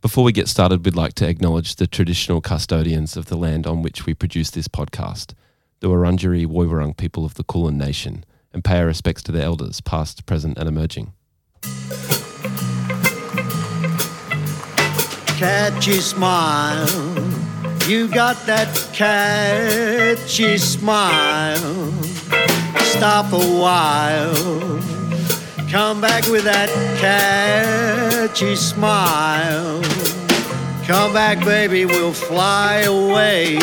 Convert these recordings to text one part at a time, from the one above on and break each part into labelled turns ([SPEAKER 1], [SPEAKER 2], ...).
[SPEAKER 1] Before we get started, we'd like to acknowledge the traditional custodians of the land on which we produce this podcast, the Wurundjeri Woiwurrung people of the Kulin Nation, and pay our respects to their elders, past, present, and emerging.
[SPEAKER 2] catchy smile. You got that catchy smile. Stop a while. Come back with that catchy smile. Come back, baby, we'll fly away.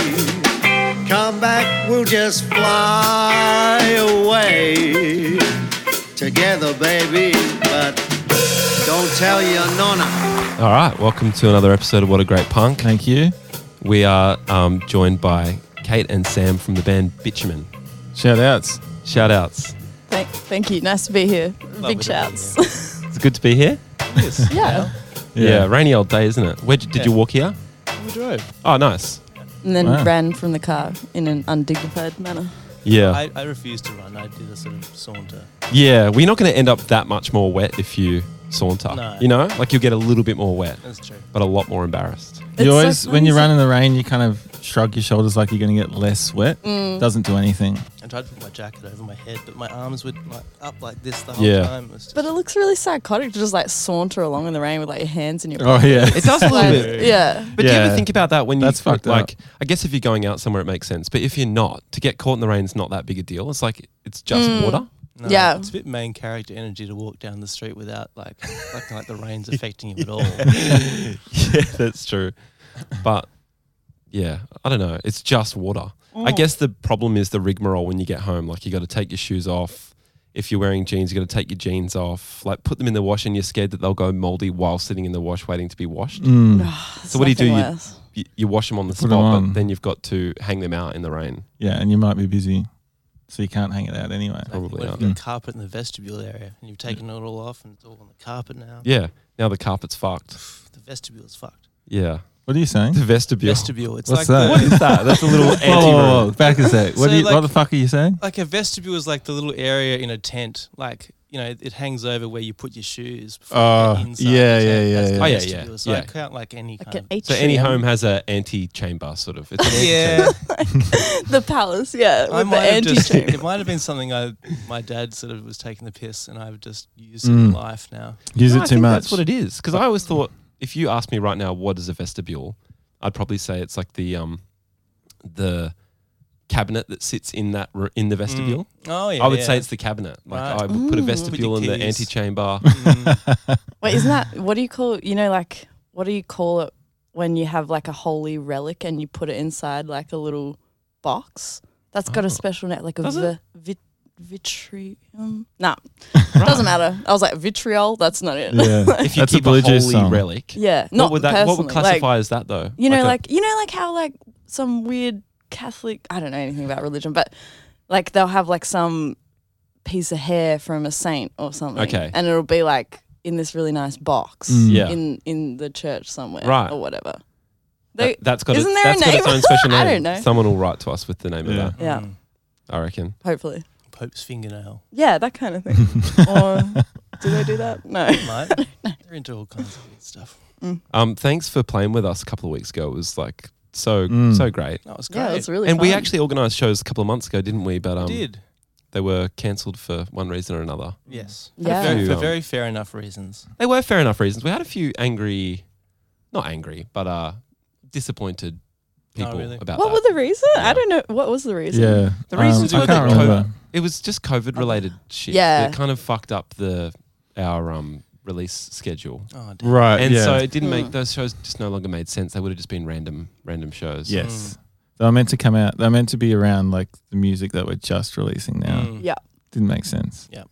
[SPEAKER 2] Come back, we'll just fly away. Together, baby, but don't tell your nonna.
[SPEAKER 1] All right, welcome to another episode of What a Great Punk.
[SPEAKER 3] Thank you.
[SPEAKER 1] We are um, joined by Kate and Sam from the band Bitumen.
[SPEAKER 3] Shout outs.
[SPEAKER 1] Shout outs.
[SPEAKER 4] Thank, thank you. Nice to be here.
[SPEAKER 1] to
[SPEAKER 4] Big
[SPEAKER 1] be
[SPEAKER 4] shouts.
[SPEAKER 1] It's good to be here.
[SPEAKER 4] yeah.
[SPEAKER 1] Yeah, rainy old day, isn't it? Where did you walk here?
[SPEAKER 3] We drove.
[SPEAKER 1] Oh, nice.
[SPEAKER 4] And then
[SPEAKER 3] Wow.
[SPEAKER 4] ran from the car in an undignified manner.
[SPEAKER 1] Yeah.
[SPEAKER 5] I, I refuse to run. I did a sort of saunter.
[SPEAKER 1] Yeah, we're not going to end up that much more wet if you saunter.
[SPEAKER 5] No.
[SPEAKER 1] You know, like you'll get a little bit more wet,
[SPEAKER 5] That's true.
[SPEAKER 1] but a lot more embarrassed.
[SPEAKER 4] It's
[SPEAKER 3] You
[SPEAKER 4] so
[SPEAKER 3] always, when you
[SPEAKER 4] funny,
[SPEAKER 3] run in the rain, you kind of shrug your shoulders like you're going to get less wet.
[SPEAKER 1] Mm.
[SPEAKER 3] Doesn't do anything.
[SPEAKER 5] I tried to put my jacket over my head, but my arms were like up like this the whole
[SPEAKER 1] Yeah.
[SPEAKER 5] time. It was just-
[SPEAKER 4] But it looks really psychotic to just like saunter along in the rain with like your hands in your
[SPEAKER 3] Oh, yeah.
[SPEAKER 1] It does a little
[SPEAKER 4] Like,
[SPEAKER 1] bit.
[SPEAKER 4] Yeah.
[SPEAKER 1] But do you ever
[SPEAKER 3] Yeah.
[SPEAKER 1] think about that when
[SPEAKER 3] That's
[SPEAKER 1] you
[SPEAKER 3] fucked up.
[SPEAKER 1] like? I guess if you're going out somewhere, it makes sense. But if you're not, to get caught in the rain's not that big a deal. It's like it's just water.
[SPEAKER 5] no,
[SPEAKER 4] yeah.
[SPEAKER 5] it's a bit main character energy to walk down the street without like like, like the rain's affecting you at all.
[SPEAKER 1] yeah, that's true. But yeah, I don't know. It's just water. I
[SPEAKER 3] Oh.
[SPEAKER 1] guess the problem is the rigmarole when you get home. Like you got to take your shoes off. If you're wearing jeans, you got to take your jeans off. Like put them in the wash, and you're scared that they'll go moldy while sitting in the wash waiting to be washed. So what do you do? You,
[SPEAKER 4] Worse.
[SPEAKER 1] you, you wash them on the
[SPEAKER 3] Mm. Put 'em
[SPEAKER 1] spot, but
[SPEAKER 3] on.
[SPEAKER 1] then you've got to hang them out in the rain.
[SPEAKER 3] Yeah, and you might be busy, so you can't hang it out anyway.
[SPEAKER 1] Probably
[SPEAKER 5] What if
[SPEAKER 1] not. Mm.
[SPEAKER 5] you've got carpet in the vestibule area and you've taken it all off and it's all on the carpet now?
[SPEAKER 1] Yeah. Now the carpet's fucked.
[SPEAKER 5] The vestibule is fucked.
[SPEAKER 1] Yeah.
[SPEAKER 3] What are you saying?
[SPEAKER 1] The vestibule.
[SPEAKER 5] Vestibule. It's
[SPEAKER 3] What's
[SPEAKER 5] like
[SPEAKER 3] that?
[SPEAKER 5] The,
[SPEAKER 1] What is that? That's a little
[SPEAKER 3] Whoa, whoa, whoa,
[SPEAKER 1] anti-room.
[SPEAKER 3] Back a sec. What,
[SPEAKER 5] So,
[SPEAKER 3] do you, what
[SPEAKER 5] like-
[SPEAKER 3] the fuck are you saying?
[SPEAKER 5] like a vestibule is like the little area in a tent. Like you know, it, it hangs over where you put your shoes. before you
[SPEAKER 3] Oh,
[SPEAKER 5] get inside
[SPEAKER 3] yeah,
[SPEAKER 5] the
[SPEAKER 3] yeah,
[SPEAKER 5] tent. That's
[SPEAKER 3] yeah,
[SPEAKER 1] yeah.
[SPEAKER 5] the
[SPEAKER 1] Oh, yeah,
[SPEAKER 5] vestibule.
[SPEAKER 1] yeah,
[SPEAKER 5] So
[SPEAKER 1] yeah.
[SPEAKER 5] I count like any
[SPEAKER 4] Like
[SPEAKER 5] kind
[SPEAKER 4] an
[SPEAKER 5] of.
[SPEAKER 4] atrium.
[SPEAKER 1] So any home has an anti-chamber sort of. It's an
[SPEAKER 5] Yeah,
[SPEAKER 1] antechamber.
[SPEAKER 4] The palace, yeah. With
[SPEAKER 5] I
[SPEAKER 4] the
[SPEAKER 5] might have just,
[SPEAKER 4] anti
[SPEAKER 5] it might have been something I, my dad sort of was taking the piss, and I've just used it in
[SPEAKER 3] Mm.
[SPEAKER 5] life now.
[SPEAKER 3] Use
[SPEAKER 1] No, I
[SPEAKER 3] it too
[SPEAKER 1] think
[SPEAKER 3] much.
[SPEAKER 1] That's what it is. Because I always thought if you asked me right now what is a vestibule, I'd probably say it's like the um the cabinet that sits in that r- in the vestibule.
[SPEAKER 5] Oh yeah,
[SPEAKER 1] I would
[SPEAKER 5] yeah.
[SPEAKER 1] say it's the cabinet. Like
[SPEAKER 5] Right.
[SPEAKER 1] I would put a
[SPEAKER 4] Mm.
[SPEAKER 1] vestibule in
[SPEAKER 5] With your
[SPEAKER 1] the
[SPEAKER 5] keys.
[SPEAKER 1] antechamber.
[SPEAKER 5] Mm,
[SPEAKER 4] Wait, isn't that what do you call you know like what do you call it when you have like a holy relic and you put it inside like a little box? That's got
[SPEAKER 1] Oh.
[SPEAKER 4] a special name, like a
[SPEAKER 1] Does
[SPEAKER 4] vi- vit- vitrium. Nah, doesn't matter. I was like vitriol. That's not it.
[SPEAKER 3] Yeah.
[SPEAKER 1] if you
[SPEAKER 3] That's a
[SPEAKER 1] keep a,
[SPEAKER 3] Blue
[SPEAKER 1] holy
[SPEAKER 3] Juice song.
[SPEAKER 1] relic,
[SPEAKER 4] yeah,
[SPEAKER 1] what
[SPEAKER 4] not
[SPEAKER 1] would that? What would
[SPEAKER 4] personally, like-
[SPEAKER 1] classify as that though?
[SPEAKER 4] you know,
[SPEAKER 1] a-
[SPEAKER 4] like, you know, like how like some weird Catholic. I don't know anything about religion, but like they'll have like some piece of hair from a saint or something.
[SPEAKER 1] Okay.
[SPEAKER 4] and it'll be like in this really nice box
[SPEAKER 3] Mm.
[SPEAKER 1] Yeah.
[SPEAKER 4] in in the church somewhere,
[SPEAKER 1] Right.
[SPEAKER 4] or whatever. They,
[SPEAKER 1] that, that's got,
[SPEAKER 4] isn't
[SPEAKER 1] its,
[SPEAKER 4] there a
[SPEAKER 1] that's got its
[SPEAKER 4] name?
[SPEAKER 1] own special name.
[SPEAKER 4] I don't know.
[SPEAKER 1] Someone will write to us with the name
[SPEAKER 3] Yeah.
[SPEAKER 1] of that.
[SPEAKER 4] yeah,
[SPEAKER 5] mm,
[SPEAKER 1] I reckon.
[SPEAKER 4] hopefully,
[SPEAKER 5] Pope's fingernail.
[SPEAKER 4] yeah, that kind of thing. or do they do that? No.
[SPEAKER 5] Mate, they're into all kinds of weird stuff.
[SPEAKER 1] Um, thanks for playing with us a couple of weeks ago. It was like so
[SPEAKER 3] Mm.
[SPEAKER 1] so great.
[SPEAKER 5] That was great.
[SPEAKER 4] Yeah, it's really.
[SPEAKER 1] and we
[SPEAKER 4] fun.
[SPEAKER 1] actually organised shows a couple of months ago, didn't we? But um,
[SPEAKER 5] We did.
[SPEAKER 1] they were cancelled for one reason or another.
[SPEAKER 5] Yes.
[SPEAKER 4] Yeah.
[SPEAKER 5] Very,
[SPEAKER 1] Yeah.
[SPEAKER 5] for very fair enough reasons.
[SPEAKER 1] They were fair enough reasons. We had a few angry, not angry, but uh, disappointed
[SPEAKER 5] Oh,
[SPEAKER 1] people
[SPEAKER 5] really?
[SPEAKER 1] about
[SPEAKER 4] What
[SPEAKER 1] that.
[SPEAKER 4] were the reason?
[SPEAKER 1] Yeah.
[SPEAKER 4] I don't know. What was the reason?
[SPEAKER 3] yeah.
[SPEAKER 1] The reasons
[SPEAKER 3] um,
[SPEAKER 1] were
[SPEAKER 3] I can't
[SPEAKER 1] that
[SPEAKER 3] remember.
[SPEAKER 1] it was just COVID related shit.
[SPEAKER 4] Yeah.
[SPEAKER 1] it kind of fucked up the our um release schedule,
[SPEAKER 5] Oh, damn.
[SPEAKER 3] Right.
[SPEAKER 1] and
[SPEAKER 3] Uh, yeah.
[SPEAKER 1] so it didn't make
[SPEAKER 4] Mm.
[SPEAKER 1] those shows just no longer made sense. They would have just been random random shows.
[SPEAKER 3] Yes. They were meant to come out. They were meant to be around like the music that we're just releasing now.
[SPEAKER 5] Mm.
[SPEAKER 4] Yeah.
[SPEAKER 3] Didn't make sense.
[SPEAKER 5] Yep.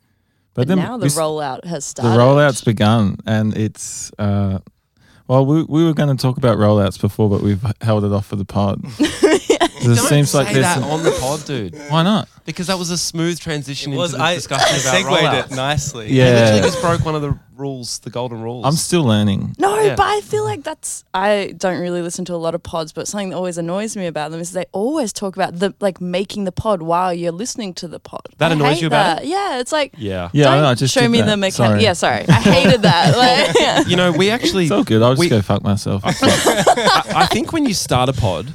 [SPEAKER 4] But,
[SPEAKER 3] then
[SPEAKER 4] now the
[SPEAKER 3] we s-
[SPEAKER 4] rollout has
[SPEAKER 3] the
[SPEAKER 4] started.
[SPEAKER 3] rollout's begun, and it's uh, well, we we were going to talk about rollouts before, but we've held it off for the pod. It seems like
[SPEAKER 1] say
[SPEAKER 3] there's
[SPEAKER 1] that
[SPEAKER 3] some-
[SPEAKER 1] on the pod, dude.
[SPEAKER 3] Why not?
[SPEAKER 1] Because that was a smooth transition
[SPEAKER 5] It was
[SPEAKER 1] into the
[SPEAKER 5] I, I
[SPEAKER 1] discussion about
[SPEAKER 5] segued it
[SPEAKER 1] rollouts.
[SPEAKER 5] nicely.
[SPEAKER 1] You
[SPEAKER 3] Yeah.
[SPEAKER 1] literally just broke one of the rules, the golden rules.
[SPEAKER 3] I'm still learning.
[SPEAKER 4] No,
[SPEAKER 1] Yeah.
[SPEAKER 4] but I feel like that's I don't really listen to a lot of pods, but something that always annoys me about them is they always talk about the like making the pod while you're listening to the pod.
[SPEAKER 1] That
[SPEAKER 4] I
[SPEAKER 1] annoys
[SPEAKER 4] hate
[SPEAKER 1] you about
[SPEAKER 4] that. Yeah, it's like
[SPEAKER 1] yeah.
[SPEAKER 3] Yeah, I
[SPEAKER 4] don't
[SPEAKER 3] know, I just
[SPEAKER 4] show
[SPEAKER 3] did
[SPEAKER 4] me
[SPEAKER 3] that.
[SPEAKER 4] the mechanic.
[SPEAKER 3] Sorry.
[SPEAKER 4] Yeah, sorry, I hated that. Like, yeah.
[SPEAKER 1] You know, we actually.
[SPEAKER 3] It's all good. I'll just
[SPEAKER 1] we-
[SPEAKER 3] go fuck myself.
[SPEAKER 1] I, I think when you start a pod,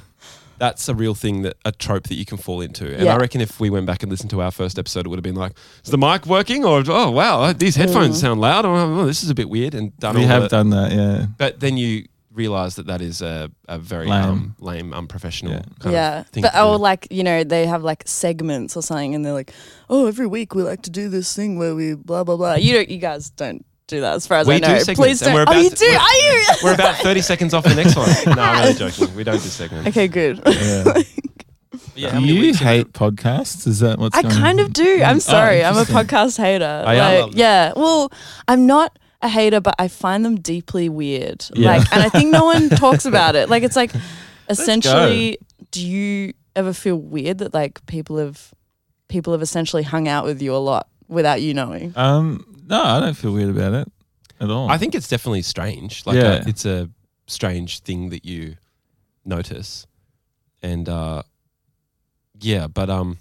[SPEAKER 1] that's a real thing that a trope that you can fall into. And
[SPEAKER 4] Yeah.
[SPEAKER 1] I reckon if we went back and listened to our first episode, it would have been like, "Is the mic working?" Or "Oh wow,
[SPEAKER 4] Mm.
[SPEAKER 1] these headphones sound loud." Or oh, "This is a bit weird." And done
[SPEAKER 3] we
[SPEAKER 1] all
[SPEAKER 3] have
[SPEAKER 1] the-
[SPEAKER 3] done that. Yeah.
[SPEAKER 1] But then you realize that that is a, a very lame,
[SPEAKER 3] Lame.
[SPEAKER 1] um, lame unprofessional
[SPEAKER 3] Yeah.
[SPEAKER 1] kind
[SPEAKER 4] yeah,
[SPEAKER 1] of thing.
[SPEAKER 4] but
[SPEAKER 1] to
[SPEAKER 4] oh,
[SPEAKER 1] do.
[SPEAKER 4] like you know, they have like segments or something, and they're like, oh, every week we like to do this thing where we blah blah blah. You don't, you guys don't do that, as far as
[SPEAKER 1] We
[SPEAKER 4] I
[SPEAKER 1] do
[SPEAKER 4] know.
[SPEAKER 1] segments,
[SPEAKER 4] Please
[SPEAKER 1] and
[SPEAKER 4] don't.
[SPEAKER 1] we're
[SPEAKER 4] oh,
[SPEAKER 1] about
[SPEAKER 4] you
[SPEAKER 1] to-
[SPEAKER 4] do?
[SPEAKER 1] we're-
[SPEAKER 4] Are you?
[SPEAKER 1] we're about 30 seconds off the next one. No, I'm only joking. We don't do segments.
[SPEAKER 4] okay, good.
[SPEAKER 3] Yeah.
[SPEAKER 5] Yeah, how
[SPEAKER 3] Do
[SPEAKER 5] many
[SPEAKER 3] you
[SPEAKER 5] weeks in a-
[SPEAKER 3] hate podcasts? Is that what's
[SPEAKER 4] I
[SPEAKER 3] going
[SPEAKER 4] kind
[SPEAKER 3] on?
[SPEAKER 4] of do. I'm sorry. I'm a
[SPEAKER 3] interesting.
[SPEAKER 4] podcast
[SPEAKER 1] you?
[SPEAKER 4] hater.
[SPEAKER 1] Oh, I
[SPEAKER 4] Like,
[SPEAKER 5] love that.
[SPEAKER 4] yeah. Well, I'm not a hater, but I find them deeply weird.
[SPEAKER 3] Yeah.
[SPEAKER 4] Like, and I think no one talks about it. Like, it's like essentially, do you ever feel weird that like people have people have essentially hung out with you a lot without you knowing?
[SPEAKER 3] Um, no, I don't feel weird about it at all.
[SPEAKER 1] I think it's definitely strange. Like
[SPEAKER 3] Oh. Yeah.
[SPEAKER 1] a, it's a strange thing that you notice, and uh, yeah, but um,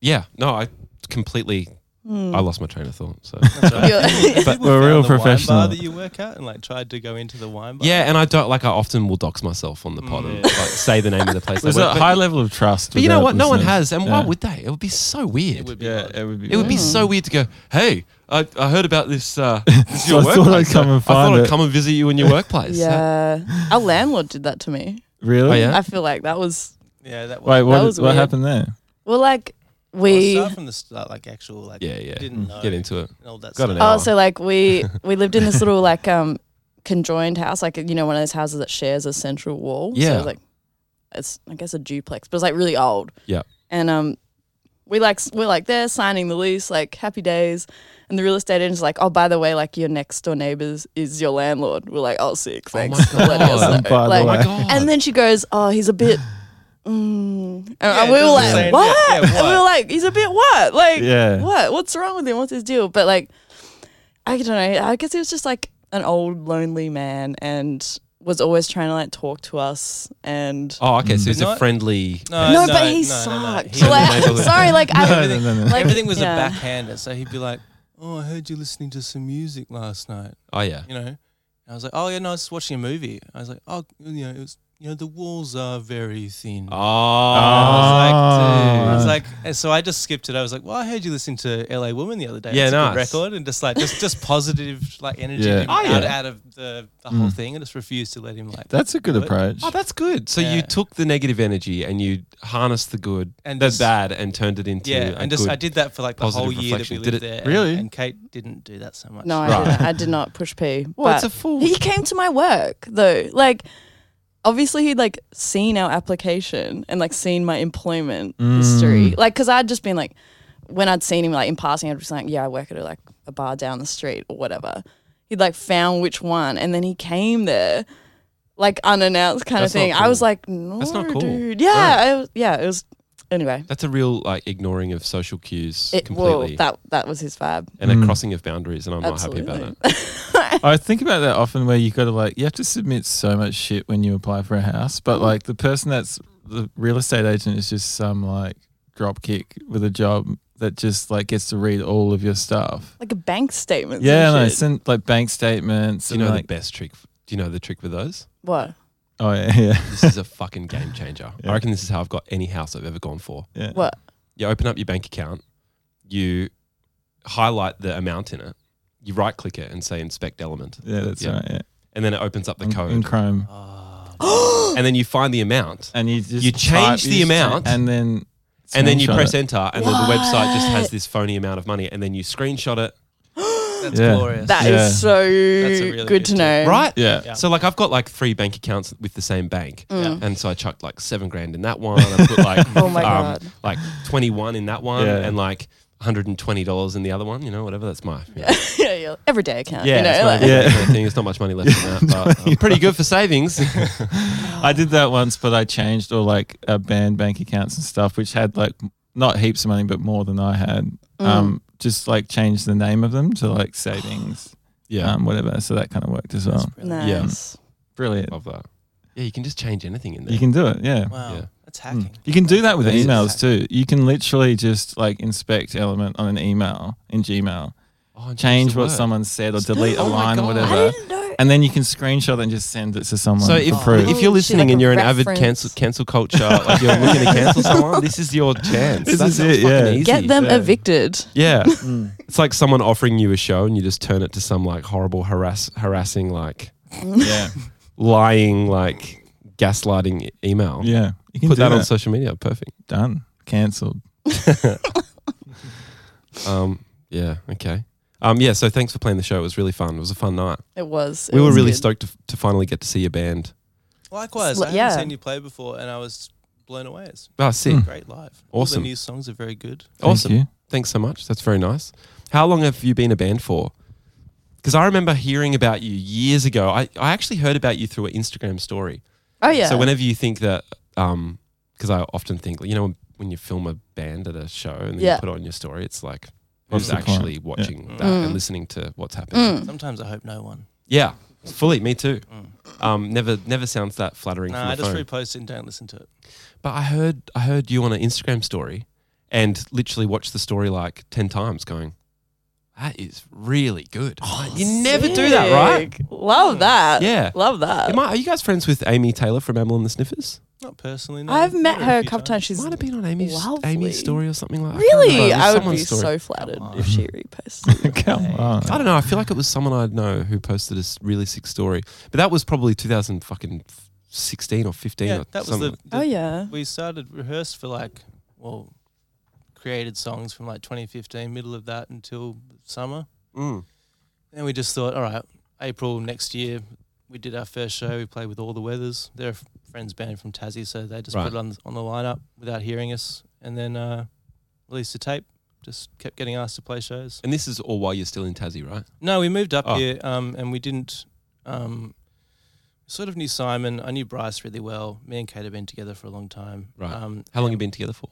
[SPEAKER 1] yeah, no, I completely
[SPEAKER 4] Hmm.
[SPEAKER 1] I lost my train of thought. So
[SPEAKER 5] Sorry.
[SPEAKER 4] You're-
[SPEAKER 5] Have
[SPEAKER 3] But
[SPEAKER 5] people
[SPEAKER 3] we're
[SPEAKER 5] found
[SPEAKER 3] real
[SPEAKER 5] the wine
[SPEAKER 3] professional.
[SPEAKER 5] Bar that you work at and like tried to go into the wine bar.
[SPEAKER 1] yeah, and I don't like I often will dox myself on the pod and
[SPEAKER 5] Mm.
[SPEAKER 1] like say the name of the place. I
[SPEAKER 3] there's a
[SPEAKER 1] work, but,
[SPEAKER 3] high level of trust.
[SPEAKER 1] but you know
[SPEAKER 3] without
[SPEAKER 1] what? No one
[SPEAKER 3] listeners.
[SPEAKER 1] has, and why
[SPEAKER 3] Yeah.
[SPEAKER 1] would they? It would be so weird.
[SPEAKER 5] it would be.
[SPEAKER 3] Yeah,
[SPEAKER 5] odd.
[SPEAKER 3] it would be.
[SPEAKER 1] It would be
[SPEAKER 3] weird.
[SPEAKER 1] so weird to go, hey, I, I heard about this. Uh, this is
[SPEAKER 3] So
[SPEAKER 1] your
[SPEAKER 3] I thought
[SPEAKER 1] workplace.
[SPEAKER 3] I'd come and
[SPEAKER 1] I thought
[SPEAKER 3] find
[SPEAKER 1] I'd
[SPEAKER 3] it."
[SPEAKER 1] come and visit you in your workplace.
[SPEAKER 4] yeah. Our landlord did that to me.
[SPEAKER 3] really.
[SPEAKER 1] Oh, yeah?
[SPEAKER 4] I feel like that was
[SPEAKER 5] yeah, that was.
[SPEAKER 3] Wait, what?
[SPEAKER 4] was
[SPEAKER 3] what
[SPEAKER 4] weird.
[SPEAKER 3] happened there?
[SPEAKER 4] well, like
[SPEAKER 5] Well,
[SPEAKER 1] Oh,
[SPEAKER 4] we.
[SPEAKER 5] start from the start, like actual, like
[SPEAKER 1] Yeah, yeah.
[SPEAKER 5] didn't know,
[SPEAKER 1] Get into it.
[SPEAKER 5] and all
[SPEAKER 1] Got
[SPEAKER 5] that stuff.
[SPEAKER 1] an
[SPEAKER 4] Oh,
[SPEAKER 1] hour.
[SPEAKER 4] so like we we lived in this little like um conjoined house, like you know one of those houses that shares a central wall. so it
[SPEAKER 1] Yeah.
[SPEAKER 4] was like it's I guess a duplex, but it's like really old.
[SPEAKER 1] Yeah.
[SPEAKER 4] And um, we like s- we're like there signing the lease, like happy days, and the real estate agent's like, oh by the way, like your next door neighbors is your landlord. We're like, oh sick, thanks.
[SPEAKER 1] my
[SPEAKER 4] for letting us
[SPEAKER 1] God.
[SPEAKER 4] know."
[SPEAKER 3] By the
[SPEAKER 4] Like-
[SPEAKER 3] way.
[SPEAKER 1] Oh God.
[SPEAKER 4] and then she goes, oh he's a bit. Mm. And
[SPEAKER 5] Yeah,
[SPEAKER 4] and we
[SPEAKER 5] it
[SPEAKER 4] were
[SPEAKER 5] doesn't
[SPEAKER 4] like,
[SPEAKER 5] say- yeah,
[SPEAKER 4] what?
[SPEAKER 5] yeah,
[SPEAKER 4] And we
[SPEAKER 5] what?
[SPEAKER 4] were like, he's a bit what? Like,
[SPEAKER 3] Yeah.
[SPEAKER 4] what? What's wrong with him? What's his deal? But like, I don't know. I guess he was just like an old lonely man and was always trying to like talk to us and.
[SPEAKER 1] Oh, okay. So he's
[SPEAKER 3] Mm.
[SPEAKER 5] But
[SPEAKER 1] a
[SPEAKER 5] not-
[SPEAKER 1] friendly.
[SPEAKER 5] No,
[SPEAKER 4] no,
[SPEAKER 5] Uh, no,
[SPEAKER 4] but he
[SPEAKER 5] no, no, no.
[SPEAKER 4] sucked.
[SPEAKER 5] He-
[SPEAKER 4] Like, I'm sorry, like I.
[SPEAKER 3] No, no, no, no.
[SPEAKER 4] Like,
[SPEAKER 5] Everything was
[SPEAKER 4] yeah.
[SPEAKER 5] a backhander, so he'd be like, "Oh, I heard you listening to some music last night,"
[SPEAKER 1] Oh yeah.
[SPEAKER 5] you know. And I was like, "Oh yeah, no, I was watching a movie." I was like, "Oh, you know, it was, you know, the walls are very thin."
[SPEAKER 1] Oh,
[SPEAKER 5] Ah.
[SPEAKER 1] Ah.
[SPEAKER 5] I was
[SPEAKER 3] Oh.
[SPEAKER 5] like, and so I just skipped it. I was like, "Well, I heard you listen to LA Woman the other day.
[SPEAKER 1] Yeah,
[SPEAKER 5] It's a good
[SPEAKER 1] nice.
[SPEAKER 5] record," and just like, just just positive like energy
[SPEAKER 3] Yeah.
[SPEAKER 5] him
[SPEAKER 1] Oh,
[SPEAKER 5] out,
[SPEAKER 1] yeah.
[SPEAKER 5] out of the, the whole thing, and just refused to let him like.
[SPEAKER 3] That's a good
[SPEAKER 5] But-
[SPEAKER 3] approach.
[SPEAKER 1] oh, that's good. So
[SPEAKER 5] Yeah.
[SPEAKER 1] you took the negative energy and you harnessed the good,
[SPEAKER 5] And
[SPEAKER 1] the
[SPEAKER 5] just-
[SPEAKER 1] bad, and turned it into
[SPEAKER 5] yeah,
[SPEAKER 1] a
[SPEAKER 5] and just
[SPEAKER 1] good-
[SPEAKER 5] I did that for like the whole
[SPEAKER 1] positive
[SPEAKER 5] year that we
[SPEAKER 1] reflection.
[SPEAKER 5] lived
[SPEAKER 1] Did it-
[SPEAKER 5] there. and-
[SPEAKER 3] really?
[SPEAKER 5] And, Kate didn't do that so much.
[SPEAKER 4] No, I,
[SPEAKER 1] Right.
[SPEAKER 4] didn't. I did not push P.
[SPEAKER 1] Well,
[SPEAKER 4] but
[SPEAKER 1] it's a full-
[SPEAKER 4] He came to my work though. Like, obviously, he'd like seen our application and like seen my employment
[SPEAKER 1] Mm.
[SPEAKER 4] history. Like, because I'd just been like, when I'd seen him like in passing, I'd just like, yeah, I work at like a bar down the street or whatever. He'd like found which one, and then he came there. Like unannounced kind
[SPEAKER 1] That's
[SPEAKER 4] of
[SPEAKER 1] not
[SPEAKER 4] thing. I
[SPEAKER 1] cool.
[SPEAKER 4] was like, no,
[SPEAKER 1] That's not cool.
[SPEAKER 4] dude. Yeah, it was, yeah. It was. Anyway,
[SPEAKER 1] That's a real like ignoring of social cues
[SPEAKER 4] it, well,
[SPEAKER 1] completely,
[SPEAKER 4] that that was his vibe.
[SPEAKER 1] and a
[SPEAKER 3] Mm.
[SPEAKER 1] crossing of boundaries. And I'm
[SPEAKER 4] Absolutely.
[SPEAKER 1] not happy about it.
[SPEAKER 3] I think about that often where you got to like, you have to submit so much shit when you apply for a house, but like the person that's the real estate agent is just some like dropkick with a job that just like gets to read all of your stuff.
[SPEAKER 4] Like a bank statement.
[SPEAKER 3] Yeah,
[SPEAKER 4] and
[SPEAKER 3] no,
[SPEAKER 4] shit.
[SPEAKER 3] send like bank statements.
[SPEAKER 1] Do you know
[SPEAKER 3] and,
[SPEAKER 1] the
[SPEAKER 3] like,
[SPEAKER 1] best trick? Do you know the trick with those?
[SPEAKER 4] what?
[SPEAKER 3] Oh, yeah, yeah.
[SPEAKER 1] This is a fucking game changer.
[SPEAKER 3] Yeah.
[SPEAKER 1] I reckon this is how I've got any house I've ever gone for.
[SPEAKER 3] yeah.
[SPEAKER 4] What?
[SPEAKER 1] You open up your bank account, you highlight the amount in it, you right click it and say inspect element,
[SPEAKER 3] Yeah, that's
[SPEAKER 1] Yeah.
[SPEAKER 3] right. Yeah.
[SPEAKER 1] and then it opens up the
[SPEAKER 3] In-
[SPEAKER 1] code,
[SPEAKER 3] In Chrome.
[SPEAKER 5] Ah,
[SPEAKER 1] and then you find the amount.
[SPEAKER 3] And you just
[SPEAKER 1] You
[SPEAKER 3] type-
[SPEAKER 1] change
[SPEAKER 3] you
[SPEAKER 1] the
[SPEAKER 3] just type-
[SPEAKER 1] amount.
[SPEAKER 3] and then.
[SPEAKER 1] and then you
[SPEAKER 3] screenshot
[SPEAKER 1] press
[SPEAKER 3] it.
[SPEAKER 1] enter, and then the website just has
[SPEAKER 4] What?
[SPEAKER 1] this phony amount of money, and then you screenshot it.
[SPEAKER 5] That's
[SPEAKER 3] Yeah.
[SPEAKER 5] glorious.
[SPEAKER 4] That is
[SPEAKER 3] Yeah.
[SPEAKER 4] so
[SPEAKER 5] a really
[SPEAKER 4] good,
[SPEAKER 5] good
[SPEAKER 4] to
[SPEAKER 5] tip.
[SPEAKER 4] know.
[SPEAKER 1] Right?
[SPEAKER 3] Yeah.
[SPEAKER 5] Yeah.
[SPEAKER 1] So like I've got like three bank accounts with the same bank,
[SPEAKER 5] Mm.
[SPEAKER 1] and so I chucked like seven grand in that one. I put like
[SPEAKER 4] Oh my God.
[SPEAKER 1] like twenty one in that one,
[SPEAKER 3] Yeah.
[SPEAKER 1] and like. $120 in the other one, you know, whatever. That's my. you know.
[SPEAKER 4] yeah, yeah, everyday account. you know,
[SPEAKER 1] it's
[SPEAKER 4] like-
[SPEAKER 1] my- yeah. kind of thing. It's not much money left in that, but uh, pretty good for savings.
[SPEAKER 3] I did that once, but I changed all like uh, band bank accounts and stuff, which had like m- not heaps of money, but more than I had. Um, just like changed the name of them to like savings,
[SPEAKER 1] yeah,
[SPEAKER 3] um, whatever. So that kind of worked as well.
[SPEAKER 1] Yeah.
[SPEAKER 4] Nice.
[SPEAKER 3] Brilliant.
[SPEAKER 1] love that. Yeah, you can just change anything in there.
[SPEAKER 3] You can do it. Yeah.
[SPEAKER 5] Wow,
[SPEAKER 1] Yeah. Hmm.
[SPEAKER 5] that's
[SPEAKER 3] Mm.
[SPEAKER 5] hacking.
[SPEAKER 3] You can do that with
[SPEAKER 1] That is
[SPEAKER 3] emails
[SPEAKER 5] hack.
[SPEAKER 3] too. You can literally just like inspect element on an email in Gmail,
[SPEAKER 1] oh, and
[SPEAKER 3] change
[SPEAKER 1] the
[SPEAKER 3] what
[SPEAKER 1] word.
[SPEAKER 3] someone said or delete a
[SPEAKER 1] Oh my
[SPEAKER 3] line or
[SPEAKER 1] God.
[SPEAKER 4] I
[SPEAKER 3] whatever.
[SPEAKER 4] didn't know.
[SPEAKER 3] And then you can screenshot and just send it to someone.
[SPEAKER 1] So
[SPEAKER 3] for
[SPEAKER 1] if, if
[SPEAKER 3] proof.
[SPEAKER 1] you're
[SPEAKER 4] Oh, shit,
[SPEAKER 1] listening
[SPEAKER 4] like
[SPEAKER 1] and
[SPEAKER 4] a
[SPEAKER 1] you're an avid
[SPEAKER 4] reference.
[SPEAKER 1] cancel cancel culture, like you're looking to cancel someone, this is your chance.
[SPEAKER 3] This
[SPEAKER 1] That
[SPEAKER 3] is
[SPEAKER 1] sounds
[SPEAKER 3] it, yeah. Mm.
[SPEAKER 1] fucking easy.
[SPEAKER 4] Get them
[SPEAKER 3] Yeah.
[SPEAKER 4] evicted.
[SPEAKER 1] Yeah, it's like someone offering you a show and you just turn it to some like horrible harass harassing like
[SPEAKER 3] yeah,
[SPEAKER 1] lying like gaslighting e- email.
[SPEAKER 3] yeah, you can
[SPEAKER 1] Put
[SPEAKER 3] do
[SPEAKER 1] that, on social media. Perfect.
[SPEAKER 3] Done. Cancelled.
[SPEAKER 1] Um, yeah. Okay. Um, yeah. So thanks for playing the show. It was really fun. It was a fun night.
[SPEAKER 4] It was. it
[SPEAKER 1] we were
[SPEAKER 4] was
[SPEAKER 1] really
[SPEAKER 4] good.
[SPEAKER 1] stoked to, to finally get to see your band.
[SPEAKER 5] Likewise,
[SPEAKER 4] Sl-
[SPEAKER 5] I haven't
[SPEAKER 4] yeah.
[SPEAKER 5] seen you play before, and I was blown away. It's
[SPEAKER 1] Oh, sick.
[SPEAKER 3] Mm.
[SPEAKER 5] great live. All
[SPEAKER 1] Awesome.
[SPEAKER 5] the new songs are very good.
[SPEAKER 3] Thank
[SPEAKER 1] Awesome.
[SPEAKER 3] you.
[SPEAKER 1] Thanks so much. That's very nice. How long have you been a band for? Because I remember hearing about you years ago. I, I actually heard about you through an Instagram story.
[SPEAKER 4] Oh yeah.
[SPEAKER 1] So whenever you think that, because I often think, you know, when, when you film a band at a show and then
[SPEAKER 4] Yeah.
[SPEAKER 1] you put it on your story, it's like,
[SPEAKER 3] What's
[SPEAKER 1] who's
[SPEAKER 3] the point?
[SPEAKER 1] actually
[SPEAKER 3] Yeah.
[SPEAKER 1] watching
[SPEAKER 5] Mm.
[SPEAKER 1] that
[SPEAKER 4] Mm.
[SPEAKER 1] and listening to what's happening?
[SPEAKER 4] Mm.
[SPEAKER 5] Sometimes I hope no one.
[SPEAKER 1] Yeah, fully. Me too.
[SPEAKER 5] Mm.
[SPEAKER 1] Um, never never sounds that flattering
[SPEAKER 5] No,
[SPEAKER 1] from the
[SPEAKER 5] I just
[SPEAKER 1] phone.
[SPEAKER 5] repost it and don't listen to it.
[SPEAKER 1] But I heard I heard you on an Instagram story and literally watched the story like ten times, going, "That is really good." you never do that, right?
[SPEAKER 4] Oh, Sick. Love that.
[SPEAKER 1] Yeah.
[SPEAKER 4] Love that.
[SPEAKER 1] Am I, are you guys friends with Amy Taylor from Emil and the Sniffers?
[SPEAKER 5] Not personally. No.
[SPEAKER 4] I've met
[SPEAKER 5] Maybe
[SPEAKER 4] her a
[SPEAKER 5] few
[SPEAKER 4] couple times. She's
[SPEAKER 1] Might have been on Amy's
[SPEAKER 4] lovely.
[SPEAKER 1] Amy's story or something like. that. I can't remember.
[SPEAKER 4] really.
[SPEAKER 1] It was
[SPEAKER 4] I would be
[SPEAKER 1] someone's story.
[SPEAKER 4] so flattered
[SPEAKER 5] Come
[SPEAKER 4] if she reposted.
[SPEAKER 3] Come on.
[SPEAKER 1] I don't know. I feel like it was someone I'd know who posted a s- really sick story, but that was probably 2000 fucking f- 16 or 15
[SPEAKER 5] Yeah,
[SPEAKER 1] or
[SPEAKER 5] that was
[SPEAKER 1] something.
[SPEAKER 5] the, the-
[SPEAKER 4] oh yeah.
[SPEAKER 5] We started rehearsed for like well, created songs from like 2015, middle of that until summer.
[SPEAKER 1] Mm.
[SPEAKER 5] And we just thought, all right, April next year, we did our first show. We played with All the Weathers. They're a f- friends band from Tassie, so they just
[SPEAKER 1] Right.
[SPEAKER 5] put it on on the lineup without hearing us, and then uh, released the tape. Just kept getting asked to play shows.
[SPEAKER 1] And this is all while you're still in Tassie, right?
[SPEAKER 5] No, we moved up
[SPEAKER 1] Oh.
[SPEAKER 5] here, um, and we didn't. Um, sort of knew Simon. I knew Bryce really well. Me and Kate have been together for a long time.
[SPEAKER 1] Right.
[SPEAKER 5] Um,
[SPEAKER 1] How long you been together for?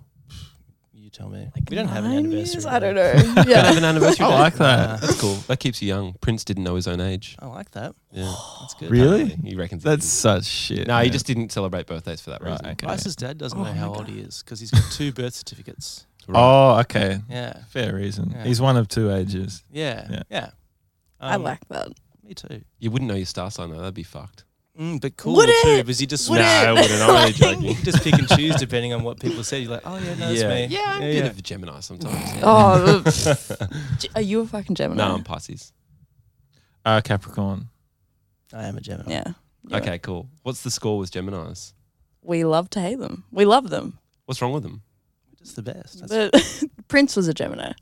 [SPEAKER 5] you tell me. we don't have an
[SPEAKER 4] Nine
[SPEAKER 5] anniversary.
[SPEAKER 4] years?
[SPEAKER 5] or
[SPEAKER 4] I don't know.
[SPEAKER 5] anything.
[SPEAKER 1] Don't have
[SPEAKER 4] Yeah.
[SPEAKER 1] an anniversary.
[SPEAKER 3] Oh, I
[SPEAKER 1] date?
[SPEAKER 3] like that.
[SPEAKER 5] Nah.
[SPEAKER 1] That's cool. That keeps you young. Prince didn't know his own age.
[SPEAKER 5] I like that.
[SPEAKER 1] Yeah.
[SPEAKER 5] That's good.
[SPEAKER 3] Really?
[SPEAKER 1] Apparently, He reckons. he
[SPEAKER 3] That's
[SPEAKER 1] didn't.
[SPEAKER 3] such shit.
[SPEAKER 1] no. He
[SPEAKER 3] man.
[SPEAKER 1] just didn't celebrate birthdays for that
[SPEAKER 3] Right,
[SPEAKER 1] reason.
[SPEAKER 3] okay.
[SPEAKER 5] Bryce's dad doesn't
[SPEAKER 4] Oh
[SPEAKER 5] know
[SPEAKER 4] my
[SPEAKER 5] how
[SPEAKER 4] God.
[SPEAKER 5] old he is because he's got two birth certificates.
[SPEAKER 1] Right.
[SPEAKER 3] Oh, okay.
[SPEAKER 5] Yeah,
[SPEAKER 3] Fair reason.
[SPEAKER 5] Yeah.
[SPEAKER 3] He's one of two ages.
[SPEAKER 5] yeah,
[SPEAKER 3] Yeah.
[SPEAKER 5] yeah.
[SPEAKER 4] I
[SPEAKER 5] Um,
[SPEAKER 4] like that.
[SPEAKER 5] Me too.
[SPEAKER 1] You wouldn't know your star sign though. That'd be fucked.
[SPEAKER 5] Mm, but cool
[SPEAKER 4] Would
[SPEAKER 5] too
[SPEAKER 4] it?
[SPEAKER 5] because you just
[SPEAKER 4] Would
[SPEAKER 5] Nah,
[SPEAKER 4] it?
[SPEAKER 5] I wouldn't. I'm only
[SPEAKER 4] Like-
[SPEAKER 5] joking. You just pick and choose depending on what people say. You're like, oh yeah, no, it's me.
[SPEAKER 1] Yeah. I'm a bit of a Gemini sometimes.
[SPEAKER 4] Oh, G- are you a fucking Gemini?
[SPEAKER 1] no, I'm Pisces.
[SPEAKER 3] Uh, Capricorn.
[SPEAKER 5] I am a Gemini.
[SPEAKER 4] Yeah. You're
[SPEAKER 1] okay, cool. What's the score with Gemini's?
[SPEAKER 4] We love to hate them. We love them.
[SPEAKER 1] What's wrong with them?
[SPEAKER 5] Just the best. That's
[SPEAKER 4] But Prince was a Gemini.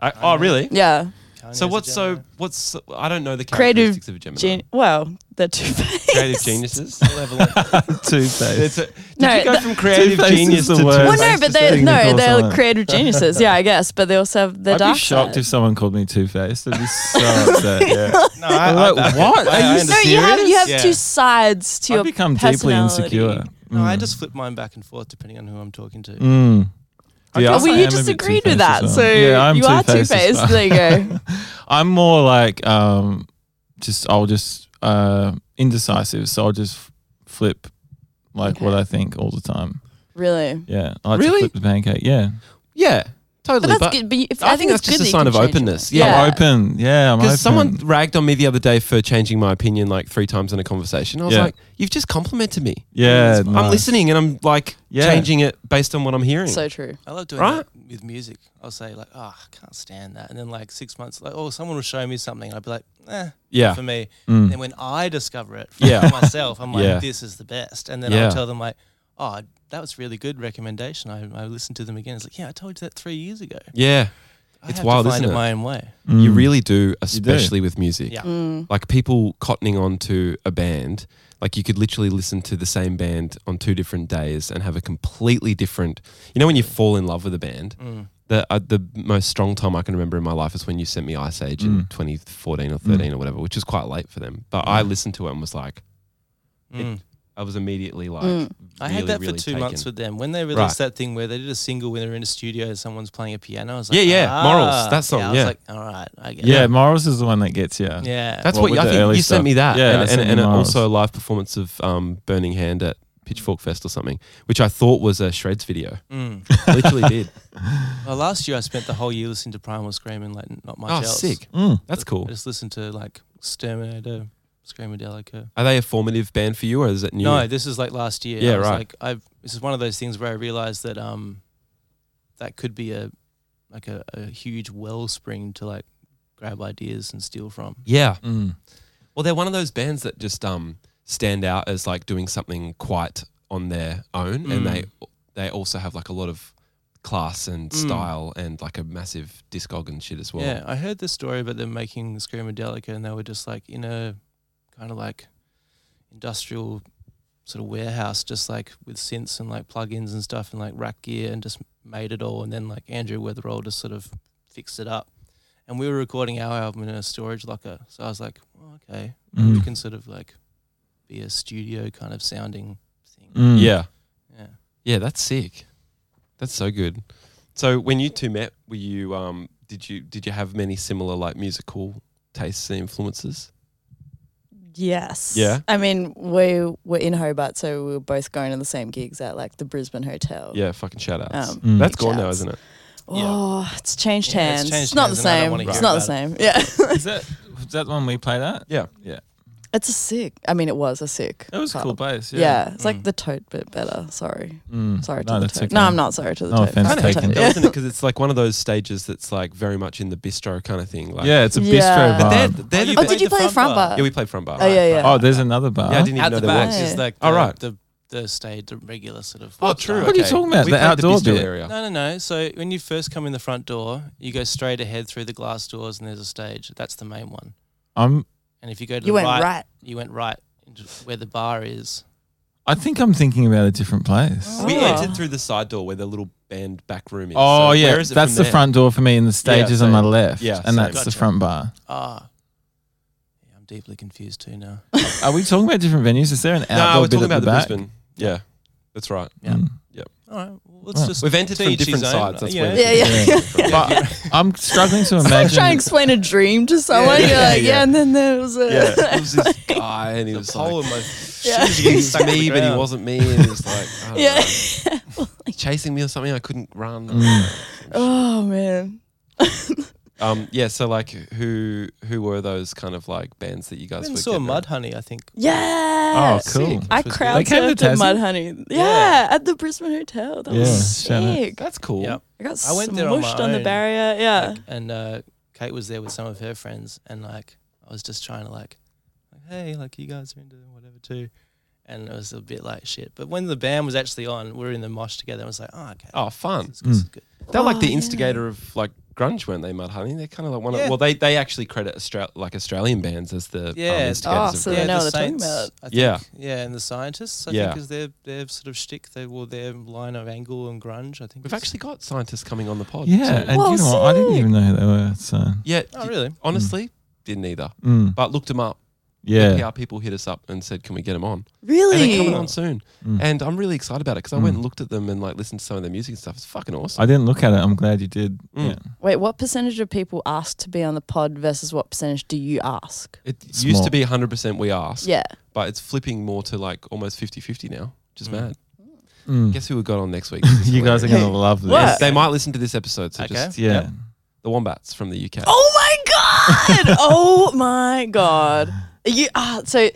[SPEAKER 1] I, oh, really?
[SPEAKER 4] Yeah.
[SPEAKER 5] Kanye's
[SPEAKER 1] So
[SPEAKER 5] a
[SPEAKER 1] what's so
[SPEAKER 5] Gemini.
[SPEAKER 1] what's so- I don't know the
[SPEAKER 4] Creative
[SPEAKER 1] characteristics of a Gemini.
[SPEAKER 4] Gen- well, they're two faced.
[SPEAKER 1] creative geniuses.
[SPEAKER 3] two
[SPEAKER 1] It's
[SPEAKER 3] faced.
[SPEAKER 1] a, did
[SPEAKER 4] No,
[SPEAKER 1] you go
[SPEAKER 4] that-
[SPEAKER 1] from creative
[SPEAKER 3] Two-Face is
[SPEAKER 1] genius
[SPEAKER 3] the
[SPEAKER 1] to
[SPEAKER 3] worst.
[SPEAKER 1] two-
[SPEAKER 3] Well,
[SPEAKER 4] Well, no,
[SPEAKER 3] that's
[SPEAKER 4] but
[SPEAKER 3] just
[SPEAKER 4] they're
[SPEAKER 3] thinking
[SPEAKER 4] no,
[SPEAKER 3] called
[SPEAKER 4] they're
[SPEAKER 3] someone.
[SPEAKER 4] creative geniuses. Yeah, I guess, but they also have the
[SPEAKER 3] I'd
[SPEAKER 4] dark
[SPEAKER 3] be shocked
[SPEAKER 4] side.
[SPEAKER 3] if someone called me two faced. I'd be so upset. Yeah.
[SPEAKER 5] No, I, I,
[SPEAKER 3] Like, what?
[SPEAKER 5] I- I
[SPEAKER 3] Are you
[SPEAKER 5] understand.
[SPEAKER 4] no, you have you have
[SPEAKER 5] Yeah.
[SPEAKER 4] two sides to
[SPEAKER 3] I've
[SPEAKER 4] your
[SPEAKER 3] become deeply
[SPEAKER 4] personality.
[SPEAKER 3] insecure.
[SPEAKER 5] No, I
[SPEAKER 3] Mm.
[SPEAKER 5] just flip mine back and forth depending on who I'm talking to.
[SPEAKER 3] Mm. I
[SPEAKER 1] Yeah.
[SPEAKER 3] guess
[SPEAKER 4] Well,
[SPEAKER 3] I
[SPEAKER 4] you
[SPEAKER 3] am a
[SPEAKER 4] just
[SPEAKER 3] bit
[SPEAKER 4] agreed
[SPEAKER 3] two-faced
[SPEAKER 4] with that,
[SPEAKER 3] as
[SPEAKER 4] so
[SPEAKER 3] well. Yeah, I'm
[SPEAKER 4] you are two
[SPEAKER 3] two-faced as
[SPEAKER 4] faced. There you go.
[SPEAKER 3] I'm more like um, just I'll just uh, indecisive, so I'll just f- flip like
[SPEAKER 4] Okay.
[SPEAKER 3] what I think all the time.
[SPEAKER 4] really,
[SPEAKER 3] Yeah, I like
[SPEAKER 1] Really?
[SPEAKER 3] to flip the pancake. Yeah,
[SPEAKER 1] Yeah,
[SPEAKER 4] but
[SPEAKER 1] totally.
[SPEAKER 4] that's
[SPEAKER 1] But
[SPEAKER 4] good. But you- if,
[SPEAKER 1] I
[SPEAKER 4] I,
[SPEAKER 1] think
[SPEAKER 4] think
[SPEAKER 1] that's
[SPEAKER 4] it's good
[SPEAKER 1] just a
[SPEAKER 4] that you
[SPEAKER 1] sign
[SPEAKER 4] can
[SPEAKER 1] of
[SPEAKER 4] change your
[SPEAKER 1] openness.
[SPEAKER 4] mind.
[SPEAKER 1] Yeah.
[SPEAKER 3] I'm open. Yeah, I'm open.
[SPEAKER 1] because someone ragged on me the other day for changing my opinion like three times in a conversation, I was
[SPEAKER 3] Yeah.
[SPEAKER 1] like, "You've just complimented me."
[SPEAKER 3] Yeah,
[SPEAKER 1] I'm
[SPEAKER 3] nice.
[SPEAKER 1] listening and I'm like
[SPEAKER 3] Yeah.
[SPEAKER 1] changing it based on what I'm hearing.
[SPEAKER 4] So true.
[SPEAKER 5] I love doing
[SPEAKER 1] Right?
[SPEAKER 5] that with music. I'll say like, oh, I can't stand that, and then like six months, like, oh, someone will show me something, and I'll be like, eh,
[SPEAKER 1] yeah,
[SPEAKER 5] for me.
[SPEAKER 3] Mm.
[SPEAKER 5] Then when I discover it for
[SPEAKER 1] Hmm. Yeah.
[SPEAKER 5] myself, I'm like,
[SPEAKER 1] Yeah.
[SPEAKER 5] this is the best, and then
[SPEAKER 1] Yeah.
[SPEAKER 5] I'll tell them like, oh, that was really good recommendation. I, I listened to them again. It's like, yeah, I told you that three years ago.
[SPEAKER 1] yeah,
[SPEAKER 5] I
[SPEAKER 1] It's
[SPEAKER 5] have
[SPEAKER 1] wild,
[SPEAKER 5] to find
[SPEAKER 1] isn't it?
[SPEAKER 5] my own way.
[SPEAKER 1] you
[SPEAKER 3] Mm.
[SPEAKER 1] really do, especially with music.
[SPEAKER 5] Yeah.
[SPEAKER 4] Mm.
[SPEAKER 1] Like people cottoning on to a band, like you could literally listen to the same band on two different days and have a completely different. You know, when you fall in love with a band,
[SPEAKER 5] Mm.
[SPEAKER 1] the uh, the most strong time I can remember in my life is when you sent me Ice Age in
[SPEAKER 3] Mm.
[SPEAKER 1] 2014 or 13 or whatever, which was quite late for them. But I listened to it and was like,
[SPEAKER 5] Mm.
[SPEAKER 1] I was immediately like,
[SPEAKER 4] Mm.
[SPEAKER 5] I had
[SPEAKER 1] really,
[SPEAKER 5] that for
[SPEAKER 1] really
[SPEAKER 5] two
[SPEAKER 1] taken.
[SPEAKER 5] months with them when they released that thing where they did a single when they were in a studio and someone's playing a piano. I was like,
[SPEAKER 1] Yeah, yeah,
[SPEAKER 5] ah.
[SPEAKER 1] Morals, that song,
[SPEAKER 5] I was
[SPEAKER 1] yeah.
[SPEAKER 5] like, all right, I get
[SPEAKER 3] Yeah,
[SPEAKER 5] it.
[SPEAKER 3] Morals is the one that gets you.
[SPEAKER 5] yeah.
[SPEAKER 1] That's
[SPEAKER 3] What
[SPEAKER 1] what,
[SPEAKER 3] with
[SPEAKER 1] I
[SPEAKER 3] the
[SPEAKER 1] think
[SPEAKER 3] early
[SPEAKER 1] you sent me
[SPEAKER 3] stuff?
[SPEAKER 1] that,
[SPEAKER 3] Yeah, I
[SPEAKER 1] and,
[SPEAKER 3] sent
[SPEAKER 1] and,
[SPEAKER 3] you
[SPEAKER 1] and
[SPEAKER 3] Miles.
[SPEAKER 1] also a live performance of um, Burning Hand at Pitchfork Fest or something, which I thought was a Shreds video.
[SPEAKER 5] Mm.
[SPEAKER 1] Literally did.
[SPEAKER 5] Well, last year I spent the whole year listening to Primal Scream and like not much
[SPEAKER 1] oh,
[SPEAKER 5] else.
[SPEAKER 1] sick.
[SPEAKER 3] Mm.
[SPEAKER 1] That's
[SPEAKER 5] I
[SPEAKER 1] cool.
[SPEAKER 5] just listened to like Exterminator, Screamadelica.
[SPEAKER 1] Are they a formative band for you, or is it new?
[SPEAKER 5] No, this is like last year.
[SPEAKER 1] Yeah,
[SPEAKER 5] I was
[SPEAKER 1] right.
[SPEAKER 5] Like I, this is one of those things where I realized that um, that could be a like a, a huge wellspring to like grab ideas and steal from.
[SPEAKER 1] Yeah.
[SPEAKER 3] Mm.
[SPEAKER 1] Well, they're one of those bands that just um, stand out as like doing something quite on their own, and they they also have like a lot of class and style and like a massive discog and shit as well.
[SPEAKER 5] yeah, I heard this story about them making Screamadelica, and they were just like in a kind of like industrial sort of warehouse, just like with synths and like plugins and stuff, and like rack gear, and just made it all. And then like Andrew Weatherall just sort of fixed it up. And we were recording our album in a storage locker, so I was like, oh, okay, we
[SPEAKER 3] Mm.
[SPEAKER 5] can sort of like be a studio kind of sounding thing.
[SPEAKER 3] Mm.
[SPEAKER 1] yeah,
[SPEAKER 5] Yeah.
[SPEAKER 1] yeah. That's sick. That's so good. So when you two met, were you um did you did you have many similar like musical tastes and influences?
[SPEAKER 4] Yes.
[SPEAKER 1] Yeah.
[SPEAKER 4] I mean, we were in Hobart, so we were both going to the same gigs at like the Brisbane Hotel.
[SPEAKER 1] Yeah, fucking shout outs.
[SPEAKER 4] Uh, Um,
[SPEAKER 3] Mm.
[SPEAKER 1] That's gone now,
[SPEAKER 4] shout-outs.
[SPEAKER 1] isn't it?
[SPEAKER 4] Oh, it's changed
[SPEAKER 5] Yeah, it's
[SPEAKER 4] hands. It's,
[SPEAKER 5] changed
[SPEAKER 4] not
[SPEAKER 5] hands
[SPEAKER 4] the
[SPEAKER 5] and I don't
[SPEAKER 4] same.
[SPEAKER 5] wanna
[SPEAKER 4] It's
[SPEAKER 5] hear
[SPEAKER 4] not the
[SPEAKER 5] about
[SPEAKER 4] same. Yeah.
[SPEAKER 3] Is that was that the one we played at?
[SPEAKER 1] Yeah.
[SPEAKER 3] Yeah.
[SPEAKER 4] it's a sick. I mean, it was a sick.
[SPEAKER 3] It was a cool
[SPEAKER 4] club.
[SPEAKER 3] place.
[SPEAKER 4] Yeah.
[SPEAKER 3] Yeah.
[SPEAKER 4] It's like
[SPEAKER 5] Mm.
[SPEAKER 4] the tote bit better. Sorry.
[SPEAKER 3] Mm.
[SPEAKER 4] Sorry to
[SPEAKER 3] No,
[SPEAKER 4] the
[SPEAKER 3] that's
[SPEAKER 4] tote.
[SPEAKER 3] okay.
[SPEAKER 4] No, I'm not sorry to the
[SPEAKER 3] No
[SPEAKER 4] tote.
[SPEAKER 3] offense
[SPEAKER 4] Sorry to the
[SPEAKER 3] taken.
[SPEAKER 4] tote.
[SPEAKER 1] Though, isn't it? Because it's like one of those stages that's like very much in the bistro kind of thing. Like,
[SPEAKER 3] Yeah, it's a
[SPEAKER 4] Yeah.
[SPEAKER 3] bistro
[SPEAKER 4] But
[SPEAKER 1] they're,
[SPEAKER 3] bar.
[SPEAKER 1] they're the
[SPEAKER 5] you
[SPEAKER 4] Oh,
[SPEAKER 1] best-
[SPEAKER 5] played
[SPEAKER 4] did you
[SPEAKER 5] the
[SPEAKER 4] play
[SPEAKER 5] front
[SPEAKER 4] front
[SPEAKER 5] bar.
[SPEAKER 4] bar?
[SPEAKER 1] yeah, we played from bar.
[SPEAKER 4] Oh, yeah, yeah.
[SPEAKER 3] Oh, there's another bar.
[SPEAKER 1] Yeah, I didn't even
[SPEAKER 5] Out
[SPEAKER 1] know
[SPEAKER 5] the
[SPEAKER 1] there
[SPEAKER 5] back
[SPEAKER 1] was.
[SPEAKER 4] was.
[SPEAKER 5] is like the,
[SPEAKER 1] Oh, right.
[SPEAKER 5] the the stage, the regular sort of.
[SPEAKER 1] Oh, true.
[SPEAKER 3] What are you talking about?
[SPEAKER 1] We
[SPEAKER 3] The
[SPEAKER 1] played
[SPEAKER 3] outdoor
[SPEAKER 1] bistro
[SPEAKER 3] bit?
[SPEAKER 1] area.
[SPEAKER 5] No, no, no. So when you first come in the front door, you go straight ahead through the glass doors, and there's a stage. That's the main one.
[SPEAKER 3] I'm.
[SPEAKER 5] And if you go to
[SPEAKER 4] You
[SPEAKER 5] the
[SPEAKER 4] went
[SPEAKER 5] right,
[SPEAKER 4] right.
[SPEAKER 5] you went right into where the bar is.
[SPEAKER 3] I think I'm thinking about a different place.
[SPEAKER 1] We
[SPEAKER 4] Oh.
[SPEAKER 1] entered through the side door where the little band back room is.
[SPEAKER 3] Oh
[SPEAKER 1] So
[SPEAKER 3] yeah,
[SPEAKER 1] uh, where is it
[SPEAKER 3] that's
[SPEAKER 1] from
[SPEAKER 3] the
[SPEAKER 1] there?
[SPEAKER 3] front door for me, and the stage
[SPEAKER 1] Yeah,
[SPEAKER 3] is on my
[SPEAKER 1] same.
[SPEAKER 3] left.
[SPEAKER 1] Yeah,
[SPEAKER 3] and
[SPEAKER 1] same.
[SPEAKER 3] that's the
[SPEAKER 5] Gotcha.
[SPEAKER 3] front bar.
[SPEAKER 5] Ah, yeah. I'm deeply confused too now.
[SPEAKER 3] Are we talking about different venues? Is there an outdoor
[SPEAKER 1] No, we're
[SPEAKER 3] bit
[SPEAKER 1] talking
[SPEAKER 3] at
[SPEAKER 1] about
[SPEAKER 3] the
[SPEAKER 1] the,
[SPEAKER 3] back?
[SPEAKER 1] Brisbane. Yeah, that's right.
[SPEAKER 5] Yeah.
[SPEAKER 3] Mm.
[SPEAKER 5] All right. Well, let's
[SPEAKER 3] Well,
[SPEAKER 5] just.
[SPEAKER 1] We've entered
[SPEAKER 5] to
[SPEAKER 1] from
[SPEAKER 5] each his
[SPEAKER 1] different
[SPEAKER 5] own,
[SPEAKER 1] sides. That's
[SPEAKER 5] you
[SPEAKER 1] where
[SPEAKER 5] know.
[SPEAKER 1] we-
[SPEAKER 4] Yeah, yeah, yeah.
[SPEAKER 3] But I'm struggling to
[SPEAKER 4] It's like trying to
[SPEAKER 3] imagine.
[SPEAKER 4] explain a dream to someone.
[SPEAKER 5] yeah,
[SPEAKER 4] You're like,
[SPEAKER 5] yeah.
[SPEAKER 4] yeah, and then there was a.
[SPEAKER 1] Yeah, it was this guy, and he was
[SPEAKER 5] Pole
[SPEAKER 1] like,
[SPEAKER 5] in my-
[SPEAKER 4] Yeah.
[SPEAKER 5] Shoes
[SPEAKER 1] he
[SPEAKER 5] getting
[SPEAKER 1] was
[SPEAKER 5] stuck in the
[SPEAKER 1] me, but he
[SPEAKER 5] ground.
[SPEAKER 1] wasn't me, and he was like, I don't
[SPEAKER 4] Yeah.
[SPEAKER 1] know, chasing me or something. I couldn't run.
[SPEAKER 3] Mm.
[SPEAKER 4] oh, man.
[SPEAKER 1] Um, yeah. So like, who who were those kind of like bands that you
[SPEAKER 5] I
[SPEAKER 1] guys
[SPEAKER 5] even
[SPEAKER 1] were
[SPEAKER 5] saw
[SPEAKER 1] getting
[SPEAKER 5] Mud
[SPEAKER 1] around?
[SPEAKER 5] Honey, I think.
[SPEAKER 3] Oh,
[SPEAKER 4] Yeah.
[SPEAKER 3] cool.
[SPEAKER 4] I
[SPEAKER 5] They
[SPEAKER 4] crowd
[SPEAKER 3] came
[SPEAKER 4] surfed
[SPEAKER 3] to
[SPEAKER 4] at
[SPEAKER 3] Tassie?
[SPEAKER 4] Mud Honey. Yeah,
[SPEAKER 5] Yeah.
[SPEAKER 4] at the Brisbane Hotel. That
[SPEAKER 3] Yeah,
[SPEAKER 4] was
[SPEAKER 3] shout out.
[SPEAKER 4] sick.
[SPEAKER 1] That's cool.
[SPEAKER 5] Yep.
[SPEAKER 4] I got
[SPEAKER 5] I went
[SPEAKER 4] smushed
[SPEAKER 5] there on my
[SPEAKER 4] on the
[SPEAKER 5] own.
[SPEAKER 4] barrier. Yeah.
[SPEAKER 5] Like, and uh, Kate was there with some of her friends, and like I was just trying to like, like, hey, like you guys are into whatever too, and it was a bit like shit. But when the band was actually on, we were in the mosh together. and I was like, oh, Mm. okay,
[SPEAKER 1] Oh, fun.
[SPEAKER 5] this is good, this is good.
[SPEAKER 1] They're like
[SPEAKER 4] Oh,
[SPEAKER 1] the
[SPEAKER 4] yeah.
[SPEAKER 1] instigator of like grunge, weren't they, Mudhoney? They're kind of like one
[SPEAKER 5] Yeah.
[SPEAKER 1] of well, they they actually credit Austra- like Australian bands as the yeah.
[SPEAKER 5] Yeah.
[SPEAKER 1] um, instigators
[SPEAKER 4] Oh,
[SPEAKER 1] of
[SPEAKER 4] so
[SPEAKER 1] grunge.
[SPEAKER 4] they know
[SPEAKER 5] the
[SPEAKER 4] what they're talking
[SPEAKER 5] Saints,
[SPEAKER 4] about.
[SPEAKER 5] I think,
[SPEAKER 1] Yeah.
[SPEAKER 5] yeah, and the scientists. I
[SPEAKER 1] Yeah.
[SPEAKER 5] think is their their sort of shtick. They well, their line of angle and grunge. I think
[SPEAKER 1] We've
[SPEAKER 5] is-
[SPEAKER 1] actually got scientists coming on the pod.
[SPEAKER 3] Yeah,
[SPEAKER 1] too.
[SPEAKER 3] and
[SPEAKER 4] Well,
[SPEAKER 3] you know what? I didn't
[SPEAKER 4] sick.
[SPEAKER 3] even know who they were. So,
[SPEAKER 1] yeah.
[SPEAKER 5] Oh,
[SPEAKER 1] d-
[SPEAKER 5] really?
[SPEAKER 1] Honestly, didn't either.
[SPEAKER 3] mm,
[SPEAKER 1] But looked them up.
[SPEAKER 3] yeah,
[SPEAKER 1] PR people hit us up and said, "Can we get them on?" And they're coming
[SPEAKER 4] Really?
[SPEAKER 1] on soon.
[SPEAKER 3] Mm.
[SPEAKER 1] And I'm really excited about it because I went
[SPEAKER 3] Mm.
[SPEAKER 1] and looked at them and like listened to some of their music and stuff. It's fucking awesome.
[SPEAKER 3] I didn't look at it. I'm glad you did.
[SPEAKER 1] Mm.
[SPEAKER 3] Yeah.
[SPEAKER 4] Wait, what percentage of people ask to be on the pod versus what percentage do you ask?
[SPEAKER 1] it
[SPEAKER 3] It's
[SPEAKER 1] used
[SPEAKER 3] more-
[SPEAKER 1] to be 100 percent we asked,
[SPEAKER 4] Yeah.
[SPEAKER 1] but it's flipping more to like almost 50-50 now, which is
[SPEAKER 4] Hmm.
[SPEAKER 5] Mm.
[SPEAKER 1] mad.
[SPEAKER 3] Mm.
[SPEAKER 1] Guess who we got on next week? This is
[SPEAKER 3] you guys are
[SPEAKER 1] hilarious.
[SPEAKER 3] gonna love this.
[SPEAKER 4] What?
[SPEAKER 1] They might listen to this episode, so
[SPEAKER 5] Okay.
[SPEAKER 1] just
[SPEAKER 3] Yeah.
[SPEAKER 1] Yep. the wombats from the UK.
[SPEAKER 4] Oh my god! oh my god! You ah so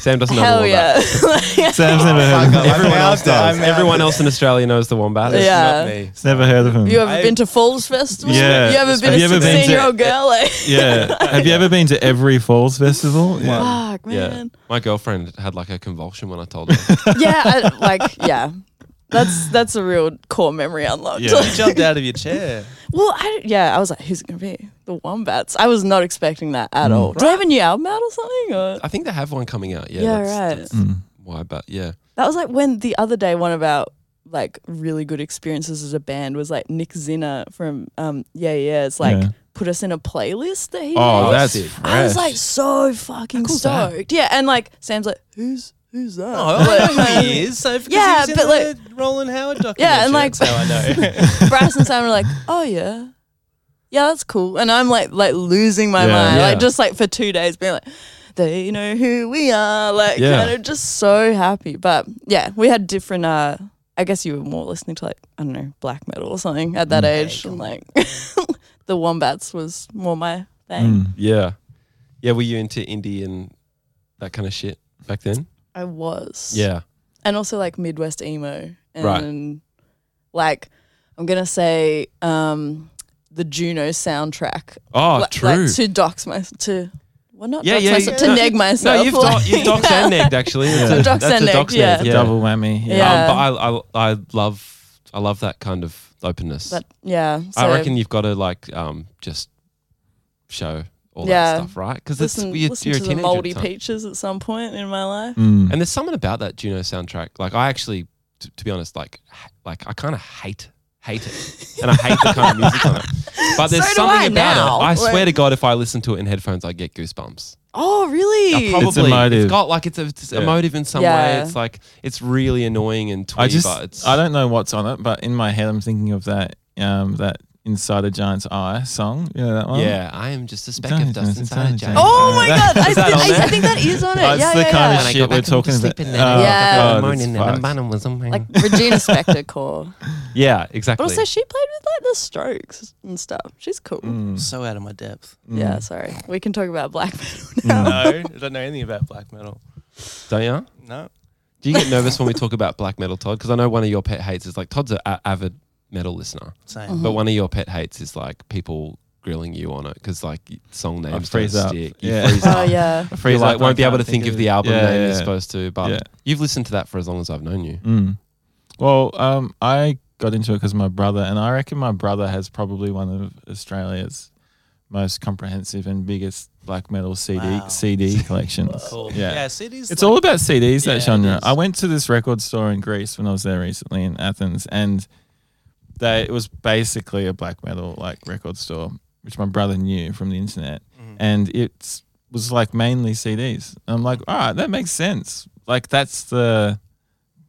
[SPEAKER 1] Sam doesn't know
[SPEAKER 4] hell
[SPEAKER 1] the wombat.
[SPEAKER 4] yeah.
[SPEAKER 3] Sam's never heard of
[SPEAKER 5] fuck,
[SPEAKER 3] him.
[SPEAKER 5] I'm
[SPEAKER 1] Everyone
[SPEAKER 5] out
[SPEAKER 1] else
[SPEAKER 5] there,
[SPEAKER 1] does.
[SPEAKER 5] I'm out
[SPEAKER 1] Everyone
[SPEAKER 5] there.
[SPEAKER 1] else in Australia knows the wombat. It's
[SPEAKER 4] Yeah.
[SPEAKER 1] not me.
[SPEAKER 3] He's never heard of him.
[SPEAKER 4] you ever
[SPEAKER 5] I-
[SPEAKER 4] been to Falls Festival?
[SPEAKER 3] Yeah.
[SPEAKER 4] You ever been
[SPEAKER 3] Have you
[SPEAKER 4] a
[SPEAKER 3] ever been to-
[SPEAKER 4] sixteen-year-old girl? Like,
[SPEAKER 3] Yeah. Have you ever been to every Falls Festival? Yeah.
[SPEAKER 4] fuck
[SPEAKER 1] Yeah.
[SPEAKER 4] man.
[SPEAKER 1] My girlfriend had like a convulsion when I told her.
[SPEAKER 4] Yeah. I, like yeah. That's that's a real core memory unlocked.
[SPEAKER 3] Yeah.
[SPEAKER 5] You jumped out of your chair.
[SPEAKER 4] well, I, yeah, I was like, who's it gonna be the Wombats? I was not expecting that at
[SPEAKER 3] Mm.
[SPEAKER 4] all. Do they have a new album out or something? Or?
[SPEAKER 1] I think they have one coming out. Yeah.
[SPEAKER 4] Yeah,
[SPEAKER 1] that's,
[SPEAKER 4] right.
[SPEAKER 1] that's
[SPEAKER 3] Mm.
[SPEAKER 1] why, but yeah.
[SPEAKER 4] That was like when the other day one of our like really good experiences as a band was like Nick Zinner from um Yeah Yeah. It's like
[SPEAKER 3] Yeah.
[SPEAKER 4] put us in a playlist that he
[SPEAKER 3] Oh,
[SPEAKER 4] made.
[SPEAKER 3] that's
[SPEAKER 1] sick.
[SPEAKER 4] I was
[SPEAKER 3] fresh.
[SPEAKER 4] like so fucking
[SPEAKER 3] cool's that?
[SPEAKER 4] stoked. Yeah, and like Sam's like, who's who's that?
[SPEAKER 5] Oh, I know
[SPEAKER 4] Like,
[SPEAKER 5] who he is. So because
[SPEAKER 4] yeah,
[SPEAKER 5] he was in
[SPEAKER 4] but
[SPEAKER 5] the Roland Howard documentary.
[SPEAKER 4] Yeah, and like-
[SPEAKER 5] that's how I know.
[SPEAKER 4] Brass and Sam were like, oh yeah, yeah, that's cool. And I'm like, like losing my
[SPEAKER 3] Yeah.
[SPEAKER 4] mind,
[SPEAKER 1] Yeah.
[SPEAKER 4] like just like for two days being like, they know who we are, like
[SPEAKER 1] Yeah.
[SPEAKER 4] kind of just so happy. But yeah, we had different. uh I guess you were more listening to like I don't know black metal or something at
[SPEAKER 1] Mm.
[SPEAKER 4] that age, and like the Wombats was more my
[SPEAKER 1] Mm.
[SPEAKER 4] thing.
[SPEAKER 3] Mm.
[SPEAKER 1] Yeah. Yeah, were you into indie and that kind of shit back then?
[SPEAKER 4] I was,
[SPEAKER 1] Yeah.
[SPEAKER 4] and also like Midwest emo and
[SPEAKER 1] Right.
[SPEAKER 4] like I'm gonna say um the Juno soundtrack
[SPEAKER 1] Oh,
[SPEAKER 4] like,
[SPEAKER 1] true.
[SPEAKER 4] like, to dox my to well not
[SPEAKER 1] yeah,
[SPEAKER 4] dox
[SPEAKER 1] yeah,
[SPEAKER 4] myself
[SPEAKER 1] yeah.
[SPEAKER 4] to neg myself.
[SPEAKER 1] No, you've,
[SPEAKER 4] like-
[SPEAKER 1] doc, you've doxed and negged actually. That's
[SPEAKER 4] Doxed
[SPEAKER 1] that's
[SPEAKER 4] and
[SPEAKER 1] a
[SPEAKER 4] negged,
[SPEAKER 1] dox neg,
[SPEAKER 4] yeah.
[SPEAKER 3] The double whammy. Yeah.
[SPEAKER 4] Yeah.
[SPEAKER 1] Um, but I, I, I love, I love that kind of openness.
[SPEAKER 4] But yeah, so
[SPEAKER 1] I reckon you've got to like, um, just show all
[SPEAKER 4] Yeah.
[SPEAKER 1] that stuff, right? Because it's
[SPEAKER 4] listen,
[SPEAKER 1] you're,
[SPEAKER 4] listen
[SPEAKER 1] you're a
[SPEAKER 4] to the
[SPEAKER 1] teenager at
[SPEAKER 4] moldy
[SPEAKER 1] the time.
[SPEAKER 4] peaches at some point in my life.
[SPEAKER 3] Mm.
[SPEAKER 1] And there's something about that Juno soundtrack. Like I actually, t- to be honest, like h- like I kind of hate hate it, and I hate the kind of music on it. But there's
[SPEAKER 4] So do
[SPEAKER 1] something
[SPEAKER 4] I
[SPEAKER 1] about
[SPEAKER 4] now.
[SPEAKER 1] it. I swear
[SPEAKER 4] Like-
[SPEAKER 1] to God, if I listen to it in headphones, I get goosebumps.
[SPEAKER 4] Oh
[SPEAKER 1] I
[SPEAKER 4] really?
[SPEAKER 1] probably
[SPEAKER 3] emotive.
[SPEAKER 1] it's got like it's, a, it's
[SPEAKER 3] Yeah.
[SPEAKER 1] emotive in some way.
[SPEAKER 4] Yeah.
[SPEAKER 1] It's like it's really annoying and twee,
[SPEAKER 3] I just
[SPEAKER 1] but it's
[SPEAKER 3] I don't know what's on it, but in my head I'm thinking of that um that Inside a Giant's Eye song. You know that one?
[SPEAKER 1] yeah. I am just a speck
[SPEAKER 3] Don't
[SPEAKER 1] of dust
[SPEAKER 3] it's
[SPEAKER 1] inside a
[SPEAKER 3] inside
[SPEAKER 1] giant.
[SPEAKER 3] a giant.
[SPEAKER 4] Oh my god! I,
[SPEAKER 1] Is that
[SPEAKER 4] thi-
[SPEAKER 1] on
[SPEAKER 4] I-
[SPEAKER 1] there?
[SPEAKER 4] I think that is on it.
[SPEAKER 3] That's
[SPEAKER 4] yeah,
[SPEAKER 3] the
[SPEAKER 4] yeah,
[SPEAKER 3] kind
[SPEAKER 4] yeah.
[SPEAKER 3] of
[SPEAKER 1] I
[SPEAKER 3] shit
[SPEAKER 1] go
[SPEAKER 3] we're
[SPEAKER 1] back and
[SPEAKER 3] talking
[SPEAKER 1] just
[SPEAKER 3] about.
[SPEAKER 1] sleep in there.
[SPEAKER 4] Yeah.
[SPEAKER 1] In
[SPEAKER 4] Oh,
[SPEAKER 1] the
[SPEAKER 3] God,
[SPEAKER 1] morning,
[SPEAKER 3] it's
[SPEAKER 1] and I'm
[SPEAKER 3] fucked.
[SPEAKER 1] bottom with something.
[SPEAKER 4] like Regina Spektor core.
[SPEAKER 1] yeah, exactly.
[SPEAKER 4] But also she played with like the Strokes and stuff. She's cool.
[SPEAKER 1] Mm.
[SPEAKER 5] I'm
[SPEAKER 3] Mm,
[SPEAKER 5] so out of my depth.
[SPEAKER 4] Yeah, sorry. We can talk about black metal
[SPEAKER 5] No,
[SPEAKER 4] now.
[SPEAKER 3] mm.
[SPEAKER 5] I don't know anything about black metal.
[SPEAKER 1] don't you?
[SPEAKER 5] No.
[SPEAKER 1] Do you get nervous when we talk about black metal, Todd? Because I know one of your pet hates is like Todd's an a- avid metal listener,
[SPEAKER 5] Same.
[SPEAKER 1] but one of your pet hates is like people grilling you on it because like y- song names don't
[SPEAKER 3] freeze up.
[SPEAKER 1] stick. You
[SPEAKER 3] Yeah.
[SPEAKER 1] freeze
[SPEAKER 4] Oh
[SPEAKER 1] up.
[SPEAKER 4] yeah.
[SPEAKER 3] I
[SPEAKER 1] You
[SPEAKER 3] freeze
[SPEAKER 1] like
[SPEAKER 3] up,
[SPEAKER 1] won't be
[SPEAKER 3] I
[SPEAKER 1] able to
[SPEAKER 3] can't
[SPEAKER 1] think of the album
[SPEAKER 3] Yeah,
[SPEAKER 1] name
[SPEAKER 3] yeah.
[SPEAKER 1] you're supposed to, but
[SPEAKER 3] Yeah.
[SPEAKER 1] you've listened to that for as long as I've known you.
[SPEAKER 3] Mm. Well, um, I got into it because my brother, and I reckon my brother has probably one of Australia's most comprehensive and biggest black metal CD
[SPEAKER 5] Wow.
[SPEAKER 3] CD collections.
[SPEAKER 4] Oh,
[SPEAKER 5] Cool.
[SPEAKER 3] Yeah.
[SPEAKER 5] Yes, it is.
[SPEAKER 3] It's
[SPEAKER 5] like-
[SPEAKER 3] all about CDs,
[SPEAKER 5] Yeah,
[SPEAKER 3] that
[SPEAKER 5] it
[SPEAKER 3] genre.
[SPEAKER 5] is.
[SPEAKER 3] I went to this record store in Greece when I was there recently in Athens, and they, it was basically a black metal like record store, which my brother knew from the internet,
[SPEAKER 5] mm-hmm.
[SPEAKER 3] and it was like mainly CDs. And I'm like, all right, that makes sense. Like that's the,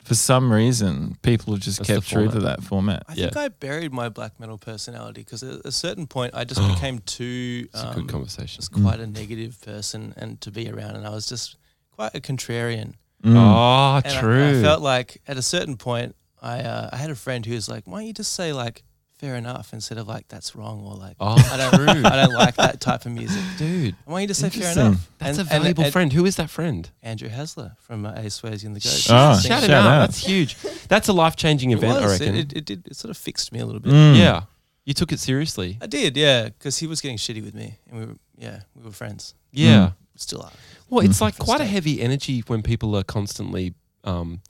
[SPEAKER 3] for some reason, people have just
[SPEAKER 1] That's
[SPEAKER 3] kept
[SPEAKER 1] the
[SPEAKER 3] true to
[SPEAKER 1] format.
[SPEAKER 3] that format.
[SPEAKER 5] I
[SPEAKER 1] Yeah.
[SPEAKER 5] think I buried my black metal personality because at a certain point I just became too.
[SPEAKER 1] Oh. It's a
[SPEAKER 5] um,
[SPEAKER 1] good conversation. Mm.
[SPEAKER 5] just quite a negative person and to be around, and I was just quite a contrarian.
[SPEAKER 3] Mm. Oh,
[SPEAKER 1] Ah,
[SPEAKER 5] And I-
[SPEAKER 1] true.
[SPEAKER 5] I, felt like at a certain point, I uh, I had a friend who was like, "Why don't you just say like fair enough instead of like that's wrong or like
[SPEAKER 1] Oh,
[SPEAKER 5] I don't I don't like that type of music."
[SPEAKER 1] dude,
[SPEAKER 5] Why don't you just say fair
[SPEAKER 3] Interesting.
[SPEAKER 5] enough?
[SPEAKER 1] that's
[SPEAKER 5] And-
[SPEAKER 1] a valuable
[SPEAKER 5] and, and
[SPEAKER 1] friend. Who is that friend?
[SPEAKER 5] Andrew Hasler from uh, Ace Swayze and the Ghost.
[SPEAKER 3] Ah,
[SPEAKER 5] Sings-
[SPEAKER 1] shout it
[SPEAKER 3] shout
[SPEAKER 1] out.
[SPEAKER 3] out.
[SPEAKER 1] That's huge. That's a life changing
[SPEAKER 5] It
[SPEAKER 1] event, I
[SPEAKER 5] was.
[SPEAKER 1] reckon.
[SPEAKER 5] It, it, it did. It sort of fixed me a little bit.
[SPEAKER 3] Mm.
[SPEAKER 1] yeah, you took it seriously.
[SPEAKER 5] I did, yeah, because he was getting shitty with me, and we were, yeah, we were friends.
[SPEAKER 1] Yeah.
[SPEAKER 5] Still are.
[SPEAKER 1] Well, it's like
[SPEAKER 5] For
[SPEAKER 1] quite a
[SPEAKER 5] state.
[SPEAKER 1] heavy energy when people are constantly um,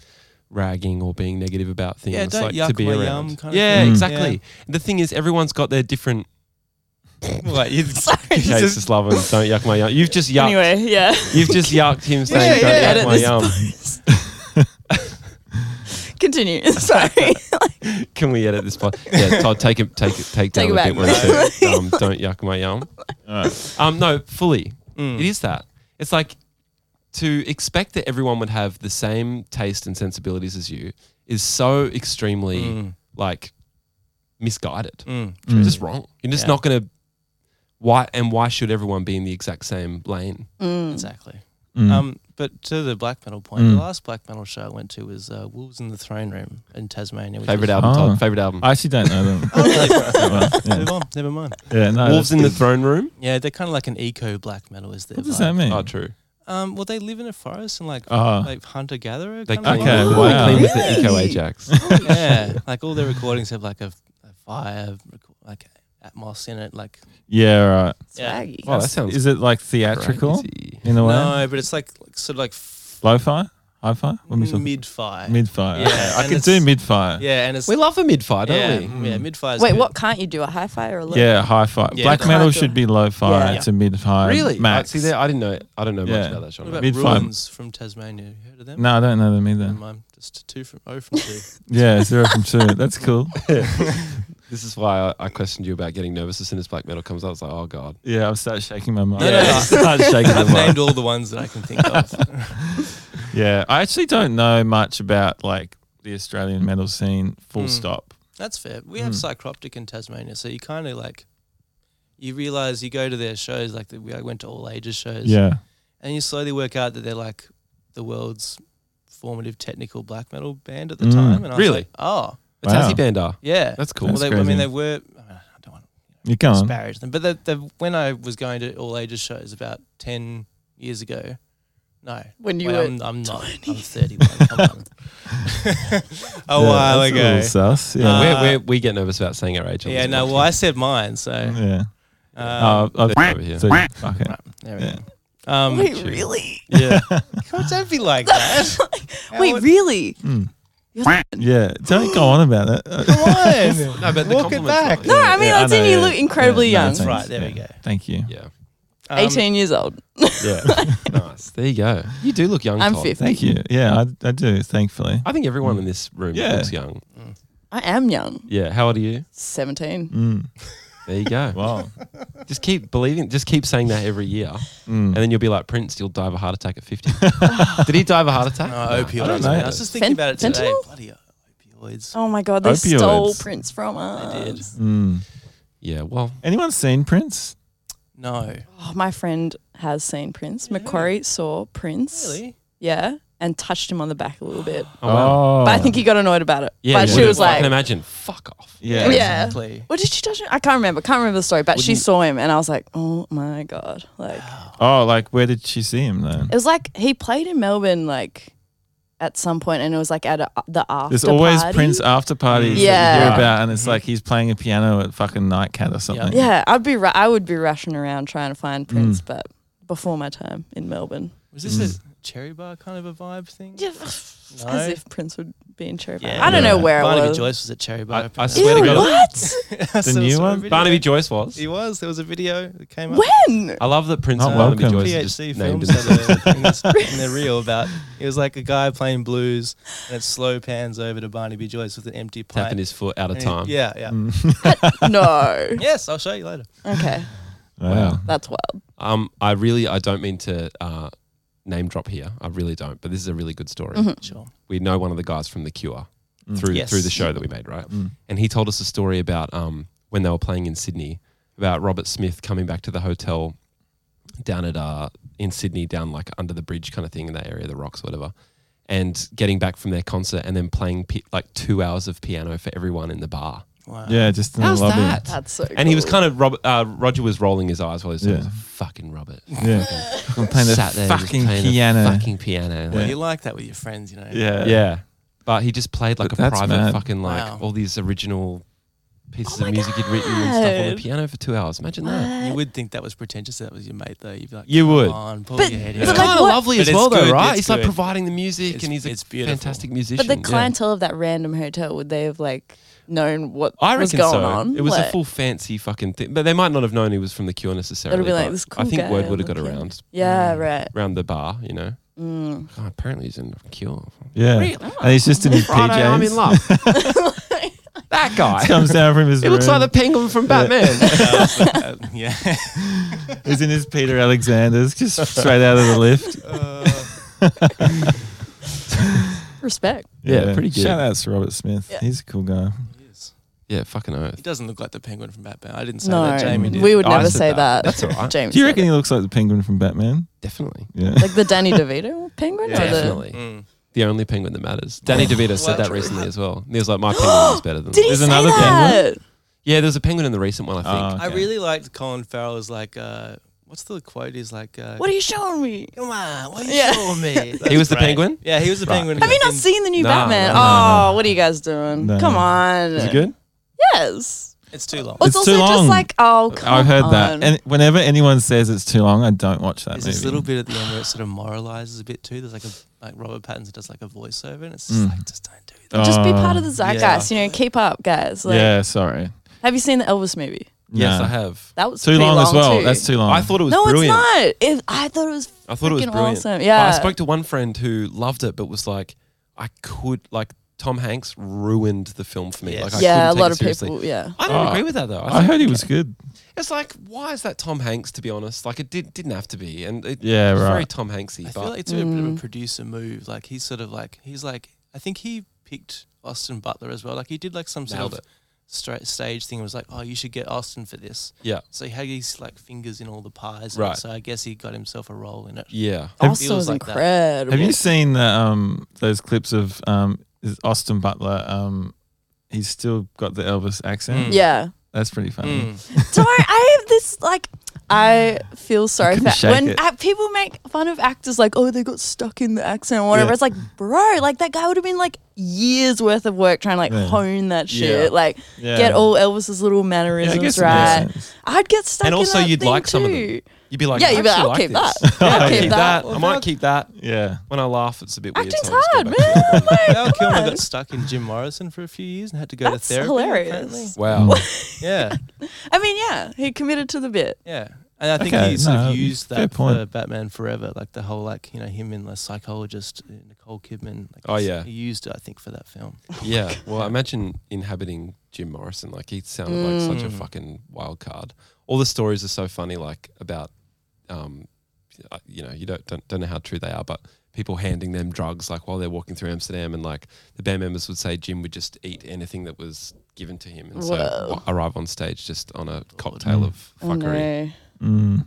[SPEAKER 1] ragging or being negative about things.
[SPEAKER 5] Yeah, don't
[SPEAKER 1] like to
[SPEAKER 5] yuck
[SPEAKER 1] be
[SPEAKER 5] my
[SPEAKER 1] around.
[SPEAKER 5] yum kind of
[SPEAKER 1] yeah,
[SPEAKER 3] thing. Mm.
[SPEAKER 1] exactly. The thing is, everyone's got their different.
[SPEAKER 5] Like, you-
[SPEAKER 1] Kate's just, loving. Don't yuck my yum. You've just yucked.
[SPEAKER 4] Anyway, yeah.
[SPEAKER 1] You've just yucked him
[SPEAKER 4] Yeah,
[SPEAKER 1] saying,
[SPEAKER 4] yeah,
[SPEAKER 1] "Don't
[SPEAKER 4] edit
[SPEAKER 1] yuck my
[SPEAKER 4] this
[SPEAKER 1] yum."
[SPEAKER 4] Continue. Sorry.
[SPEAKER 1] Can we edit this part? Yeah, Todd, take it, take it, take,
[SPEAKER 4] Take
[SPEAKER 1] down
[SPEAKER 4] it
[SPEAKER 1] a
[SPEAKER 4] back.
[SPEAKER 1] bit when I say, um, "Don't yuck my yum."
[SPEAKER 3] All right.
[SPEAKER 1] Um, no, fully.
[SPEAKER 5] Mm.
[SPEAKER 1] It is that. It's like to expect that everyone would have the same taste and sensibilities as you is so extremely
[SPEAKER 5] Mm.
[SPEAKER 1] like misguided.
[SPEAKER 5] Mm.
[SPEAKER 1] It's Just wrong. You're just
[SPEAKER 5] Yeah.
[SPEAKER 1] not going to. Why and why should everyone be in the exact same lane?
[SPEAKER 5] Exactly.
[SPEAKER 3] Mm.
[SPEAKER 5] Um, but to the black metal point,
[SPEAKER 3] Mm.
[SPEAKER 5] the last black metal show I went to was uh, Wolves in the Throne Room in Tasmania. Which
[SPEAKER 1] Favorite
[SPEAKER 5] was,
[SPEAKER 1] album,
[SPEAKER 3] Oh.
[SPEAKER 1] Todd. Favorite album.
[SPEAKER 3] I actually don't know them. Well, yeah.
[SPEAKER 5] Never mind. Never mind.
[SPEAKER 3] Yeah, no,
[SPEAKER 1] Wolves
[SPEAKER 3] that's
[SPEAKER 1] in the
[SPEAKER 3] good.
[SPEAKER 1] Throne Room.
[SPEAKER 5] Yeah, they're kind of like an eco black metal. Is their
[SPEAKER 3] What does
[SPEAKER 5] vibe.
[SPEAKER 3] that mean?
[SPEAKER 1] Oh, true.
[SPEAKER 5] Um, well, they live in a forest and like
[SPEAKER 3] Oh.
[SPEAKER 5] like hunter gatherer.
[SPEAKER 1] They
[SPEAKER 5] kind
[SPEAKER 1] clean,
[SPEAKER 5] of
[SPEAKER 3] Okay,
[SPEAKER 1] they
[SPEAKER 3] wow.
[SPEAKER 1] clean with the Eco
[SPEAKER 4] Oh Really?
[SPEAKER 1] Ajax.
[SPEAKER 5] yeah, like all their recordings have like a, a fire, reco- like Atmos in it. Like
[SPEAKER 3] yeah, right.
[SPEAKER 5] yeah.
[SPEAKER 4] Swaggy.
[SPEAKER 1] Oh, that sounds
[SPEAKER 3] Is it like theatrical
[SPEAKER 1] crazy.
[SPEAKER 3] in a way?
[SPEAKER 5] no, but it's like, like sort of like f-
[SPEAKER 3] Lo-fi? Hi-fi? What are we talking?
[SPEAKER 5] mid fire.
[SPEAKER 3] Mid-fire.
[SPEAKER 5] Mm, Yeah,
[SPEAKER 3] Okay, I
[SPEAKER 5] and
[SPEAKER 3] could
[SPEAKER 5] it's-
[SPEAKER 3] do mid-fire. Yeah,
[SPEAKER 5] yeah, and it's
[SPEAKER 1] We love a mid-fire, don't
[SPEAKER 5] yeah, mm.
[SPEAKER 1] we?
[SPEAKER 5] yeah, mid fire.
[SPEAKER 4] Wait, what can't you do? A high fi or a low?
[SPEAKER 3] hi-fi.
[SPEAKER 5] Yeah.
[SPEAKER 3] Black
[SPEAKER 5] Can't
[SPEAKER 3] metal
[SPEAKER 4] do
[SPEAKER 3] should
[SPEAKER 4] it.
[SPEAKER 3] be lo-fi
[SPEAKER 4] Yeah.
[SPEAKER 3] to mid-fi.
[SPEAKER 5] Oh,
[SPEAKER 1] Really?
[SPEAKER 3] Max.
[SPEAKER 1] I, see, there, I didn't know. I don't know
[SPEAKER 3] Yeah.
[SPEAKER 1] much about that
[SPEAKER 5] What
[SPEAKER 1] genre.
[SPEAKER 5] about
[SPEAKER 3] Mid-fire.
[SPEAKER 5] ruins from Tasmania? You heard of them?
[SPEAKER 3] No, I don't know them
[SPEAKER 5] Never
[SPEAKER 3] either.
[SPEAKER 5] mind. Just Just two from oh from two.
[SPEAKER 3] Yeah, zero from two. That's cool.
[SPEAKER 1] This is why I, I questioned you about getting nervous as soon as black metal comes out. It's like, oh god,
[SPEAKER 3] Yeah, I've started shaking my mind.
[SPEAKER 5] No, no, no.
[SPEAKER 3] I started shaking
[SPEAKER 5] I've
[SPEAKER 3] my
[SPEAKER 5] named all the ones that I can think of.
[SPEAKER 3] Yeah, I actually don't know much about like the Australian metal scene. Full
[SPEAKER 5] Mm.
[SPEAKER 3] stop.
[SPEAKER 5] That's fair. We have
[SPEAKER 3] Mm.
[SPEAKER 5] Psychroptic in Tasmania, so you kind of like you realize you go to their shows. Like the, we I went to all ages shows.
[SPEAKER 3] Yeah,
[SPEAKER 5] and you slowly work out that they're like the world's formative technical black metal band at the
[SPEAKER 3] Mm.
[SPEAKER 5] time. And I was
[SPEAKER 1] Really?
[SPEAKER 5] like, oh,
[SPEAKER 1] the
[SPEAKER 3] Wow.
[SPEAKER 1] Tassie band are.
[SPEAKER 5] yeah.
[SPEAKER 1] That's cool.
[SPEAKER 5] well,
[SPEAKER 3] That's
[SPEAKER 5] they, I
[SPEAKER 3] crazy.
[SPEAKER 5] mean, they were. uh, I don't want
[SPEAKER 3] you
[SPEAKER 5] to
[SPEAKER 3] go on.
[SPEAKER 5] disparage them, but they, they, when I was going to all ages shows about ten years ago, no,
[SPEAKER 4] When you
[SPEAKER 5] wait,
[SPEAKER 4] were
[SPEAKER 5] I'm, I'm not. I'm 31. Come on. a
[SPEAKER 3] Yeah,
[SPEAKER 5] while
[SPEAKER 3] that's a
[SPEAKER 5] ago.
[SPEAKER 3] little sus, Yeah.
[SPEAKER 5] Uh,
[SPEAKER 1] We're- we're- we get nervous about saying our age. on
[SPEAKER 5] yeah,
[SPEAKER 1] this
[SPEAKER 5] no.
[SPEAKER 1] podcast.
[SPEAKER 5] Well, I said mine, so um,
[SPEAKER 3] yeah. Uh, I've-
[SPEAKER 1] They're over here.
[SPEAKER 3] so, fuck it.
[SPEAKER 5] right, there we
[SPEAKER 3] Yeah.
[SPEAKER 5] go. Um,
[SPEAKER 4] wait, really?
[SPEAKER 5] yeah. God, don't be like that.
[SPEAKER 4] Wait, really?
[SPEAKER 3] Yeah, don't go on about that.
[SPEAKER 5] Come on.
[SPEAKER 1] No, but the
[SPEAKER 5] Walk it
[SPEAKER 1] compliment's
[SPEAKER 5] back.
[SPEAKER 1] not-
[SPEAKER 4] No, I mean,
[SPEAKER 3] yeah,
[SPEAKER 4] I've
[SPEAKER 3] I
[SPEAKER 4] seen
[SPEAKER 3] know,
[SPEAKER 4] you
[SPEAKER 3] yeah.
[SPEAKER 4] look incredibly
[SPEAKER 3] Yeah, no,
[SPEAKER 4] young.
[SPEAKER 5] That's
[SPEAKER 3] thanks.
[SPEAKER 5] right, there we go.
[SPEAKER 3] Thank you.
[SPEAKER 1] Yeah.
[SPEAKER 5] Um,
[SPEAKER 4] 18 years old.
[SPEAKER 1] Yeah. nice. There you go. You do look young.
[SPEAKER 4] I'm
[SPEAKER 1] Todd.
[SPEAKER 4] 50.
[SPEAKER 3] Thank you. Yeah, I, I do, thankfully.
[SPEAKER 1] I think everyone in this room
[SPEAKER 3] Yeah.
[SPEAKER 1] looks young.
[SPEAKER 4] I am young.
[SPEAKER 1] Yeah. How old are you?
[SPEAKER 4] 17.
[SPEAKER 3] Mm.
[SPEAKER 1] There you go.
[SPEAKER 3] Wow.
[SPEAKER 1] just keep believing. Just keep saying that every year,
[SPEAKER 3] Mm.
[SPEAKER 1] and then you'll be like Prince. You'll die of a heart attack at fifty. Did he die of a heart attack?
[SPEAKER 5] No,
[SPEAKER 1] No,
[SPEAKER 5] oh, opioids.
[SPEAKER 1] I don't
[SPEAKER 5] man. I
[SPEAKER 1] know.
[SPEAKER 5] was just thinking
[SPEAKER 4] Fent-
[SPEAKER 5] about it today.
[SPEAKER 4] fentanyl?
[SPEAKER 5] Bloody opioids.
[SPEAKER 4] Oh my God, they
[SPEAKER 3] Opioids.
[SPEAKER 4] stole Prince from us.
[SPEAKER 5] I did.
[SPEAKER 3] Mm.
[SPEAKER 1] Yeah. Well,
[SPEAKER 3] Anyone seen Prince?
[SPEAKER 5] No.
[SPEAKER 4] Oh, my friend has seen Prince. Macquarie saw Prince.
[SPEAKER 5] Really?
[SPEAKER 4] Yeah. And touched him on the back a little bit.
[SPEAKER 1] oh, wow.
[SPEAKER 3] Oh.
[SPEAKER 4] But I think he got annoyed about it.
[SPEAKER 1] yeah.
[SPEAKER 4] but she
[SPEAKER 1] yeah.
[SPEAKER 4] was
[SPEAKER 1] I
[SPEAKER 4] like,
[SPEAKER 1] can imagine. Fuck off.
[SPEAKER 3] yeah.
[SPEAKER 4] Yeah.
[SPEAKER 5] Exactly.
[SPEAKER 4] What did she touch him? I can't remember. Can't remember the story. But she saw him and I was like, oh my God. Like,
[SPEAKER 3] Oh, like where did she see him then?
[SPEAKER 4] it was like he played in Melbourne, like, at some point and it was like at a, the after
[SPEAKER 3] There's always
[SPEAKER 4] party.
[SPEAKER 3] Prince after parties that you
[SPEAKER 4] Yeah.
[SPEAKER 3] hear about, and it's like he's playing a piano at fucking Nightcat or something.
[SPEAKER 4] Yeah, I'd be. Ra- I would be rushing around trying to find Prince, but before my time in Melbourne,
[SPEAKER 5] Was this
[SPEAKER 3] Mm.
[SPEAKER 5] a cherry bar kind of a vibe thing?
[SPEAKER 4] yeah,
[SPEAKER 5] No.
[SPEAKER 4] as if Prince would be in Cherry.
[SPEAKER 5] Yeah.
[SPEAKER 4] I don't know
[SPEAKER 3] Yeah.
[SPEAKER 4] where
[SPEAKER 5] Barnaby
[SPEAKER 4] it was.
[SPEAKER 5] Joyce was at Cherry Bar.
[SPEAKER 1] I- I
[SPEAKER 5] apparently.
[SPEAKER 1] swear to
[SPEAKER 4] Ew,
[SPEAKER 1] God.
[SPEAKER 4] what?
[SPEAKER 5] I saw-
[SPEAKER 3] new
[SPEAKER 5] saw a
[SPEAKER 3] one?
[SPEAKER 5] video.
[SPEAKER 1] Barnaby Joyce was.
[SPEAKER 5] He was. There was a video that came up.
[SPEAKER 4] when?
[SPEAKER 1] I love that Prince
[SPEAKER 3] Not
[SPEAKER 1] and Barnaby
[SPEAKER 3] welcome.
[SPEAKER 1] Joyce are just
[SPEAKER 5] PhD
[SPEAKER 1] named
[SPEAKER 5] films
[SPEAKER 1] himself.
[SPEAKER 5] had a thing that's in the reel about it was like a guy playing blues and it slow pans over to Barnaby Joyce with an empty pipe.
[SPEAKER 1] tapping his foot out of
[SPEAKER 5] And he-
[SPEAKER 1] time.
[SPEAKER 5] Yeah,
[SPEAKER 4] Mm.
[SPEAKER 5] yeah.
[SPEAKER 3] Mm.
[SPEAKER 4] no.
[SPEAKER 5] Yes, I'll show you later.
[SPEAKER 4] Okay,
[SPEAKER 3] Wow.
[SPEAKER 4] that's wild.
[SPEAKER 1] Um, I really, I don't mean to uh, name drop here. I really don't. But this is a really good story.
[SPEAKER 4] Mm-hmm.
[SPEAKER 5] Sure.
[SPEAKER 1] We know one of the guys from The Cure through
[SPEAKER 5] Yes.
[SPEAKER 1] through the show that we made, right?
[SPEAKER 3] Mm.
[SPEAKER 1] And he told us a story about um, when they were playing in Sydney about Robert Smith coming back to the hotel down at uh, in Sydney, down like under the bridge kind of thing in that area, the rocks, whatever. And getting back from their concert and then playing pi- like two hours of piano for everyone in the bar.
[SPEAKER 5] Wow.
[SPEAKER 3] Yeah, just in
[SPEAKER 1] How's
[SPEAKER 3] the lobby.
[SPEAKER 1] that?
[SPEAKER 4] That's so.
[SPEAKER 1] And he was
[SPEAKER 4] cool.
[SPEAKER 1] kind of Rob, uh, Roger was rolling his eyes while he was doing
[SPEAKER 3] Yeah.
[SPEAKER 1] it. fucking Robert.
[SPEAKER 3] Yeah. I'm playing the
[SPEAKER 1] Sat there just
[SPEAKER 3] fucking
[SPEAKER 1] playing the
[SPEAKER 3] piano.
[SPEAKER 1] fucking piano.
[SPEAKER 5] Well,
[SPEAKER 1] Like,
[SPEAKER 5] you like that with your friends, you know.
[SPEAKER 3] yeah.
[SPEAKER 1] yeah. But he just played like
[SPEAKER 3] But
[SPEAKER 1] a
[SPEAKER 3] that's
[SPEAKER 1] private
[SPEAKER 3] mad.
[SPEAKER 1] fucking like
[SPEAKER 5] Wow.
[SPEAKER 1] all these original pieces
[SPEAKER 4] Oh
[SPEAKER 1] of
[SPEAKER 4] my
[SPEAKER 1] music he'd written and stuff on
[SPEAKER 4] God.
[SPEAKER 1] the piano for two hours. Imagine
[SPEAKER 4] Uh,
[SPEAKER 1] that.
[SPEAKER 5] You would think that was pretentious. That was your mate, though. You'd be like,
[SPEAKER 1] You
[SPEAKER 5] "Come
[SPEAKER 1] would.
[SPEAKER 5] on, pull
[SPEAKER 4] But-
[SPEAKER 5] your head
[SPEAKER 4] but
[SPEAKER 1] It's
[SPEAKER 5] out."
[SPEAKER 4] like,
[SPEAKER 1] kind of
[SPEAKER 4] what-
[SPEAKER 1] lovely
[SPEAKER 5] But
[SPEAKER 1] as
[SPEAKER 5] it's
[SPEAKER 1] well, though,
[SPEAKER 5] good,
[SPEAKER 1] right?
[SPEAKER 5] it's
[SPEAKER 1] He's like
[SPEAKER 5] good.
[SPEAKER 1] providing the music,
[SPEAKER 5] It's-
[SPEAKER 1] and he's a
[SPEAKER 5] it's beautiful.
[SPEAKER 1] fantastic musician.
[SPEAKER 4] But the
[SPEAKER 1] yeah.
[SPEAKER 4] clientele of that random hotel would they have like known what
[SPEAKER 1] I reckon
[SPEAKER 4] was going
[SPEAKER 1] so.
[SPEAKER 4] on?
[SPEAKER 1] It was
[SPEAKER 4] Like,
[SPEAKER 1] a full fancy fucking thing, but they might not have known he was from the Cure necessarily.
[SPEAKER 4] They'd be like
[SPEAKER 1] but
[SPEAKER 4] this cool
[SPEAKER 1] I think
[SPEAKER 4] guy
[SPEAKER 1] word
[SPEAKER 4] on
[SPEAKER 1] would have
[SPEAKER 4] the
[SPEAKER 1] got
[SPEAKER 4] piano.
[SPEAKER 1] around
[SPEAKER 4] Yeah, right.
[SPEAKER 1] around the bar, you know.
[SPEAKER 4] Mm.
[SPEAKER 1] Oh, apparently he's in the Cure.
[SPEAKER 3] Yeah. And he's just in his
[SPEAKER 1] Friday,
[SPEAKER 3] PJs.
[SPEAKER 1] I'm in love. that guy.
[SPEAKER 3] Comes down from his
[SPEAKER 1] He looks
[SPEAKER 3] room.
[SPEAKER 1] like the penguin from Batman.
[SPEAKER 5] Uh, yeah.
[SPEAKER 3] He's in his Peter Alexander's, just straight out of the lift.
[SPEAKER 4] Respect.
[SPEAKER 1] Yeah, pretty good.
[SPEAKER 3] Shout outs to Robert Smith.
[SPEAKER 4] Yeah.
[SPEAKER 3] He's a cool guy.
[SPEAKER 1] yeah, fucking
[SPEAKER 5] He
[SPEAKER 1] oath.
[SPEAKER 5] doesn't look like the penguin from Batman. I didn't say
[SPEAKER 4] No,
[SPEAKER 5] that. Jamie did.
[SPEAKER 4] we would
[SPEAKER 1] Oh, I
[SPEAKER 4] never
[SPEAKER 1] said
[SPEAKER 4] say
[SPEAKER 1] that.
[SPEAKER 4] that.
[SPEAKER 1] That's all right.
[SPEAKER 4] James
[SPEAKER 3] Do you
[SPEAKER 4] said
[SPEAKER 3] reckon
[SPEAKER 4] it.
[SPEAKER 3] he looks like the penguin from Batman?
[SPEAKER 1] Definitely.
[SPEAKER 3] Yeah.
[SPEAKER 4] like the Danny DeVito penguin? or the-
[SPEAKER 1] Definitely.
[SPEAKER 5] Mm.
[SPEAKER 1] The only penguin that matters. Danny DeVito said that recently as well. He was like, my penguin is better than
[SPEAKER 4] Did he
[SPEAKER 1] mine."
[SPEAKER 3] There's
[SPEAKER 4] say
[SPEAKER 3] another
[SPEAKER 4] that?
[SPEAKER 1] Yeah, there's a penguin in the recent one, I think.
[SPEAKER 3] Oh,
[SPEAKER 5] I
[SPEAKER 3] okay.
[SPEAKER 5] really liked Colin Farrell's like, uh, what's the quote? He's like, uh,
[SPEAKER 4] What are you showing me?
[SPEAKER 5] Come on, what are you
[SPEAKER 4] Yeah.
[SPEAKER 5] showing me?
[SPEAKER 1] He was the
[SPEAKER 5] That's
[SPEAKER 1] penguin?
[SPEAKER 5] Yeah, he was the
[SPEAKER 1] Right.
[SPEAKER 5] penguin.
[SPEAKER 4] Have you not
[SPEAKER 5] in-
[SPEAKER 4] seen the new
[SPEAKER 1] No,
[SPEAKER 4] Batman?
[SPEAKER 1] no, no,
[SPEAKER 4] oh, what are you guys doing?
[SPEAKER 3] No.
[SPEAKER 4] Come on.
[SPEAKER 1] Is it good?
[SPEAKER 4] Yes.
[SPEAKER 5] It's too long.
[SPEAKER 4] Well,
[SPEAKER 3] It's
[SPEAKER 4] it's,
[SPEAKER 3] too
[SPEAKER 4] also
[SPEAKER 3] long.
[SPEAKER 4] just like, oh, come
[SPEAKER 3] I've heard that.
[SPEAKER 4] on.
[SPEAKER 3] And whenever anyone says it's too long, I don't watch that
[SPEAKER 5] There's
[SPEAKER 3] movie.
[SPEAKER 5] this little bit at the end where it sort of moralizes a bit too. There's like a like Robert Pattinson does like a voiceover, and it's just
[SPEAKER 3] Mm.
[SPEAKER 5] like just don't do that.
[SPEAKER 4] just be
[SPEAKER 3] Oh,
[SPEAKER 4] part of the zeitgeist, you know, keep up, guys. Like,
[SPEAKER 3] yeah, sorry.
[SPEAKER 4] Have you seen the Elvis movie?
[SPEAKER 1] Yes,
[SPEAKER 3] Nah.
[SPEAKER 1] I have.
[SPEAKER 4] That was
[SPEAKER 3] Too
[SPEAKER 4] pretty
[SPEAKER 3] long, as well.
[SPEAKER 4] too.
[SPEAKER 3] That's too long.
[SPEAKER 1] I thought it was
[SPEAKER 4] No,
[SPEAKER 1] brilliant.
[SPEAKER 4] it's not. It, I thought it was
[SPEAKER 1] I thought it was
[SPEAKER 4] freaking
[SPEAKER 1] brilliant.
[SPEAKER 4] awesome.
[SPEAKER 1] But I
[SPEAKER 4] Yeah.
[SPEAKER 1] spoke to one friend who loved it, but was like, I could like Tom Hanks ruined the film for me.
[SPEAKER 5] Yes.
[SPEAKER 1] Like I
[SPEAKER 4] yeah, a
[SPEAKER 1] couldn't take
[SPEAKER 4] lot
[SPEAKER 1] it
[SPEAKER 4] of
[SPEAKER 1] seriously.
[SPEAKER 4] people. Yeah,
[SPEAKER 1] I don't
[SPEAKER 3] Oh,
[SPEAKER 1] agree with that though. I,
[SPEAKER 3] I
[SPEAKER 1] think
[SPEAKER 3] heard he was good.
[SPEAKER 1] it's like why is that Tom Hanks? To be honest, like it did, didn't have to be, and it,
[SPEAKER 3] Yeah,
[SPEAKER 1] it was very
[SPEAKER 3] right.
[SPEAKER 1] Tom Hanksy.
[SPEAKER 5] I
[SPEAKER 1] but
[SPEAKER 5] feel like it's a bit of
[SPEAKER 4] Mm.
[SPEAKER 5] a producer move. Like he's sort of like he's like I think he picked Austin Butler as well. Like he did like some sort
[SPEAKER 1] Nailed
[SPEAKER 5] of
[SPEAKER 1] it.
[SPEAKER 5] stra- stage thing. and Was like, oh, you should get Austin for this.
[SPEAKER 1] Yeah,
[SPEAKER 5] So he had his like fingers in all the pies.
[SPEAKER 1] Right.
[SPEAKER 5] So I guess he got himself a role in it.
[SPEAKER 1] yeah.
[SPEAKER 3] Have-
[SPEAKER 4] Austin
[SPEAKER 5] feels
[SPEAKER 4] was
[SPEAKER 5] like that.
[SPEAKER 4] incredible.
[SPEAKER 3] Have you seen the, um, those clips of um, is Austin Butler? Um, he's still got the Elvis accent.
[SPEAKER 5] Mm.
[SPEAKER 4] yeah.
[SPEAKER 3] That's pretty funny.
[SPEAKER 5] Mm.
[SPEAKER 4] Don't I have this like I feel sorry
[SPEAKER 3] couldn't
[SPEAKER 4] for
[SPEAKER 3] shake
[SPEAKER 4] when
[SPEAKER 3] it.
[SPEAKER 4] act- people make fun of actors like oh they got stuck in the accent or whatever.
[SPEAKER 3] Yeah.
[SPEAKER 4] It's like bro, like that guy would have been like years worth of work trying to like
[SPEAKER 3] Yeah.
[SPEAKER 4] hone that
[SPEAKER 1] Yeah.
[SPEAKER 4] shit, like
[SPEAKER 3] Yeah.
[SPEAKER 4] get all Elvis's little
[SPEAKER 3] Yeah, I
[SPEAKER 4] mannerisms
[SPEAKER 3] guess it makes
[SPEAKER 4] right.
[SPEAKER 3] sense.
[SPEAKER 4] I'd get stuck.
[SPEAKER 1] And
[SPEAKER 4] in
[SPEAKER 1] also
[SPEAKER 4] that
[SPEAKER 1] you'd
[SPEAKER 4] thing
[SPEAKER 1] like
[SPEAKER 4] too.
[SPEAKER 1] some of them. You'd be like,
[SPEAKER 4] Yeah, you'd be
[SPEAKER 1] "I
[SPEAKER 4] like, I'll
[SPEAKER 1] actually
[SPEAKER 4] keep
[SPEAKER 1] like
[SPEAKER 4] that.
[SPEAKER 1] this.
[SPEAKER 4] Yeah, I'll
[SPEAKER 1] I'll
[SPEAKER 4] keep
[SPEAKER 1] keep
[SPEAKER 4] that.
[SPEAKER 1] that. I might keep that.
[SPEAKER 3] Yeah.
[SPEAKER 1] When I laugh, it's a bit weird.
[SPEAKER 4] Acting's
[SPEAKER 1] so I just go
[SPEAKER 4] hard,
[SPEAKER 1] back to
[SPEAKER 4] man.
[SPEAKER 1] it.
[SPEAKER 4] Like,
[SPEAKER 5] Val
[SPEAKER 4] come
[SPEAKER 5] Kilmer
[SPEAKER 4] on.
[SPEAKER 5] got stuck in Jim Morrison for a few years and had to go
[SPEAKER 4] That's
[SPEAKER 5] to therapy.
[SPEAKER 4] hilarious.
[SPEAKER 5] apparently.
[SPEAKER 1] Wow.
[SPEAKER 5] Yeah,
[SPEAKER 4] I mean, yeah, he committed to the bit.
[SPEAKER 5] yeah. And I think
[SPEAKER 3] Okay,
[SPEAKER 5] he sort
[SPEAKER 3] no,
[SPEAKER 5] of used
[SPEAKER 3] fair
[SPEAKER 5] that
[SPEAKER 3] point.
[SPEAKER 5] for Batman Forever, like the whole like you know him and the psychologist uh, Nicole Kidman. Like
[SPEAKER 1] Oh,
[SPEAKER 5] he's-
[SPEAKER 1] yeah.
[SPEAKER 5] he used it I think for that film.
[SPEAKER 1] yeah. Well, imagine inhabiting Jim Morrison. Like he sounded like such a
[SPEAKER 5] Mm.
[SPEAKER 1] fucking wild card. All the stories are so funny. Like about, um, uh, you know, you don't, don't don't know how true they are, but people handing them drugs like while they're walking through Amsterdam, and like the band members would say Jim would just eat anything that was given to him, and so
[SPEAKER 4] Whoa.
[SPEAKER 1] wa- arrive on stage just on a cocktail of
[SPEAKER 4] Oh,
[SPEAKER 1] fuckery.
[SPEAKER 4] no.
[SPEAKER 3] Mm.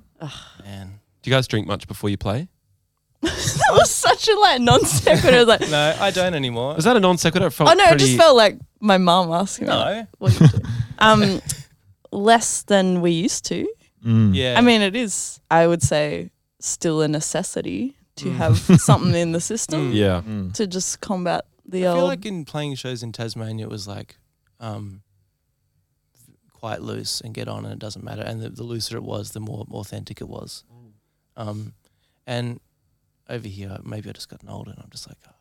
[SPEAKER 5] Man,
[SPEAKER 1] Do you guys drink much before you play?
[SPEAKER 4] that was such a like non sequitur. Like,
[SPEAKER 5] no, I don't anymore.
[SPEAKER 1] Was that a non sequitur? It felt
[SPEAKER 4] oh no, it
[SPEAKER 1] pretty,
[SPEAKER 4] just felt like my mum asking. me, like,
[SPEAKER 5] no,
[SPEAKER 4] what you do. um, less than we used to.
[SPEAKER 3] Mm.
[SPEAKER 5] yeah.
[SPEAKER 4] I mean, it is, I would say, still a necessity to have something in the system
[SPEAKER 1] Yeah.
[SPEAKER 3] Mm.
[SPEAKER 4] to just combat the
[SPEAKER 5] I
[SPEAKER 4] old.
[SPEAKER 5] feel like in playing shows in Tasmania, it was like um, quite loose and get on, and it doesn't matter. And the, the looser it was, the more authentic it was. Um, and over here, maybe I just gotten older, and I'm just like, oh,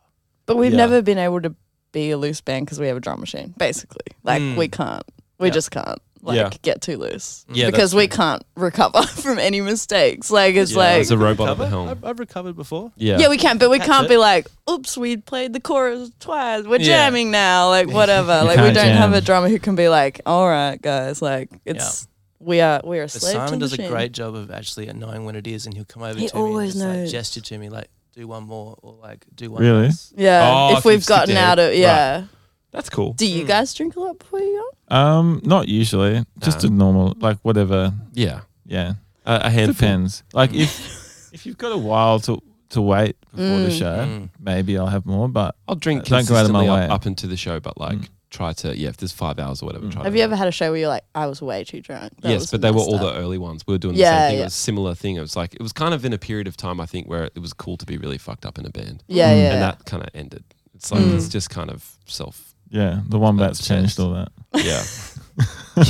[SPEAKER 4] but we've
[SPEAKER 1] yeah.
[SPEAKER 4] never been able to be a loose band because we have a drum machine, basically. Like,
[SPEAKER 5] Mm.
[SPEAKER 4] we can't. We
[SPEAKER 5] Yeah.
[SPEAKER 4] just can't. Like
[SPEAKER 1] Yeah.
[SPEAKER 4] get too loose
[SPEAKER 1] Yeah, that's
[SPEAKER 4] because we
[SPEAKER 1] true.
[SPEAKER 4] can't recover from any mistakes. Like it's
[SPEAKER 1] Yeah,
[SPEAKER 4] like
[SPEAKER 1] there's a robot at the
[SPEAKER 5] Recover?
[SPEAKER 1] helm.
[SPEAKER 5] I've, I've recovered before.
[SPEAKER 1] yeah.
[SPEAKER 4] yeah we can, but we
[SPEAKER 5] Catch
[SPEAKER 4] can't
[SPEAKER 5] it.
[SPEAKER 4] be like, oops, we played the chorus twice. We're
[SPEAKER 5] Yeah.
[SPEAKER 4] jamming now, like whatever.
[SPEAKER 3] You
[SPEAKER 4] like we
[SPEAKER 3] can't
[SPEAKER 4] don't have a
[SPEAKER 3] jam.
[SPEAKER 4] drummer who can be like, all right, guys, like it's we are we are
[SPEAKER 5] But
[SPEAKER 4] slaves to the
[SPEAKER 5] Simon does
[SPEAKER 4] machine.
[SPEAKER 5] a great job of actually knowing when it is, and he'll come over
[SPEAKER 4] He
[SPEAKER 5] to me
[SPEAKER 4] always
[SPEAKER 5] and just,
[SPEAKER 4] knows.
[SPEAKER 5] like gesture to me like, "Do one more," or like, "Do one."
[SPEAKER 3] Really?
[SPEAKER 5] less."
[SPEAKER 4] Yeah,
[SPEAKER 1] Oh,
[SPEAKER 4] if
[SPEAKER 1] if you've
[SPEAKER 4] we've gotten
[SPEAKER 1] skipped
[SPEAKER 4] out of
[SPEAKER 1] it.
[SPEAKER 4] yeah.
[SPEAKER 1] That's cool.
[SPEAKER 4] Do you
[SPEAKER 5] Mm.
[SPEAKER 4] guys drink a lot before you go?
[SPEAKER 3] Um, not usually. Just
[SPEAKER 1] No.
[SPEAKER 3] a normal, like whatever.
[SPEAKER 1] Yeah.
[SPEAKER 3] Yeah,
[SPEAKER 1] A, a handful.
[SPEAKER 3] depends. Like if if you've got a while to to wait before the
[SPEAKER 4] Mm.
[SPEAKER 3] show,
[SPEAKER 5] Mm.
[SPEAKER 3] maybe I'll have more. But
[SPEAKER 1] I'll drink
[SPEAKER 3] Uh, don't go out of my
[SPEAKER 1] consistently up,
[SPEAKER 3] way.
[SPEAKER 1] up into the show, but like
[SPEAKER 3] Mm.
[SPEAKER 1] try to yeah, if there's five hours or whatever,
[SPEAKER 3] Mm.
[SPEAKER 1] try
[SPEAKER 4] Have
[SPEAKER 1] to.
[SPEAKER 4] you ever had a show where you're like, I was way too drunk? That
[SPEAKER 1] Uh, yes,
[SPEAKER 4] was
[SPEAKER 1] but they were
[SPEAKER 4] messed
[SPEAKER 1] all the
[SPEAKER 4] up."
[SPEAKER 1] early ones. We were doing the
[SPEAKER 4] Yeah,
[SPEAKER 1] same thing.
[SPEAKER 4] yeah.
[SPEAKER 1] It was a similar thing. It was like it was kind of in a period of time I think where it was cool to be really fucked up in a band,
[SPEAKER 4] Yeah,
[SPEAKER 3] Mm.
[SPEAKER 4] yeah.
[SPEAKER 1] Hmm. and that kind of ended. It's like
[SPEAKER 4] Mm.
[SPEAKER 1] it's just kind of self.
[SPEAKER 3] yeah, the wombats
[SPEAKER 1] That's
[SPEAKER 3] changed
[SPEAKER 1] changed.
[SPEAKER 3] all that.
[SPEAKER 1] Yeah,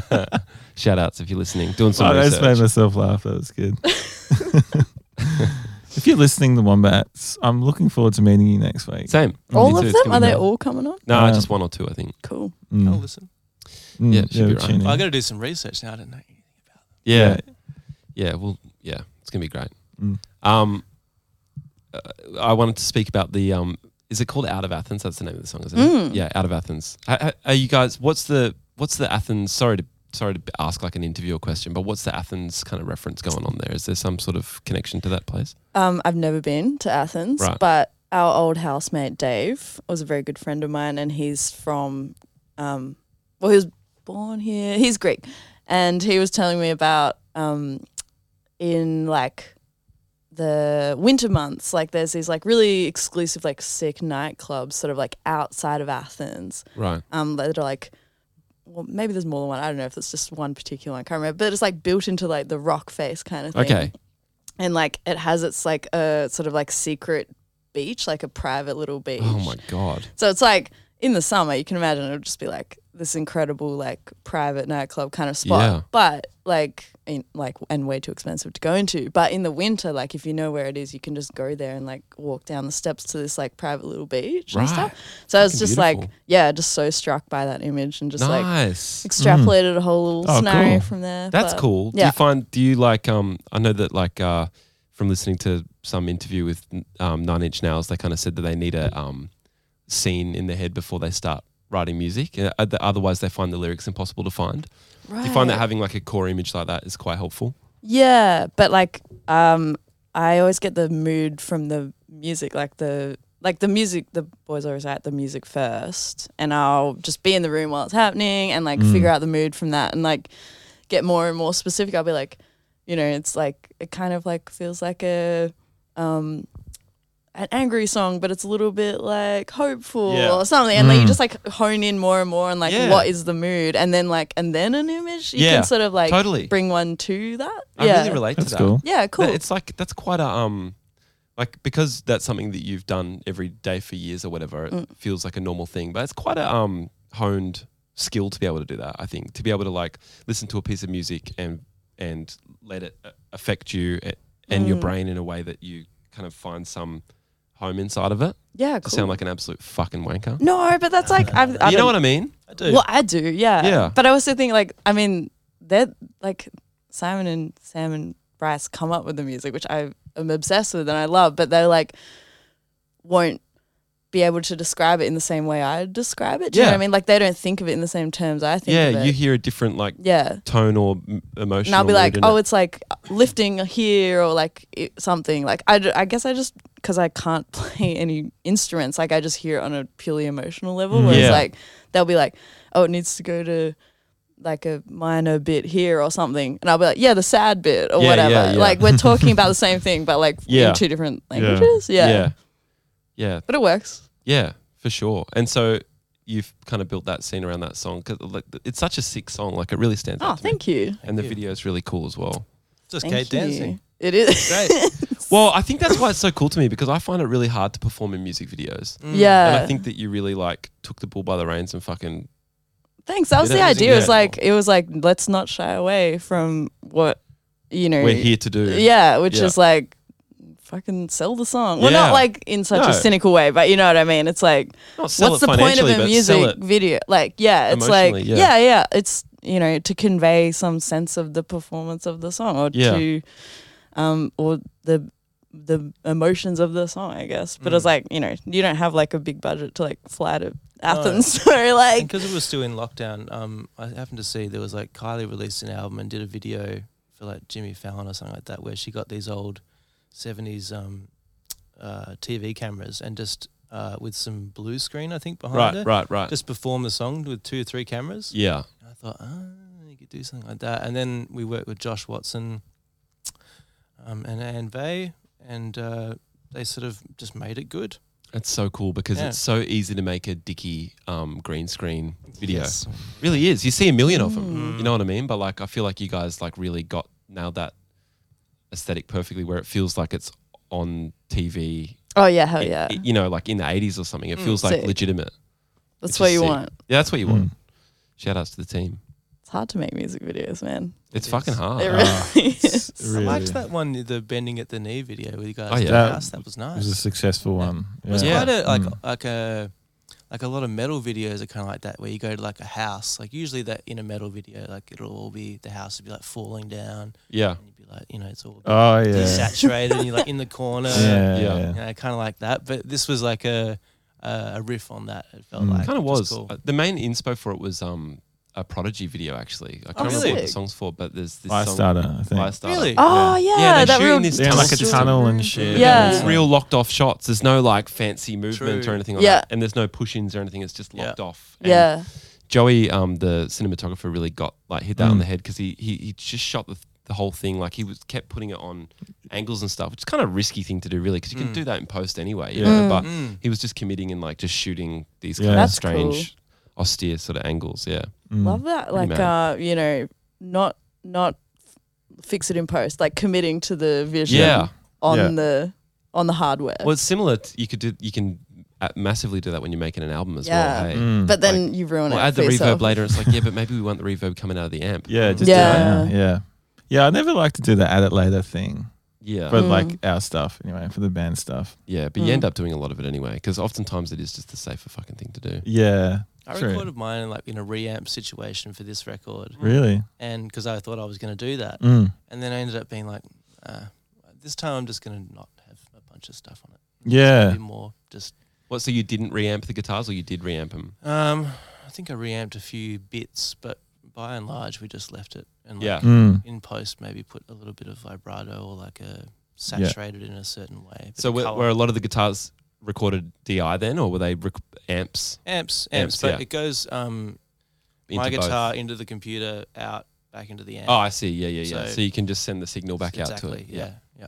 [SPEAKER 1] yeah. Shout outs if you're listening, doing some
[SPEAKER 3] I just made
[SPEAKER 1] research.
[SPEAKER 3] myself laugh. That was good. if you're listening, the wombats, I'm looking forward to meeting you next week.
[SPEAKER 1] Same.
[SPEAKER 4] all
[SPEAKER 1] Me
[SPEAKER 4] of
[SPEAKER 1] too, it's
[SPEAKER 4] them
[SPEAKER 1] gonna
[SPEAKER 4] are
[SPEAKER 1] be
[SPEAKER 4] they
[SPEAKER 1] nice.
[SPEAKER 4] all coming on?
[SPEAKER 1] No,
[SPEAKER 3] Um,
[SPEAKER 1] just one or two, I think.
[SPEAKER 4] Cool.
[SPEAKER 3] Mm.
[SPEAKER 5] I'll Oh, listen.
[SPEAKER 3] Mm,
[SPEAKER 1] Yeah, it should be
[SPEAKER 3] we'll
[SPEAKER 1] right.
[SPEAKER 3] tune in.
[SPEAKER 5] I got to do some research now. I don't know.
[SPEAKER 1] Yeah, yeah. Well, yeah, it's gonna be great.
[SPEAKER 3] Mm.
[SPEAKER 1] Um, uh, I wanted to speak about the um. Is it called Out of Athens? That's the name of the song, isn't it?
[SPEAKER 4] Mm.
[SPEAKER 1] Yeah, Out of Athens. Ha- ha- Are you guys? What's the what's the Athens? Sorry to sorry to ask like an interviewer question, but what's the Athens kind of reference going on there? Is there some sort of connection to that place?
[SPEAKER 4] Um, I've never been to Athens,
[SPEAKER 1] Right.
[SPEAKER 4] but our old housemate Dave was a very good friend of mine, and he's from, um, well, he was born here. He's Greek, and he was telling me about um, in like the winter months, like there's these like really exclusive, like sick nightclubs, sort of like outside of Athens,
[SPEAKER 1] Right.
[SPEAKER 4] um, that are like, well, maybe there's more than one. I don't know if it's just one particular one. I can't remember, but it's like built into like the rock face kind of thing
[SPEAKER 1] Okay.
[SPEAKER 4] and like it has its like a sort of like secret beach, like a private little beach.
[SPEAKER 1] Oh my god.
[SPEAKER 4] So it's like in the summer, you can imagine it'll just be like this incredible like private nightclub kind of spot.
[SPEAKER 1] Yeah.
[SPEAKER 4] But like in, like and way too expensive to go into. But in the winter, like if you know where it is, you can just go there and like walk down the steps to this like private little beach and stuff.
[SPEAKER 1] Right.
[SPEAKER 4] So I was
[SPEAKER 1] Fucking
[SPEAKER 4] just like,
[SPEAKER 1] beautiful.
[SPEAKER 4] yeah, just so struck by that image and just like
[SPEAKER 1] nice. Mm.
[SPEAKER 4] extrapolated a whole little
[SPEAKER 3] Oh,
[SPEAKER 4] scenario
[SPEAKER 3] cool.
[SPEAKER 4] from there.
[SPEAKER 1] That's
[SPEAKER 4] But
[SPEAKER 1] cool. Do
[SPEAKER 4] yeah.
[SPEAKER 1] you find do you like um I know that like uh from listening to some interview with um 9 Inch Nails they kind of said that they need a um scene in their head before they start writing music. Uh, oth- Otherwise, they find the lyrics impossible to find.
[SPEAKER 4] Right.
[SPEAKER 1] Do you find that having like a core image like that is quite helpful?
[SPEAKER 4] Yeah, but like um I always get the mood from the music, like the like the music the boys always at the music first and I'll just be in the room while it's happening and like
[SPEAKER 3] Mm.
[SPEAKER 4] figure out the mood from that and like get more and more specific. I'll be like, you know, it's like it kind of like feels like a um an angry song, but it's a little bit like hopeful
[SPEAKER 1] Yeah.
[SPEAKER 4] or something. And like you
[SPEAKER 3] Mm.
[SPEAKER 4] just like hone in more and more and like
[SPEAKER 1] Yeah.
[SPEAKER 4] what is the mood and then like and then an image. You
[SPEAKER 1] Yeah,
[SPEAKER 4] can sort of like
[SPEAKER 1] totally.
[SPEAKER 4] bring one to that.
[SPEAKER 1] I
[SPEAKER 4] yeah.
[SPEAKER 1] really relate
[SPEAKER 3] That's
[SPEAKER 1] to that.
[SPEAKER 3] cool.
[SPEAKER 4] Yeah, cool.
[SPEAKER 1] No, it's like that's quite a um, like because that's something that you've done every day for years or whatever. It
[SPEAKER 4] Mm.
[SPEAKER 1] feels like a normal thing, but it's quite a um honed skill to be able to do that. I think to be able to like listen to a piece of music and and let it a- affect you a- and your
[SPEAKER 4] Mm.
[SPEAKER 1] brain in a way that you kind of find some home inside of it.
[SPEAKER 4] yeah,
[SPEAKER 1] To
[SPEAKER 4] cool.
[SPEAKER 1] sound like an absolute fucking wanker.
[SPEAKER 4] no, but that's like I've, I
[SPEAKER 1] you
[SPEAKER 4] don't-
[SPEAKER 1] know what I mean?
[SPEAKER 5] I do.
[SPEAKER 4] Well, I do. Yeah.
[SPEAKER 1] Yeah.
[SPEAKER 4] But I also think like I mean they're like Simon and Sam and Bryce come up with the music, which I am obsessed with and I love, but they like won't be able to describe it in the same way I describe it. Do you know
[SPEAKER 1] Yeah.
[SPEAKER 4] what I mean? Like they don't think of it in the same terms I think.
[SPEAKER 1] Yeah,
[SPEAKER 4] of it.
[SPEAKER 1] you hear a different like
[SPEAKER 4] yeah.
[SPEAKER 1] tone or m- emotion.
[SPEAKER 4] and I'll
[SPEAKER 1] or
[SPEAKER 4] be
[SPEAKER 1] mood
[SPEAKER 4] like,
[SPEAKER 1] in
[SPEAKER 4] oh,
[SPEAKER 1] it.
[SPEAKER 4] it's like lifting here or like it, something. Like I, d- I guess I just because I can't play any instruments, like I just hear it on a purely emotional level.
[SPEAKER 3] Mm.
[SPEAKER 4] Whereas
[SPEAKER 1] Yeah.
[SPEAKER 4] like they'll be like, oh, it needs to go to like a minor bit here or something, and I'll be like, yeah, the sad bit or
[SPEAKER 1] Yeah,
[SPEAKER 4] whatever.
[SPEAKER 1] yeah, yeah.
[SPEAKER 4] Like we're talking about the same thing, but like
[SPEAKER 1] Yeah.
[SPEAKER 4] in two different languages. Yeah.
[SPEAKER 1] yeah, yeah.
[SPEAKER 4] but it works.
[SPEAKER 1] Yeah, for sure. And so you've kind of built that scene around that song because like, it's such a sick song. Like it really stands
[SPEAKER 4] Oh,
[SPEAKER 1] out. to me.
[SPEAKER 4] thank you.
[SPEAKER 1] And the
[SPEAKER 5] you.
[SPEAKER 1] video is really cool as well.
[SPEAKER 5] Just
[SPEAKER 4] Thank
[SPEAKER 5] Kate
[SPEAKER 4] you.
[SPEAKER 5] dancing.
[SPEAKER 4] It is.
[SPEAKER 5] Great.
[SPEAKER 1] Well, I think that's why it's so cool to me because I find it really hard to perform in music videos.
[SPEAKER 4] yeah.
[SPEAKER 1] And I think that you really like took the bull by the reins and fucking
[SPEAKER 4] Thanks. That was
[SPEAKER 1] Did
[SPEAKER 4] the
[SPEAKER 1] it.
[SPEAKER 4] idea. It was
[SPEAKER 1] Yeah.
[SPEAKER 4] like it was like let's not shy away from what you know.
[SPEAKER 1] we're here to do.
[SPEAKER 4] Yeah, which
[SPEAKER 1] Yeah.
[SPEAKER 4] is like fucking sell the song. Well,
[SPEAKER 1] Yeah.
[SPEAKER 4] not like in such
[SPEAKER 1] No.
[SPEAKER 4] a cynical way, but you know what I mean. It's like
[SPEAKER 1] Not sell
[SPEAKER 4] what's
[SPEAKER 1] it
[SPEAKER 4] the point of
[SPEAKER 1] financially,
[SPEAKER 4] a
[SPEAKER 1] but sell
[SPEAKER 4] music
[SPEAKER 1] it.
[SPEAKER 4] video? Like, yeah, it's like
[SPEAKER 1] Emotionally, yeah.
[SPEAKER 4] yeah. yeah, It's you know to convey some sense of the performance of the song or
[SPEAKER 1] Yeah.
[SPEAKER 4] to um or the the emotions of the song, I guess. But it's
[SPEAKER 1] Mm.
[SPEAKER 4] like you know you don't have like a big budget to like fly to Athens, so like
[SPEAKER 5] because we were still in lockdown, um, I happened to see there was like Kylie released an album and did a video for like Jimmy Fallon or something like that, where she got these old seventies um, uh, TV cameras and just uh, with some blue screen, I think behind
[SPEAKER 1] Right,
[SPEAKER 5] her,
[SPEAKER 1] right, right.
[SPEAKER 5] just perform the song with two or three cameras.
[SPEAKER 1] yeah.
[SPEAKER 5] And I thought, ah, you could do something like that. And then we worked with Josh Watson um, and Anne Vey, and uh, they sort of just made it good.
[SPEAKER 1] It's so cool because
[SPEAKER 5] Yeah.
[SPEAKER 1] it's so easy to make a dicky um, green screen video.
[SPEAKER 5] Yes.
[SPEAKER 1] really is. You see a million of
[SPEAKER 4] Hmm.
[SPEAKER 1] them.
[SPEAKER 5] Mm.
[SPEAKER 1] You know what I mean? But like, I feel like you guys like really got nailed that aesthetic perfectly, where it feels like it's on TV.
[SPEAKER 4] oh yeah, hell
[SPEAKER 1] It-
[SPEAKER 4] yeah,
[SPEAKER 1] it- you know, like in the eighties or something. It feels like
[SPEAKER 4] Sick.
[SPEAKER 1] legitimate.
[SPEAKER 4] that's
[SPEAKER 1] is
[SPEAKER 4] what you
[SPEAKER 1] sick.
[SPEAKER 4] want.
[SPEAKER 1] Yeah, that's what you want.
[SPEAKER 3] Mm.
[SPEAKER 1] Shout outs to the team.
[SPEAKER 4] It's hard to make music videos, man.
[SPEAKER 1] It's
[SPEAKER 5] is.
[SPEAKER 1] fucking hard.
[SPEAKER 4] It
[SPEAKER 1] Uh,
[SPEAKER 4] really is.
[SPEAKER 3] It's really-
[SPEAKER 5] I liked that one, the bending at the knee video with you guys.
[SPEAKER 1] Oh,
[SPEAKER 5] in
[SPEAKER 1] yeah.
[SPEAKER 5] the
[SPEAKER 3] That
[SPEAKER 5] house. That was
[SPEAKER 3] It
[SPEAKER 5] nice.
[SPEAKER 3] was a successful one.
[SPEAKER 5] It was
[SPEAKER 1] Yeah.
[SPEAKER 5] quite a like
[SPEAKER 3] Mm.
[SPEAKER 5] like a like a lot of metal videos are kind of like that where you go to like a house. Like usually that in a metal video, like it'll all be the house would be like falling down,
[SPEAKER 1] yeah.
[SPEAKER 5] and you'd be like you know it's all
[SPEAKER 3] Oh yeah.
[SPEAKER 5] desaturated, and you're like in the corner,
[SPEAKER 3] Yeah.
[SPEAKER 1] Yeah.
[SPEAKER 5] you know, kind of like that. But this was like a a a riff on that. It felt
[SPEAKER 3] Mm.
[SPEAKER 5] like
[SPEAKER 1] kind of
[SPEAKER 5] which
[SPEAKER 1] was.
[SPEAKER 5] cool.
[SPEAKER 1] Uh, The main inspo for it was um, a Prodigy video actually. I can't remember
[SPEAKER 5] really?
[SPEAKER 1] what the song's for, but there's this song.
[SPEAKER 3] Firestarter, I think.
[SPEAKER 1] Firestarter.
[SPEAKER 5] Really?
[SPEAKER 4] Oh yeah,
[SPEAKER 1] Yeah, they
[SPEAKER 4] that
[SPEAKER 1] shoot
[SPEAKER 4] real
[SPEAKER 1] in this
[SPEAKER 3] Yeah, like a
[SPEAKER 1] Tunnel
[SPEAKER 3] tunnel and shit.
[SPEAKER 4] Yeah.
[SPEAKER 1] It's real locked off shots. There's no like fancy movement
[SPEAKER 5] True.
[SPEAKER 1] or anything like
[SPEAKER 4] Yeah.
[SPEAKER 1] that. And there's no push ins or anything. It's just locked off. And
[SPEAKER 4] yeah,
[SPEAKER 1] Joey, um, the cinematographer, really got like hit that on
[SPEAKER 3] Mm.
[SPEAKER 1] the head because he, he he just shot the, the whole thing. Like he was kept putting it on angles and stuff, which is kind of a risky thing to do, really, because you can
[SPEAKER 5] Mm.
[SPEAKER 1] do that in post anyway. You
[SPEAKER 3] Yeah.
[SPEAKER 1] know?
[SPEAKER 4] Mm.
[SPEAKER 1] But
[SPEAKER 5] Mm.
[SPEAKER 1] he was just committing and like just shooting these
[SPEAKER 3] Yeah.
[SPEAKER 1] kind of
[SPEAKER 4] That's
[SPEAKER 1] strange, austere sort of angles. Yeah,
[SPEAKER 3] Mm.
[SPEAKER 4] love that.
[SPEAKER 1] Pretty
[SPEAKER 4] Like
[SPEAKER 1] mad.
[SPEAKER 4] uh, you know, not not fix it in post, like committing to the vision
[SPEAKER 1] yeah.
[SPEAKER 4] on
[SPEAKER 3] Yeah.
[SPEAKER 4] the on the hardware.
[SPEAKER 1] Well, it's similar. To, you could do you can uh, massively do that when you're making an album as
[SPEAKER 4] Yeah.
[SPEAKER 1] well. Hey?
[SPEAKER 3] Mm.
[SPEAKER 4] but then you ruin
[SPEAKER 1] Well,
[SPEAKER 4] it.
[SPEAKER 1] add the
[SPEAKER 4] for
[SPEAKER 1] reverb
[SPEAKER 4] yourself.
[SPEAKER 1] later. It's like, yeah, but maybe we want the reverb coming out of the amp.
[SPEAKER 3] yeah, just
[SPEAKER 4] Yeah.
[SPEAKER 3] yeah, yeah, yeah. I never like to do the add it later thing,
[SPEAKER 1] Yeah.
[SPEAKER 3] but
[SPEAKER 4] Mm.
[SPEAKER 3] like our stuff anyway for the band stuff.
[SPEAKER 1] Yeah, but you
[SPEAKER 4] Mm.
[SPEAKER 1] end up doing a lot of it anyway, because oftentimes it is just the safer fucking thing to do.
[SPEAKER 3] Yeah,
[SPEAKER 5] I
[SPEAKER 3] True.
[SPEAKER 5] recorded mine like in a reamp situation for this record,
[SPEAKER 3] really.
[SPEAKER 5] and because I thought I was going to do that,
[SPEAKER 3] Mm.
[SPEAKER 5] and then I ended up being like, uh, this time I'm just going to not have a bunch of stuff on it. It's gonna
[SPEAKER 3] Yeah,
[SPEAKER 5] be more just
[SPEAKER 1] What? So you didn't reamp the guitars, or you did reamp them?
[SPEAKER 5] Um, I think I reamped a few bits, but by and large, we just left it. And like
[SPEAKER 1] Yeah.
[SPEAKER 3] Mm.
[SPEAKER 5] in post, maybe put a little bit of vibrato or like a saturated in a certain way. bit
[SPEAKER 1] So
[SPEAKER 5] of
[SPEAKER 1] were,
[SPEAKER 5] colour.
[SPEAKER 1] were a lot of the guitars recorded DI then, or were they rec- amps?
[SPEAKER 5] amps, amps,
[SPEAKER 1] amps,
[SPEAKER 5] but
[SPEAKER 1] yeah.
[SPEAKER 5] it goes um
[SPEAKER 1] Into
[SPEAKER 5] my
[SPEAKER 1] both?
[SPEAKER 5] guitar into the computer, out back into the amp.
[SPEAKER 1] Oh, I see. Yeah, yeah, yeah. So,
[SPEAKER 5] So-
[SPEAKER 1] you can just send the signal back
[SPEAKER 5] exactly,
[SPEAKER 1] out to it.
[SPEAKER 5] Yeah, yeah.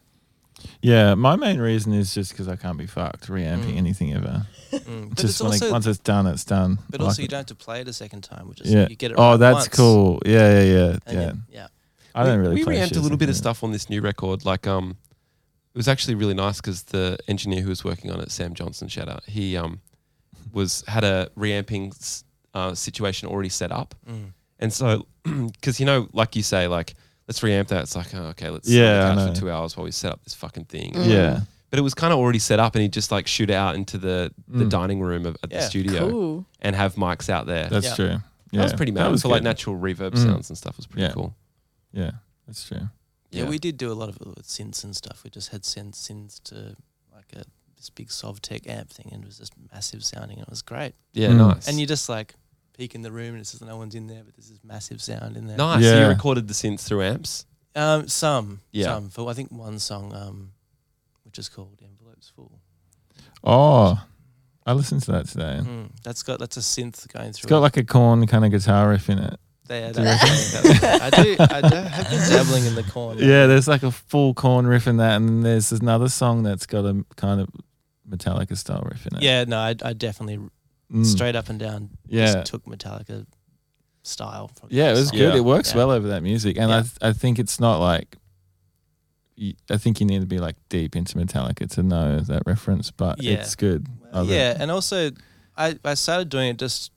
[SPEAKER 3] Yeah, my main reason is just because I can't be fucked reamping
[SPEAKER 5] Mm.
[SPEAKER 3] anything ever.
[SPEAKER 5] Mm. But
[SPEAKER 3] just
[SPEAKER 5] it's
[SPEAKER 3] when it-
[SPEAKER 5] also,
[SPEAKER 3] once it's done, it's done.
[SPEAKER 5] but
[SPEAKER 3] Like-
[SPEAKER 5] also you don't have to play it a second time, which is
[SPEAKER 3] yeah.
[SPEAKER 5] you get it.
[SPEAKER 3] oh,
[SPEAKER 5] right
[SPEAKER 3] that's
[SPEAKER 5] once,
[SPEAKER 3] cool. Yeah, yeah, yeah,
[SPEAKER 5] and
[SPEAKER 3] yeah.
[SPEAKER 5] then- yeah.
[SPEAKER 3] I don't
[SPEAKER 1] we,
[SPEAKER 3] really.
[SPEAKER 1] We
[SPEAKER 3] play
[SPEAKER 1] reamped
[SPEAKER 3] shit
[SPEAKER 1] a little bit of
[SPEAKER 3] sometimes.
[SPEAKER 1] stuff on this new record. Like, um, it was actually really nice because the engineer who was working on it, Sam Johnson, shout out, he um was had a reamping s- uh, situation already set up,
[SPEAKER 5] Mm.
[SPEAKER 1] and so because you know, like you say, like let's reamp that. It's like, oh, okay, let's
[SPEAKER 3] Yeah,
[SPEAKER 1] yeah,
[SPEAKER 3] I
[SPEAKER 1] on the
[SPEAKER 3] know.
[SPEAKER 1] couch for two hours while we set up this fucking thing.
[SPEAKER 4] Mm.
[SPEAKER 3] Yeah.
[SPEAKER 1] But it was kind of already set up, and he'd just like shoot it out into the the
[SPEAKER 3] Mm.
[SPEAKER 1] dining room of, at the
[SPEAKER 5] Yeah.
[SPEAKER 1] studio
[SPEAKER 4] Cool.
[SPEAKER 1] and have mics out there.
[SPEAKER 3] That's
[SPEAKER 5] Yeah.
[SPEAKER 3] true. Yeah.
[SPEAKER 1] that was pretty mad.
[SPEAKER 3] That was
[SPEAKER 1] for like
[SPEAKER 3] good.
[SPEAKER 1] natural reverb
[SPEAKER 3] Mm.
[SPEAKER 1] sounds and stuff was pretty
[SPEAKER 3] Yeah.
[SPEAKER 1] cool.
[SPEAKER 3] Yeah, that's true.
[SPEAKER 5] Yeah, we did do a lot of it with synths and stuff. We just had synths, synths to like a this big Sovtech amp thing, and it was just massive sounding, and it was great.
[SPEAKER 1] yeah,
[SPEAKER 3] Mm.
[SPEAKER 1] nice.
[SPEAKER 5] And you just like peek in the room, and it's just no one's in there, but there's this massive sound in there.
[SPEAKER 1] Nice. So
[SPEAKER 3] Yeah.
[SPEAKER 1] you recorded the synths through amps.
[SPEAKER 5] Um, some,
[SPEAKER 1] Yeah.
[SPEAKER 5] some for I think one song, um, which is called "Envelopes Full."
[SPEAKER 3] Oh, I listened to that today.
[SPEAKER 5] Mm, that's got that's a synth going
[SPEAKER 3] It's
[SPEAKER 5] through.
[SPEAKER 3] got
[SPEAKER 5] it.
[SPEAKER 3] like a corn kind of guitar riff in it.
[SPEAKER 5] There,
[SPEAKER 3] Do you
[SPEAKER 5] that- that- I do. I do have been dabbling in the corn.
[SPEAKER 3] Yeah, there's like a full corn riff in that, and then there's another song that's got a kind of Metallica style riff in it.
[SPEAKER 5] Yeah, no, I, I definitely
[SPEAKER 3] Mm.
[SPEAKER 5] straight up and down.
[SPEAKER 3] Yeah,
[SPEAKER 5] just took Metallica style. From
[SPEAKER 3] yeah, it
[SPEAKER 5] the
[SPEAKER 3] was
[SPEAKER 5] song.
[SPEAKER 3] good.
[SPEAKER 1] Yeah.
[SPEAKER 3] It works
[SPEAKER 5] Yeah.
[SPEAKER 3] well over that music, and I
[SPEAKER 5] Yeah.
[SPEAKER 3] th- I think it's not like. y- I think you need to be like deep into Metallica to know that reference, but
[SPEAKER 5] Yeah.
[SPEAKER 3] it's good. I love it.
[SPEAKER 5] yeah, and also, I, I started doing it just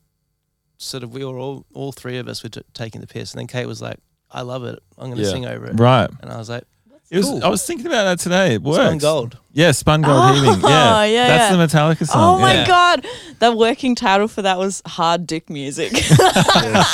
[SPEAKER 5] sort of we were all all three of us were t- taking the piss, and then Kate was like, "I love it. I'm going to
[SPEAKER 1] Yeah.
[SPEAKER 5] sing over it,"
[SPEAKER 3] Right.
[SPEAKER 5] and I was like,
[SPEAKER 3] It was.
[SPEAKER 5] Cool.
[SPEAKER 3] I was thinking about that today. It
[SPEAKER 5] "It's
[SPEAKER 3] works.
[SPEAKER 5] on gold."
[SPEAKER 3] Yeah, spun gold
[SPEAKER 4] Oh,
[SPEAKER 3] heaving. Yeah,
[SPEAKER 4] yeah,
[SPEAKER 3] That's
[SPEAKER 4] yeah.
[SPEAKER 3] the Metallica
[SPEAKER 4] Oh
[SPEAKER 3] song.
[SPEAKER 4] my
[SPEAKER 3] yeah.
[SPEAKER 5] Yeah.
[SPEAKER 4] god, the working title for that was hard dick music.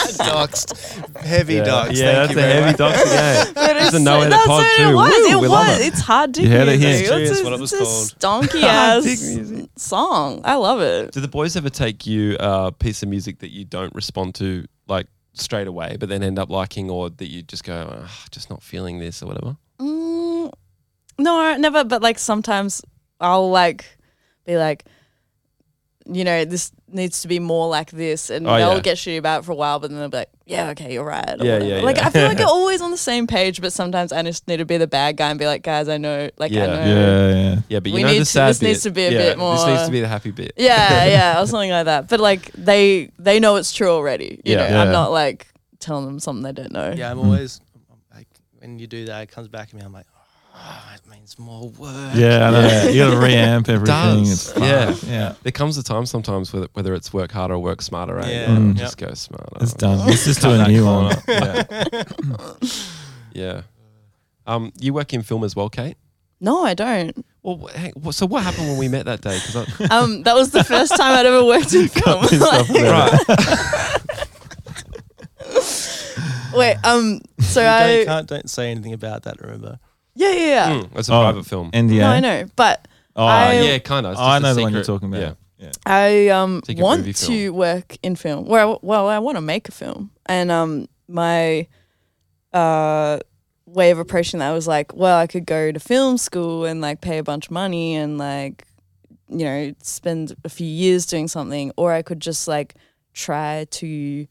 [SPEAKER 5] doxed, heavy
[SPEAKER 3] yeah.
[SPEAKER 5] doxed.
[SPEAKER 3] Yeah,
[SPEAKER 5] thank
[SPEAKER 3] that's
[SPEAKER 5] you
[SPEAKER 3] a
[SPEAKER 5] very
[SPEAKER 3] heavy
[SPEAKER 5] much.
[SPEAKER 3] dox again.
[SPEAKER 4] But it's
[SPEAKER 1] a no-edit
[SPEAKER 4] that's
[SPEAKER 1] pod
[SPEAKER 4] what
[SPEAKER 1] too.
[SPEAKER 4] it was.
[SPEAKER 1] Woo, we
[SPEAKER 4] it
[SPEAKER 1] love
[SPEAKER 4] was.
[SPEAKER 1] it.
[SPEAKER 4] It's hard dick
[SPEAKER 3] You heard it
[SPEAKER 4] music.
[SPEAKER 3] here.
[SPEAKER 5] Serious,
[SPEAKER 4] It's a-
[SPEAKER 5] what it was
[SPEAKER 4] it's a
[SPEAKER 5] called.
[SPEAKER 4] stonky ass song. I love it.
[SPEAKER 1] Do the boys ever take you a piece of music that you don't respond to like straight away, but then end up liking, or that you just go, "Ah, just not feeling this or whatever?
[SPEAKER 4] Mm, no, never. But like sometimes I'll like be like, you know, this needs to be more like this, and
[SPEAKER 1] Oh,
[SPEAKER 4] they'll
[SPEAKER 1] yeah.
[SPEAKER 4] get shitty about it for a while, but then they'll be like, yeah, okay, you're right. or
[SPEAKER 1] Yeah,
[SPEAKER 4] whatever.
[SPEAKER 1] yeah,
[SPEAKER 4] Like
[SPEAKER 1] yeah.
[SPEAKER 4] I feel like you're always on the same page, but sometimes I just need to be the bad guy and be like, guys, I know, like
[SPEAKER 1] Yeah.
[SPEAKER 4] I know.
[SPEAKER 3] Yeah, yeah.
[SPEAKER 1] Yeah, but you
[SPEAKER 4] We
[SPEAKER 1] know
[SPEAKER 4] need
[SPEAKER 1] the
[SPEAKER 4] to-
[SPEAKER 1] sad
[SPEAKER 4] this
[SPEAKER 1] bit.
[SPEAKER 4] needs to be a
[SPEAKER 1] Yeah, This needs
[SPEAKER 4] bit more- uh,
[SPEAKER 1] to be the happy bit.
[SPEAKER 4] yeah, yeah, or something like that. But like they they know it's true already. You
[SPEAKER 1] Yeah.
[SPEAKER 4] know,
[SPEAKER 3] Yeah.
[SPEAKER 4] I'm not like telling them something they don't know.
[SPEAKER 5] Yeah, I'm always like when you do that, it comes back at me. I'm like, oh, it means more work.
[SPEAKER 3] Yeah, I know.
[SPEAKER 1] Yeah.
[SPEAKER 3] You gotta reamp everything.
[SPEAKER 1] does.
[SPEAKER 3] It's fun.
[SPEAKER 1] Yeah.
[SPEAKER 3] yeah.
[SPEAKER 1] There comes a time sometimes whether, whether it's work harder or work smarter, eh?
[SPEAKER 5] Yeah.
[SPEAKER 1] Or
[SPEAKER 3] Mm.
[SPEAKER 1] Just go smarter.
[SPEAKER 3] It's done. Let's just do
[SPEAKER 1] Cut
[SPEAKER 3] a
[SPEAKER 1] that
[SPEAKER 3] new
[SPEAKER 1] corner.
[SPEAKER 3] one. Yeah.
[SPEAKER 1] Yeah. Um, you work in film as well, Kate?
[SPEAKER 4] No, I don't.
[SPEAKER 1] Well, wh- hang, wh- so what happened when we met that day? 'Cause I,
[SPEAKER 4] Um, that was the first time I'd ever worked in film.
[SPEAKER 3] pissed off
[SPEAKER 4] Like,
[SPEAKER 3] about it.
[SPEAKER 4] wait, um, so
[SPEAKER 5] You don't,
[SPEAKER 4] I
[SPEAKER 5] can't don't say anything about that. Remember?
[SPEAKER 4] yeah yeah yeah.
[SPEAKER 1] Mm, it's a
[SPEAKER 3] Oh,
[SPEAKER 1] private film.
[SPEAKER 3] NDA.
[SPEAKER 4] No, I know, but
[SPEAKER 3] Oh,
[SPEAKER 1] Uh,
[SPEAKER 4] I-
[SPEAKER 1] yeah, kind of.
[SPEAKER 3] I know the one you're talking
[SPEAKER 1] Yeah.
[SPEAKER 3] about. Yeah.
[SPEAKER 4] I um
[SPEAKER 1] Take a movie
[SPEAKER 4] want
[SPEAKER 1] film.
[SPEAKER 4] to work in film. Well, well, I want to make a film, and um, my uh way of approaching that was like, well, I could go to film school and like pay a bunch of money and like, you know, spend a few years doing something, or I could just like try to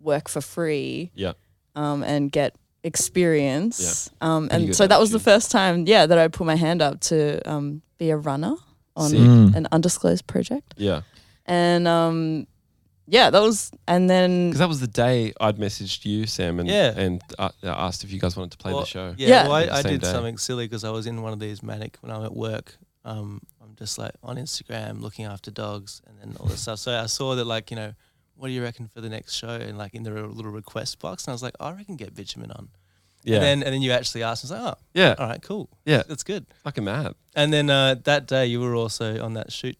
[SPEAKER 4] work for free.
[SPEAKER 1] Yeah.
[SPEAKER 4] Um, and get experience. Um,
[SPEAKER 1] Pretty
[SPEAKER 4] and
[SPEAKER 1] good
[SPEAKER 4] so that was the
[SPEAKER 1] attitude.
[SPEAKER 4] first time, yeah, that I put my hand up to um be a runner on
[SPEAKER 1] Sick.
[SPEAKER 3] Mm.
[SPEAKER 4] an undisclosed project
[SPEAKER 1] Yeah.
[SPEAKER 4] and um yeah that was and then
[SPEAKER 1] Because that was the day I'd messaged you, Sam, and
[SPEAKER 5] Yeah.
[SPEAKER 1] and uh, asked if you guys wanted to play
[SPEAKER 5] Well,
[SPEAKER 1] the show.
[SPEAKER 5] Yeah,
[SPEAKER 4] Yeah.
[SPEAKER 5] well, I,
[SPEAKER 1] The
[SPEAKER 5] I
[SPEAKER 1] same
[SPEAKER 5] did
[SPEAKER 1] day.
[SPEAKER 5] something silly because I was in one of these manic when I'm at work. Um, I'm just like on Instagram looking after dogs and then all this stuff. So I saw that like you know, what do you reckon for the next show? And like in the little request box, and I was like, "Oh, I reckon get Bitumen on.
[SPEAKER 1] Yeah.
[SPEAKER 5] And then and then you actually asked, I was like, oh,
[SPEAKER 1] yeah.
[SPEAKER 5] all right, cool,
[SPEAKER 1] Yeah.
[SPEAKER 5] that's good.
[SPEAKER 1] Fucking mad.
[SPEAKER 5] And then uh, that day you were also on that shoot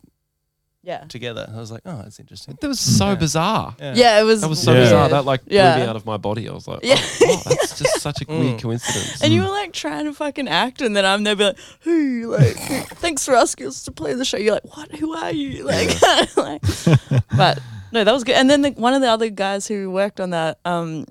[SPEAKER 4] Yeah.
[SPEAKER 5] together. I was like, oh, that's interesting.
[SPEAKER 1] That was so
[SPEAKER 5] Yeah.
[SPEAKER 1] bizarre.
[SPEAKER 4] Yeah, it was.
[SPEAKER 1] That was so
[SPEAKER 3] Yeah.
[SPEAKER 1] bizarre.
[SPEAKER 4] weird.
[SPEAKER 1] That like
[SPEAKER 4] Yeah.
[SPEAKER 1] blew me out of my body. I was like,
[SPEAKER 4] Yeah.
[SPEAKER 1] oh, wow, that's just such a weird
[SPEAKER 5] Mm.
[SPEAKER 1] coincidence.
[SPEAKER 4] And you were like trying to fucking act, and then I'm there be like, "Hey, like, thanks for asking us to play the show." You're like, "What? Who are you?" Like, like but no, that was good. And then the, one of the other guys who worked on that um,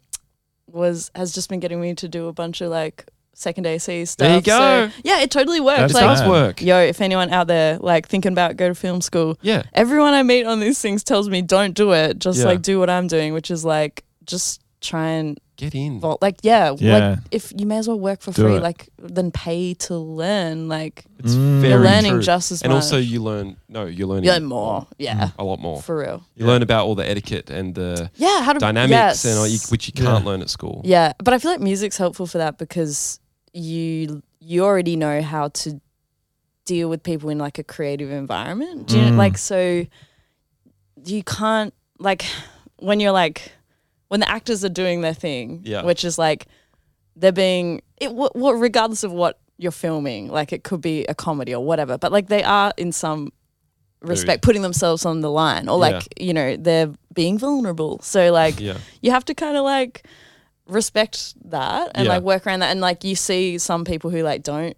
[SPEAKER 4] was has just been getting me to do a bunch of like second AC stuff.
[SPEAKER 1] There you
[SPEAKER 4] so-
[SPEAKER 1] go.
[SPEAKER 4] yeah, it totally worked.
[SPEAKER 1] That
[SPEAKER 3] That's
[SPEAKER 4] like,
[SPEAKER 1] does
[SPEAKER 3] mad.
[SPEAKER 1] work.
[SPEAKER 4] yo, if anyone out there like thinking about go to film school,
[SPEAKER 1] Yeah.
[SPEAKER 4] everyone I meet on these things tells me don't do it. Just
[SPEAKER 1] Yeah.
[SPEAKER 4] like do what I'm doing, which is like just try and
[SPEAKER 1] Get in.
[SPEAKER 4] vol- like yeah,
[SPEAKER 3] Yeah.
[SPEAKER 4] like if you may as well work for
[SPEAKER 3] Do
[SPEAKER 4] free
[SPEAKER 3] it.
[SPEAKER 4] like than pay to learn like
[SPEAKER 1] It's
[SPEAKER 3] Mm.
[SPEAKER 1] very
[SPEAKER 4] you're learning
[SPEAKER 1] true.
[SPEAKER 4] just as
[SPEAKER 1] and
[SPEAKER 4] much
[SPEAKER 1] also you learn no, you're learning
[SPEAKER 4] you learn more yeah
[SPEAKER 1] a lot more.
[SPEAKER 4] for real
[SPEAKER 1] You learn about all the etiquette and the
[SPEAKER 4] yeah how to
[SPEAKER 1] dynamics
[SPEAKER 4] yes.
[SPEAKER 1] and all you, which you can't
[SPEAKER 3] Yeah.
[SPEAKER 1] learn at school.
[SPEAKER 4] yeah but I feel like music's helpful for that because you you already know how to deal with people in like a creative environment do you
[SPEAKER 3] Mm.
[SPEAKER 4] know, like so you can't like when you're like when the actors are doing their thing
[SPEAKER 1] Yeah.
[SPEAKER 4] which is like they're being it what, what regardless of what you're filming like it could be a comedy or whatever but like they are in some respect putting themselves on the line or
[SPEAKER 1] Yeah.
[SPEAKER 4] like you know they're being vulnerable so like
[SPEAKER 1] Yeah.
[SPEAKER 4] you have to kind of like respect that and
[SPEAKER 1] Yeah.
[SPEAKER 4] like work around that and like you see some people who like don't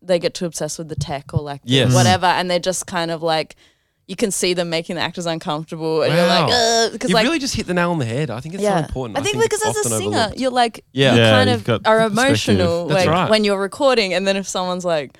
[SPEAKER 4] they get too obsessed with the tech or like the
[SPEAKER 1] Yes. Mm.
[SPEAKER 4] whatever and they're just kind of like you can see them making the actors uncomfortable and
[SPEAKER 1] Wow.
[SPEAKER 4] you're like because
[SPEAKER 1] You
[SPEAKER 4] like
[SPEAKER 1] really just hit the nail on the head. I think it's so important.
[SPEAKER 4] I think,
[SPEAKER 1] it's
[SPEAKER 4] because as a
[SPEAKER 1] often
[SPEAKER 4] singer,
[SPEAKER 1] overlooked.
[SPEAKER 4] you're like
[SPEAKER 1] Yeah.
[SPEAKER 4] you
[SPEAKER 3] Yeah,
[SPEAKER 4] kind
[SPEAKER 3] you've
[SPEAKER 4] of
[SPEAKER 3] got the
[SPEAKER 4] are
[SPEAKER 3] perspective.
[SPEAKER 4] emotional
[SPEAKER 1] That's
[SPEAKER 4] like
[SPEAKER 1] right.
[SPEAKER 4] when you're recording, and then if someone's like,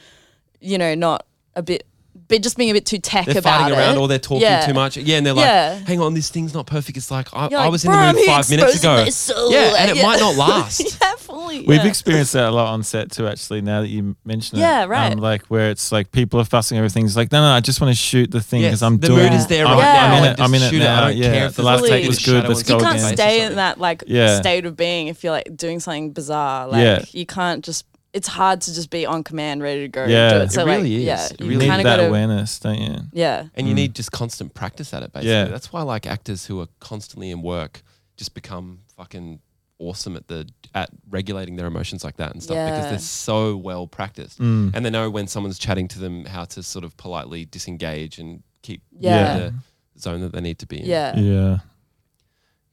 [SPEAKER 4] you know, not a bit, but just being a bit too tech
[SPEAKER 1] they're
[SPEAKER 4] about
[SPEAKER 1] fighting
[SPEAKER 4] it,
[SPEAKER 1] around or they're talking
[SPEAKER 4] Yeah.
[SPEAKER 1] too much. Yeah, and they're like,
[SPEAKER 4] Yeah.
[SPEAKER 1] hang on, this thing's not perfect. It's like, I,
[SPEAKER 4] You're
[SPEAKER 1] I
[SPEAKER 4] like,
[SPEAKER 1] was in the
[SPEAKER 4] "Bro, I'm
[SPEAKER 1] mood
[SPEAKER 4] here
[SPEAKER 1] five minutes
[SPEAKER 4] exposing
[SPEAKER 1] ago.
[SPEAKER 4] my soul,"
[SPEAKER 1] Yeah,
[SPEAKER 4] like,
[SPEAKER 1] and it might not last.
[SPEAKER 4] yeah, fully.
[SPEAKER 3] We've
[SPEAKER 4] yeah.
[SPEAKER 3] experienced that a lot on set too, actually. Now that you mention it,
[SPEAKER 4] Yeah, right.
[SPEAKER 3] Um, like where it's like people are fussing everything. It's like, no, no, I just want to shoot the thing
[SPEAKER 1] Yes,
[SPEAKER 3] because I'm
[SPEAKER 1] the
[SPEAKER 3] doing.
[SPEAKER 1] mood
[SPEAKER 4] is
[SPEAKER 1] there
[SPEAKER 3] I'm,
[SPEAKER 1] right
[SPEAKER 4] now,
[SPEAKER 3] I'm in
[SPEAKER 4] like,
[SPEAKER 3] it.
[SPEAKER 1] just
[SPEAKER 3] I'm in it
[SPEAKER 1] shoot it, I
[SPEAKER 3] now.
[SPEAKER 1] don't
[SPEAKER 3] yeah,
[SPEAKER 1] care if
[SPEAKER 3] the
[SPEAKER 1] there's
[SPEAKER 3] last
[SPEAKER 4] a
[SPEAKER 3] take
[SPEAKER 4] light
[SPEAKER 3] was
[SPEAKER 1] in the
[SPEAKER 3] good.
[SPEAKER 1] shadow
[SPEAKER 3] Let's
[SPEAKER 1] and
[SPEAKER 3] go
[SPEAKER 4] you
[SPEAKER 1] stuff.
[SPEAKER 4] can't
[SPEAKER 1] again.
[SPEAKER 4] stay in that like
[SPEAKER 3] Yeah.
[SPEAKER 4] state of being if you're like doing something bizarre. Like
[SPEAKER 3] Yeah.
[SPEAKER 4] you can't just. It's hard to just be on command, ready to go.
[SPEAKER 3] Yeah.
[SPEAKER 4] and do
[SPEAKER 3] It
[SPEAKER 4] it. So like,
[SPEAKER 1] really is.
[SPEAKER 4] yeah,
[SPEAKER 1] It
[SPEAKER 4] you
[SPEAKER 1] really
[SPEAKER 3] You need
[SPEAKER 4] kind
[SPEAKER 3] that
[SPEAKER 4] of gotta.
[SPEAKER 3] awareness, don't you?
[SPEAKER 4] Yeah,
[SPEAKER 1] And you need just constant practice at it, basically.
[SPEAKER 3] Mm. Yeah.
[SPEAKER 1] That's why like actors who are constantly in work just become fucking awesome at the at regulating their emotions like that and stuff because
[SPEAKER 4] Yeah.
[SPEAKER 1] they're so well practiced.
[SPEAKER 3] Mm.
[SPEAKER 1] And they know when someone's chatting to them how to sort of politely disengage and keep
[SPEAKER 4] Yeah.
[SPEAKER 1] in the zone that they need to be in.
[SPEAKER 4] yeah,
[SPEAKER 3] Yeah.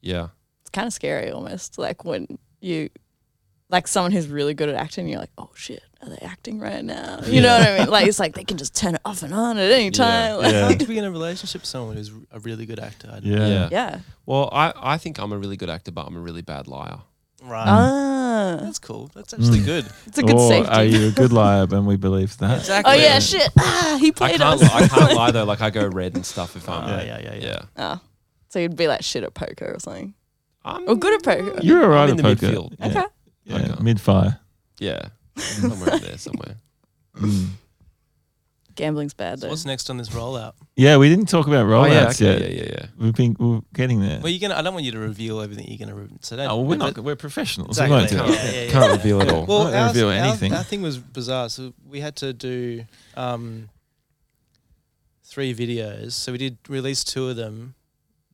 [SPEAKER 1] Yeah.
[SPEAKER 4] it's kind of scary almost. Like when you, like someone who's really good at acting, you're like, oh shit, are they acting right now? You know what I mean? Like it's like they can just turn it off and on at any time. Like,
[SPEAKER 5] I
[SPEAKER 3] Yeah.
[SPEAKER 5] like to be in a relationship with someone who's a really good actor. I'd-
[SPEAKER 3] Yeah.
[SPEAKER 1] Yeah.
[SPEAKER 4] yeah.
[SPEAKER 1] Well, I, I think I'm a really good actor, but I'm a really bad liar.
[SPEAKER 5] Right.
[SPEAKER 1] Um,
[SPEAKER 4] Ah,
[SPEAKER 5] That's cool. That's actually
[SPEAKER 3] Mm.
[SPEAKER 5] good.
[SPEAKER 4] it's a good
[SPEAKER 3] or
[SPEAKER 4] safety.
[SPEAKER 3] are you a good liar? And we believe that.
[SPEAKER 4] oh
[SPEAKER 5] Exactly.
[SPEAKER 4] yeah, shit. Ah, he
[SPEAKER 1] I
[SPEAKER 4] played
[SPEAKER 1] can't,
[SPEAKER 4] us.
[SPEAKER 1] li- I can't lie though. Like I go red and stuff if I'm
[SPEAKER 5] Ah, yeah, yeah, yeah.
[SPEAKER 1] yeah.
[SPEAKER 4] Oh, so you'd be like shit at poker or something.
[SPEAKER 1] I'm,
[SPEAKER 4] Or good at poker.
[SPEAKER 3] You're all right
[SPEAKER 1] I'm in
[SPEAKER 3] at
[SPEAKER 1] the
[SPEAKER 3] poker.
[SPEAKER 1] midfield.
[SPEAKER 3] Yeah.
[SPEAKER 4] Okay.
[SPEAKER 3] Yeah.
[SPEAKER 1] Okay.
[SPEAKER 3] Mid fire.
[SPEAKER 1] Yeah, somewhere in there, somewhere.
[SPEAKER 5] Mm.
[SPEAKER 3] Mm.
[SPEAKER 4] Gambling's bad
[SPEAKER 5] So
[SPEAKER 4] though.
[SPEAKER 5] what's next on this rollout?
[SPEAKER 3] Yeah, we didn't talk about
[SPEAKER 1] Oh, yeah,
[SPEAKER 3] rollouts
[SPEAKER 1] okay,
[SPEAKER 3] yet.
[SPEAKER 1] yeah, yeah, yeah.
[SPEAKER 3] We've been we're getting there.
[SPEAKER 5] Well, you're gonna. I don't want you to reveal everything you're gonna. Re- so don't.
[SPEAKER 3] Oh, well, we're
[SPEAKER 5] but-
[SPEAKER 3] not. We're professionals.
[SPEAKER 5] Exactly.
[SPEAKER 3] We won't do
[SPEAKER 5] Yeah,
[SPEAKER 3] that.
[SPEAKER 5] yeah, yeah.
[SPEAKER 1] Can't reveal it all.
[SPEAKER 3] Well,
[SPEAKER 5] Well,
[SPEAKER 3] Not
[SPEAKER 5] ours-
[SPEAKER 3] reveal
[SPEAKER 5] our,
[SPEAKER 3] anything.
[SPEAKER 5] Our, thing was bizarre. So we had to do um, three videos. So we did release two of them.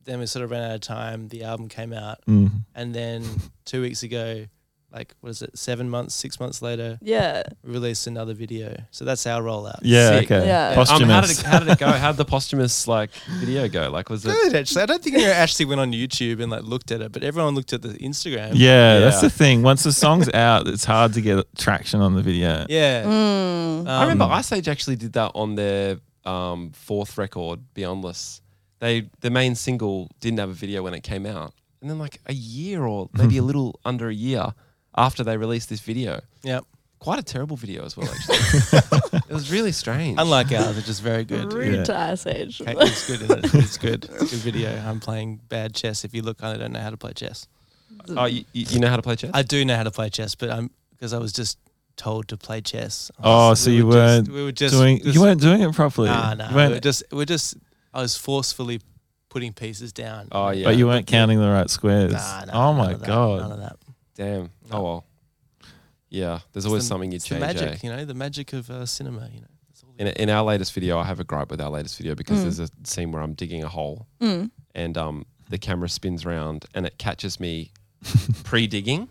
[SPEAKER 5] Then we sort of ran out of time. The album came out,
[SPEAKER 3] Mm.
[SPEAKER 5] and then two weeks ago, like what is it? Seven months, six months later,
[SPEAKER 4] Yeah.
[SPEAKER 5] we released another video. So that's our rollout.
[SPEAKER 3] Yeah.
[SPEAKER 1] Sick.
[SPEAKER 3] Okay.
[SPEAKER 4] Yeah. Um,
[SPEAKER 1] Um, how, did it,
[SPEAKER 3] Posthumous.
[SPEAKER 1] how did it go? How did the posthumous like video go? Like, was it?
[SPEAKER 5] Good actually. I don't think I actually went on YouTube and like looked at it, but everyone looked at the Instagram.
[SPEAKER 3] Yeah, that's
[SPEAKER 1] Yeah.
[SPEAKER 3] the thing. Once the song's out, it's hard to get traction on the video.
[SPEAKER 5] Yeah.
[SPEAKER 4] Mm.
[SPEAKER 1] I remember
[SPEAKER 3] Um,
[SPEAKER 1] Ice Age actually did that on their um, fourth record, Beyondless. They the main single didn't have a video when it came out, and then like a year or maybe a little under a year after they released this video,
[SPEAKER 5] Yeah.
[SPEAKER 1] quite a terrible video as well. Actually, it was really strange.
[SPEAKER 5] Unlike ours, which is very good.
[SPEAKER 4] Rude
[SPEAKER 3] Yeah.
[SPEAKER 4] to Ice Age.
[SPEAKER 5] Okay, It's good. Isn't it? It's good. It's a good video. I'm playing bad chess. If you look, I don't know how to play chess.
[SPEAKER 1] oh, you, you you know how to play chess?
[SPEAKER 5] I do know how to play chess, but I'm because I was just told to play chess. I
[SPEAKER 3] Oh,
[SPEAKER 5] was-
[SPEAKER 3] so
[SPEAKER 5] we
[SPEAKER 3] you
[SPEAKER 5] were just-
[SPEAKER 3] weren't
[SPEAKER 5] we were just
[SPEAKER 3] doing
[SPEAKER 5] just-
[SPEAKER 3] you weren't doing it properly.
[SPEAKER 5] Nah,
[SPEAKER 3] You
[SPEAKER 5] nah.
[SPEAKER 3] weren't-
[SPEAKER 5] We were just we we're just. I was forcefully putting pieces down.
[SPEAKER 1] oh yeah,
[SPEAKER 3] But you weren't counting the right squares.
[SPEAKER 5] Nah, nah,
[SPEAKER 3] oh
[SPEAKER 5] none
[SPEAKER 3] my
[SPEAKER 5] of that, None
[SPEAKER 3] god.
[SPEAKER 5] of that. It's
[SPEAKER 1] damn. Oh well, yeah. There's always
[SPEAKER 5] the-
[SPEAKER 1] something you
[SPEAKER 5] it's the
[SPEAKER 1] change. eh?
[SPEAKER 5] magic, you know, the magic of uh, cinema. You know, It's all the-
[SPEAKER 1] in, in our latest video, I have a gripe with our latest video because
[SPEAKER 4] Mm.
[SPEAKER 1] there's a scene where I'm digging a hole
[SPEAKER 4] Mm.
[SPEAKER 1] and um, the camera spins round and it catches me pre digging.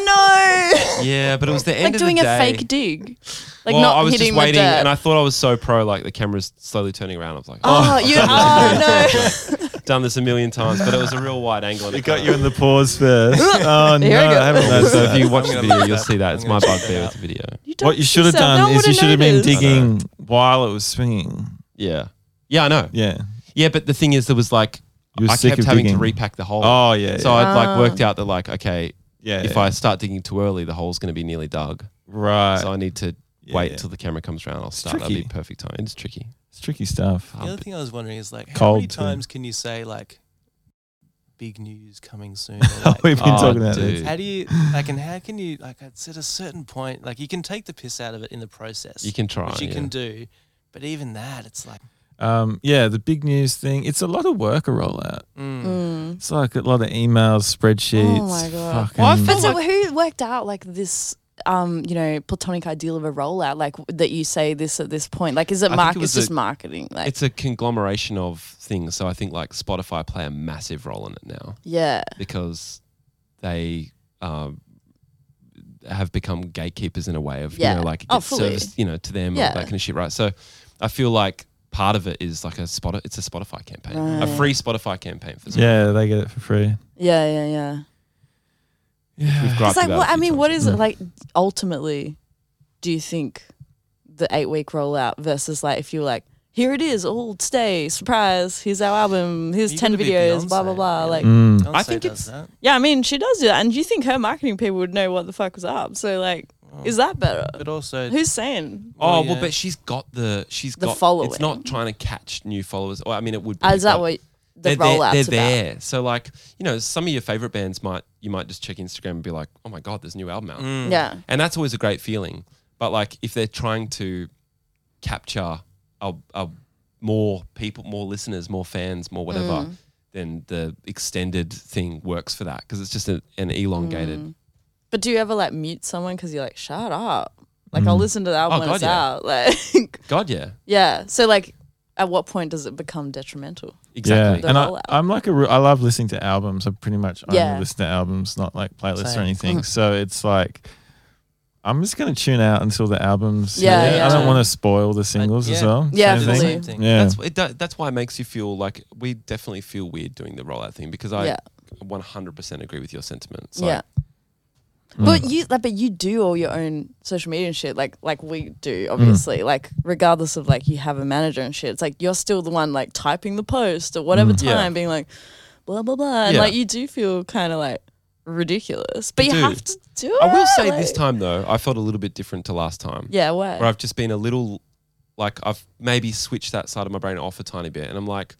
[SPEAKER 4] Oh
[SPEAKER 1] Yeah, but it was the
[SPEAKER 4] no!
[SPEAKER 1] end
[SPEAKER 4] like
[SPEAKER 1] of
[SPEAKER 4] doing
[SPEAKER 1] the
[SPEAKER 4] a
[SPEAKER 1] day.
[SPEAKER 4] fake dig, like
[SPEAKER 1] well,
[SPEAKER 4] not
[SPEAKER 1] I was
[SPEAKER 4] hitting
[SPEAKER 1] just waiting,
[SPEAKER 4] the dirt.
[SPEAKER 1] and I thought I was so pro, like the camera's slowly turning around. I was like,
[SPEAKER 4] oh, you! Oh
[SPEAKER 1] done this a million times, but it was a real wide angle. and
[SPEAKER 3] It
[SPEAKER 1] It
[SPEAKER 3] got you in the pause first. oh no,
[SPEAKER 4] There we go.
[SPEAKER 3] I haven't
[SPEAKER 1] No,
[SPEAKER 3] noticed
[SPEAKER 1] so if
[SPEAKER 3] that.
[SPEAKER 1] you watch
[SPEAKER 5] I'm
[SPEAKER 1] the
[SPEAKER 5] gonna
[SPEAKER 1] video,
[SPEAKER 5] leave
[SPEAKER 1] you'll
[SPEAKER 5] that.
[SPEAKER 1] see that. It's
[SPEAKER 5] I'm
[SPEAKER 1] my
[SPEAKER 5] gonna check
[SPEAKER 1] bugbear
[SPEAKER 5] that
[SPEAKER 1] with the video.
[SPEAKER 4] no!
[SPEAKER 3] What you should have done is you should have been digging while it was swinging.
[SPEAKER 1] Yeah. Yeah, I know.
[SPEAKER 3] Yeah.
[SPEAKER 1] Yeah, but the thing is, there was like,
[SPEAKER 3] You were
[SPEAKER 1] I
[SPEAKER 3] sick
[SPEAKER 1] kept
[SPEAKER 3] of
[SPEAKER 1] having to
[SPEAKER 3] digging.
[SPEAKER 1] repack the hole.
[SPEAKER 3] Oh yeah.
[SPEAKER 1] so
[SPEAKER 3] yeah.
[SPEAKER 1] I'd like
[SPEAKER 4] Ah.
[SPEAKER 1] worked out that, like, okay,
[SPEAKER 3] yeah,
[SPEAKER 1] if
[SPEAKER 3] yeah.
[SPEAKER 1] I start digging too early, the hole's going to be nearly dug.
[SPEAKER 3] right,
[SPEAKER 1] So I need to
[SPEAKER 3] Yeah,
[SPEAKER 1] wait
[SPEAKER 3] yeah.
[SPEAKER 1] till the camera comes around. I'll start. That'd be
[SPEAKER 3] tricky.
[SPEAKER 1] perfect time. It's tricky.
[SPEAKER 3] it's tricky stuff.
[SPEAKER 1] Um,
[SPEAKER 5] The other thing I was wondering is like, how many
[SPEAKER 3] Cold too.
[SPEAKER 5] times can you say like, big news coming soon? or, like,
[SPEAKER 3] We've been
[SPEAKER 1] Oh,
[SPEAKER 3] talking about
[SPEAKER 1] dude.
[SPEAKER 3] this.
[SPEAKER 5] How do you like, and how can you like? It's at a certain point, like you can take the piss out of it in the process,
[SPEAKER 1] You can try.
[SPEAKER 5] which you
[SPEAKER 1] yeah.
[SPEAKER 5] can do, but even that, it's like,
[SPEAKER 3] Um, yeah, the big news thing. It's a lot of work a rollout.
[SPEAKER 5] mm,
[SPEAKER 4] Mm.
[SPEAKER 3] It's like a lot of emails, spreadsheets.
[SPEAKER 4] Oh my God.
[SPEAKER 3] Fucking,
[SPEAKER 1] Well, I
[SPEAKER 4] But
[SPEAKER 1] felt-
[SPEAKER 4] so who worked out like this? Um, you know, platonic ideal of a rollout, like w- that you say this at this point. Like, is it
[SPEAKER 1] I think it
[SPEAKER 4] mark?
[SPEAKER 1] was
[SPEAKER 4] it's just
[SPEAKER 1] a-
[SPEAKER 4] marketing. Like,
[SPEAKER 1] It's a conglomeration of things. So I think like Spotify play a massive role in it now
[SPEAKER 4] yeah.
[SPEAKER 1] because they um, have become gatekeepers in a way of,
[SPEAKER 4] Yeah.
[SPEAKER 1] you know, like it
[SPEAKER 4] Oh,
[SPEAKER 1] gets
[SPEAKER 4] fully.
[SPEAKER 1] serviced, you know, to them and
[SPEAKER 4] Yeah.
[SPEAKER 1] all that kind of shit, right? So I feel like part of it is like a spot it's a Spotify campaign. A
[SPEAKER 4] Right.
[SPEAKER 1] free Spotify campaign for
[SPEAKER 3] yeah, they get it for free.
[SPEAKER 4] Yeah, yeah, yeah.
[SPEAKER 3] Yeah.
[SPEAKER 1] We've griped
[SPEAKER 4] It's like,
[SPEAKER 1] about it
[SPEAKER 4] well,
[SPEAKER 1] a
[SPEAKER 4] I
[SPEAKER 1] few
[SPEAKER 4] mean,
[SPEAKER 1] times.
[SPEAKER 4] what is it
[SPEAKER 3] Mm.
[SPEAKER 4] like? Ultimately, do you think the eight week rollout versus like if you were like, here it is, all stay, surprise, here's our album, here's
[SPEAKER 5] You
[SPEAKER 4] ten
[SPEAKER 5] gotta be
[SPEAKER 4] videos, blah blah
[SPEAKER 5] Beyonce,
[SPEAKER 4] blah.
[SPEAKER 5] really.
[SPEAKER 4] Like,
[SPEAKER 3] Mm.
[SPEAKER 5] Beyonce
[SPEAKER 1] I think
[SPEAKER 5] does
[SPEAKER 1] it's-
[SPEAKER 5] that.
[SPEAKER 4] yeah, I mean, she does do that, and do you think her marketing people would know what the fuck was up? So like, is that better?
[SPEAKER 5] But also,
[SPEAKER 4] Who's saying?
[SPEAKER 1] Oh well,
[SPEAKER 5] yeah.
[SPEAKER 1] but she's got the she's
[SPEAKER 4] The
[SPEAKER 1] got
[SPEAKER 4] following.
[SPEAKER 1] It's not trying to catch new followers. Or I mean, it would. Be,
[SPEAKER 4] Uh, is that
[SPEAKER 1] but
[SPEAKER 4] what the
[SPEAKER 1] they're there-
[SPEAKER 4] rollout's
[SPEAKER 1] They're
[SPEAKER 4] about?
[SPEAKER 1] there. So like you know, some of your favorite bands might you might just check Instagram and be like, oh my god, there's a new album out,
[SPEAKER 5] Mm.
[SPEAKER 4] Yeah,
[SPEAKER 1] and that's always a great feeling. But like if they're trying to capture a, a more people, more listeners, more fans, more whatever,
[SPEAKER 4] Mm.
[SPEAKER 1] then the extended thing works for that because it's just a, an elongated.
[SPEAKER 4] Mm. but do you ever like mute someone because you're like, shut up? Like, I'll listen to the album
[SPEAKER 1] Oh,
[SPEAKER 4] when
[SPEAKER 1] God,
[SPEAKER 4] it's
[SPEAKER 1] yeah.
[SPEAKER 4] out. Like,
[SPEAKER 1] God, yeah,
[SPEAKER 4] yeah. So like, at what point does it become detrimental?
[SPEAKER 1] exactly.
[SPEAKER 4] The
[SPEAKER 3] Yeah, and
[SPEAKER 4] rollout.
[SPEAKER 3] I, I'm like a. re- I love listening to albums. I pretty much only
[SPEAKER 4] Yeah.
[SPEAKER 3] listen to albums, not like playlists
[SPEAKER 5] Same.
[SPEAKER 3] or anything. So it's like, I'm just gonna tune out until the albums.
[SPEAKER 4] Yeah,
[SPEAKER 3] I
[SPEAKER 4] yeah.
[SPEAKER 3] don't want to spoil the singles as
[SPEAKER 5] yeah.
[SPEAKER 3] well. Same
[SPEAKER 4] Yeah,
[SPEAKER 5] Do the
[SPEAKER 3] thing.
[SPEAKER 5] same
[SPEAKER 4] Absolutely.
[SPEAKER 5] thing.
[SPEAKER 3] Yeah,
[SPEAKER 1] That's it, do- that's why it makes you feel like we definitely feel weird doing the rollout thing because I
[SPEAKER 4] Yeah.
[SPEAKER 1] 100% agree with your sentiment. It's
[SPEAKER 4] yeah.
[SPEAKER 1] like, mm.
[SPEAKER 3] Mm.
[SPEAKER 4] But you, like, but you do all your own social media and shit, like, like we do,
[SPEAKER 1] Mm.
[SPEAKER 4] obviously. Like, regardless of like you have a manager and shit, it's like you're still the one like typing the post at whatever
[SPEAKER 1] Mm. Yeah.
[SPEAKER 4] time, being like, blah blah blah, and
[SPEAKER 1] Yeah.
[SPEAKER 4] like you do feel kind of like ridiculous, but
[SPEAKER 1] I
[SPEAKER 4] you
[SPEAKER 1] do.
[SPEAKER 4] have to do it.
[SPEAKER 1] I will say this
[SPEAKER 4] like-
[SPEAKER 1] time though, I felt a little bit different to last time.
[SPEAKER 4] yeah, why?
[SPEAKER 1] Where I've just been a little like I've maybe switched that side of my brain off a tiny bit and I'm like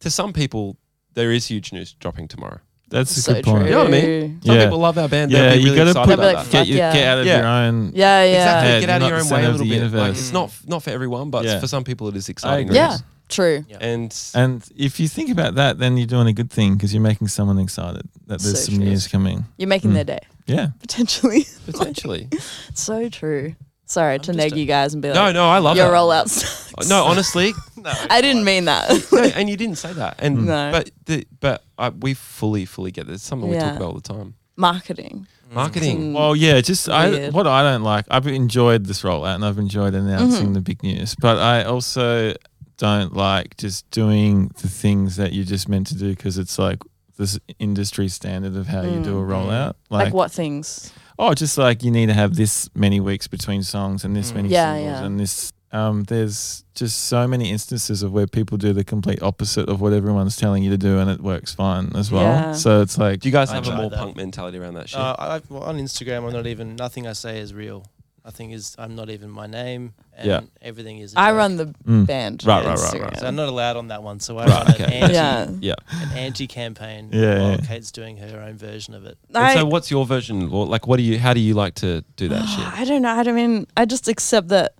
[SPEAKER 1] to some people there is huge news dropping tomorrow.
[SPEAKER 3] that's a
[SPEAKER 4] so
[SPEAKER 3] good point.
[SPEAKER 4] true.
[SPEAKER 1] You know what I mean? Some
[SPEAKER 3] Yeah.
[SPEAKER 1] people love our band.
[SPEAKER 3] Yeah,
[SPEAKER 1] they'll be
[SPEAKER 3] you
[SPEAKER 1] really
[SPEAKER 3] gotta
[SPEAKER 1] excited
[SPEAKER 3] put
[SPEAKER 1] about
[SPEAKER 4] like,
[SPEAKER 1] that.
[SPEAKER 4] fuck
[SPEAKER 3] Get, you,
[SPEAKER 4] yeah.
[SPEAKER 3] get out of
[SPEAKER 1] Yeah.
[SPEAKER 3] your own.
[SPEAKER 4] yeah, yeah,
[SPEAKER 1] Exactly.
[SPEAKER 3] Yeah,
[SPEAKER 1] get out
[SPEAKER 3] not
[SPEAKER 1] of your
[SPEAKER 3] the
[SPEAKER 1] own
[SPEAKER 3] center
[SPEAKER 1] way a
[SPEAKER 3] of
[SPEAKER 1] little
[SPEAKER 3] the
[SPEAKER 1] bit. Like
[SPEAKER 3] universe.
[SPEAKER 1] it's not not for everyone, but
[SPEAKER 3] Yeah.
[SPEAKER 1] for some people it is exciting.
[SPEAKER 3] agree.
[SPEAKER 4] yeah.
[SPEAKER 1] news.
[SPEAKER 4] True.
[SPEAKER 5] Yeah.
[SPEAKER 1] And
[SPEAKER 3] And if you think about that, then you're doing a good thing because you're making someone excited that there's
[SPEAKER 4] So
[SPEAKER 3] some
[SPEAKER 4] true.
[SPEAKER 3] news coming.
[SPEAKER 4] You're making
[SPEAKER 3] Mm.
[SPEAKER 4] their day
[SPEAKER 3] Yeah,
[SPEAKER 4] potentially.
[SPEAKER 1] potentially.
[SPEAKER 4] so true. Sorry to
[SPEAKER 5] just
[SPEAKER 4] neg
[SPEAKER 5] a-
[SPEAKER 4] you guys and be
[SPEAKER 1] No,
[SPEAKER 4] like,
[SPEAKER 1] no, I love
[SPEAKER 4] your
[SPEAKER 1] that.
[SPEAKER 4] rollout sucks.
[SPEAKER 1] No, honestly,
[SPEAKER 5] No,
[SPEAKER 4] I didn't mean that.
[SPEAKER 1] no, and you didn't say that.
[SPEAKER 5] Hmm.
[SPEAKER 1] And
[SPEAKER 4] No.
[SPEAKER 1] but the, but I, we fully fully get this. It's something we
[SPEAKER 4] Yeah.
[SPEAKER 1] talk about all the time.
[SPEAKER 4] Marketing.
[SPEAKER 5] mm.
[SPEAKER 4] Hmm.
[SPEAKER 1] Marketing.
[SPEAKER 3] Well, yeah, just I,
[SPEAKER 4] Weird.
[SPEAKER 3] what I don't like. I've enjoyed this rollout and I've enjoyed announcing
[SPEAKER 4] Mm-hmm.
[SPEAKER 3] the big news, but I also don't like just doing the things that you're just meant to do because it's like this industry standard of how you do a rollout.
[SPEAKER 4] Mm, Like,
[SPEAKER 3] Like,
[SPEAKER 4] what things?
[SPEAKER 3] oh, just like you need to have this many weeks between songs and this
[SPEAKER 5] Mm.
[SPEAKER 3] many
[SPEAKER 4] Yeah,
[SPEAKER 3] singles
[SPEAKER 4] yeah.
[SPEAKER 3] and this. Um, there's just so many instances of where people do the complete opposite of what everyone's telling you to do, and it works fine as well.
[SPEAKER 4] Yeah.
[SPEAKER 3] So it's like,
[SPEAKER 1] Do you guys
[SPEAKER 5] I
[SPEAKER 1] have a
[SPEAKER 5] tried
[SPEAKER 1] more
[SPEAKER 5] that.
[SPEAKER 1] punk mentality around that shit?
[SPEAKER 5] Uh, I, I- well, on Instagram, I'm not even. Nothing I say is real. Nothing is. I'm not even my name. And
[SPEAKER 3] Yeah.
[SPEAKER 5] Everything is. a
[SPEAKER 4] I
[SPEAKER 5] joke.
[SPEAKER 4] run the
[SPEAKER 3] Mm.
[SPEAKER 4] band.
[SPEAKER 3] Right,
[SPEAKER 4] on
[SPEAKER 3] right, right, right.
[SPEAKER 4] Instagram.
[SPEAKER 5] So I'm not allowed on that one. So I
[SPEAKER 3] Right,
[SPEAKER 5] run
[SPEAKER 3] okay.
[SPEAKER 5] an anti,
[SPEAKER 4] yeah.
[SPEAKER 1] yeah.
[SPEAKER 5] an anti campaign.
[SPEAKER 3] Yeah,
[SPEAKER 5] While
[SPEAKER 3] yeah.
[SPEAKER 5] Kate's doing her own version of it.
[SPEAKER 1] And
[SPEAKER 4] I,
[SPEAKER 1] so what's your version? Or like, what do you? How do you like to do that shit?
[SPEAKER 4] I don't know. I don't mean, I just accept that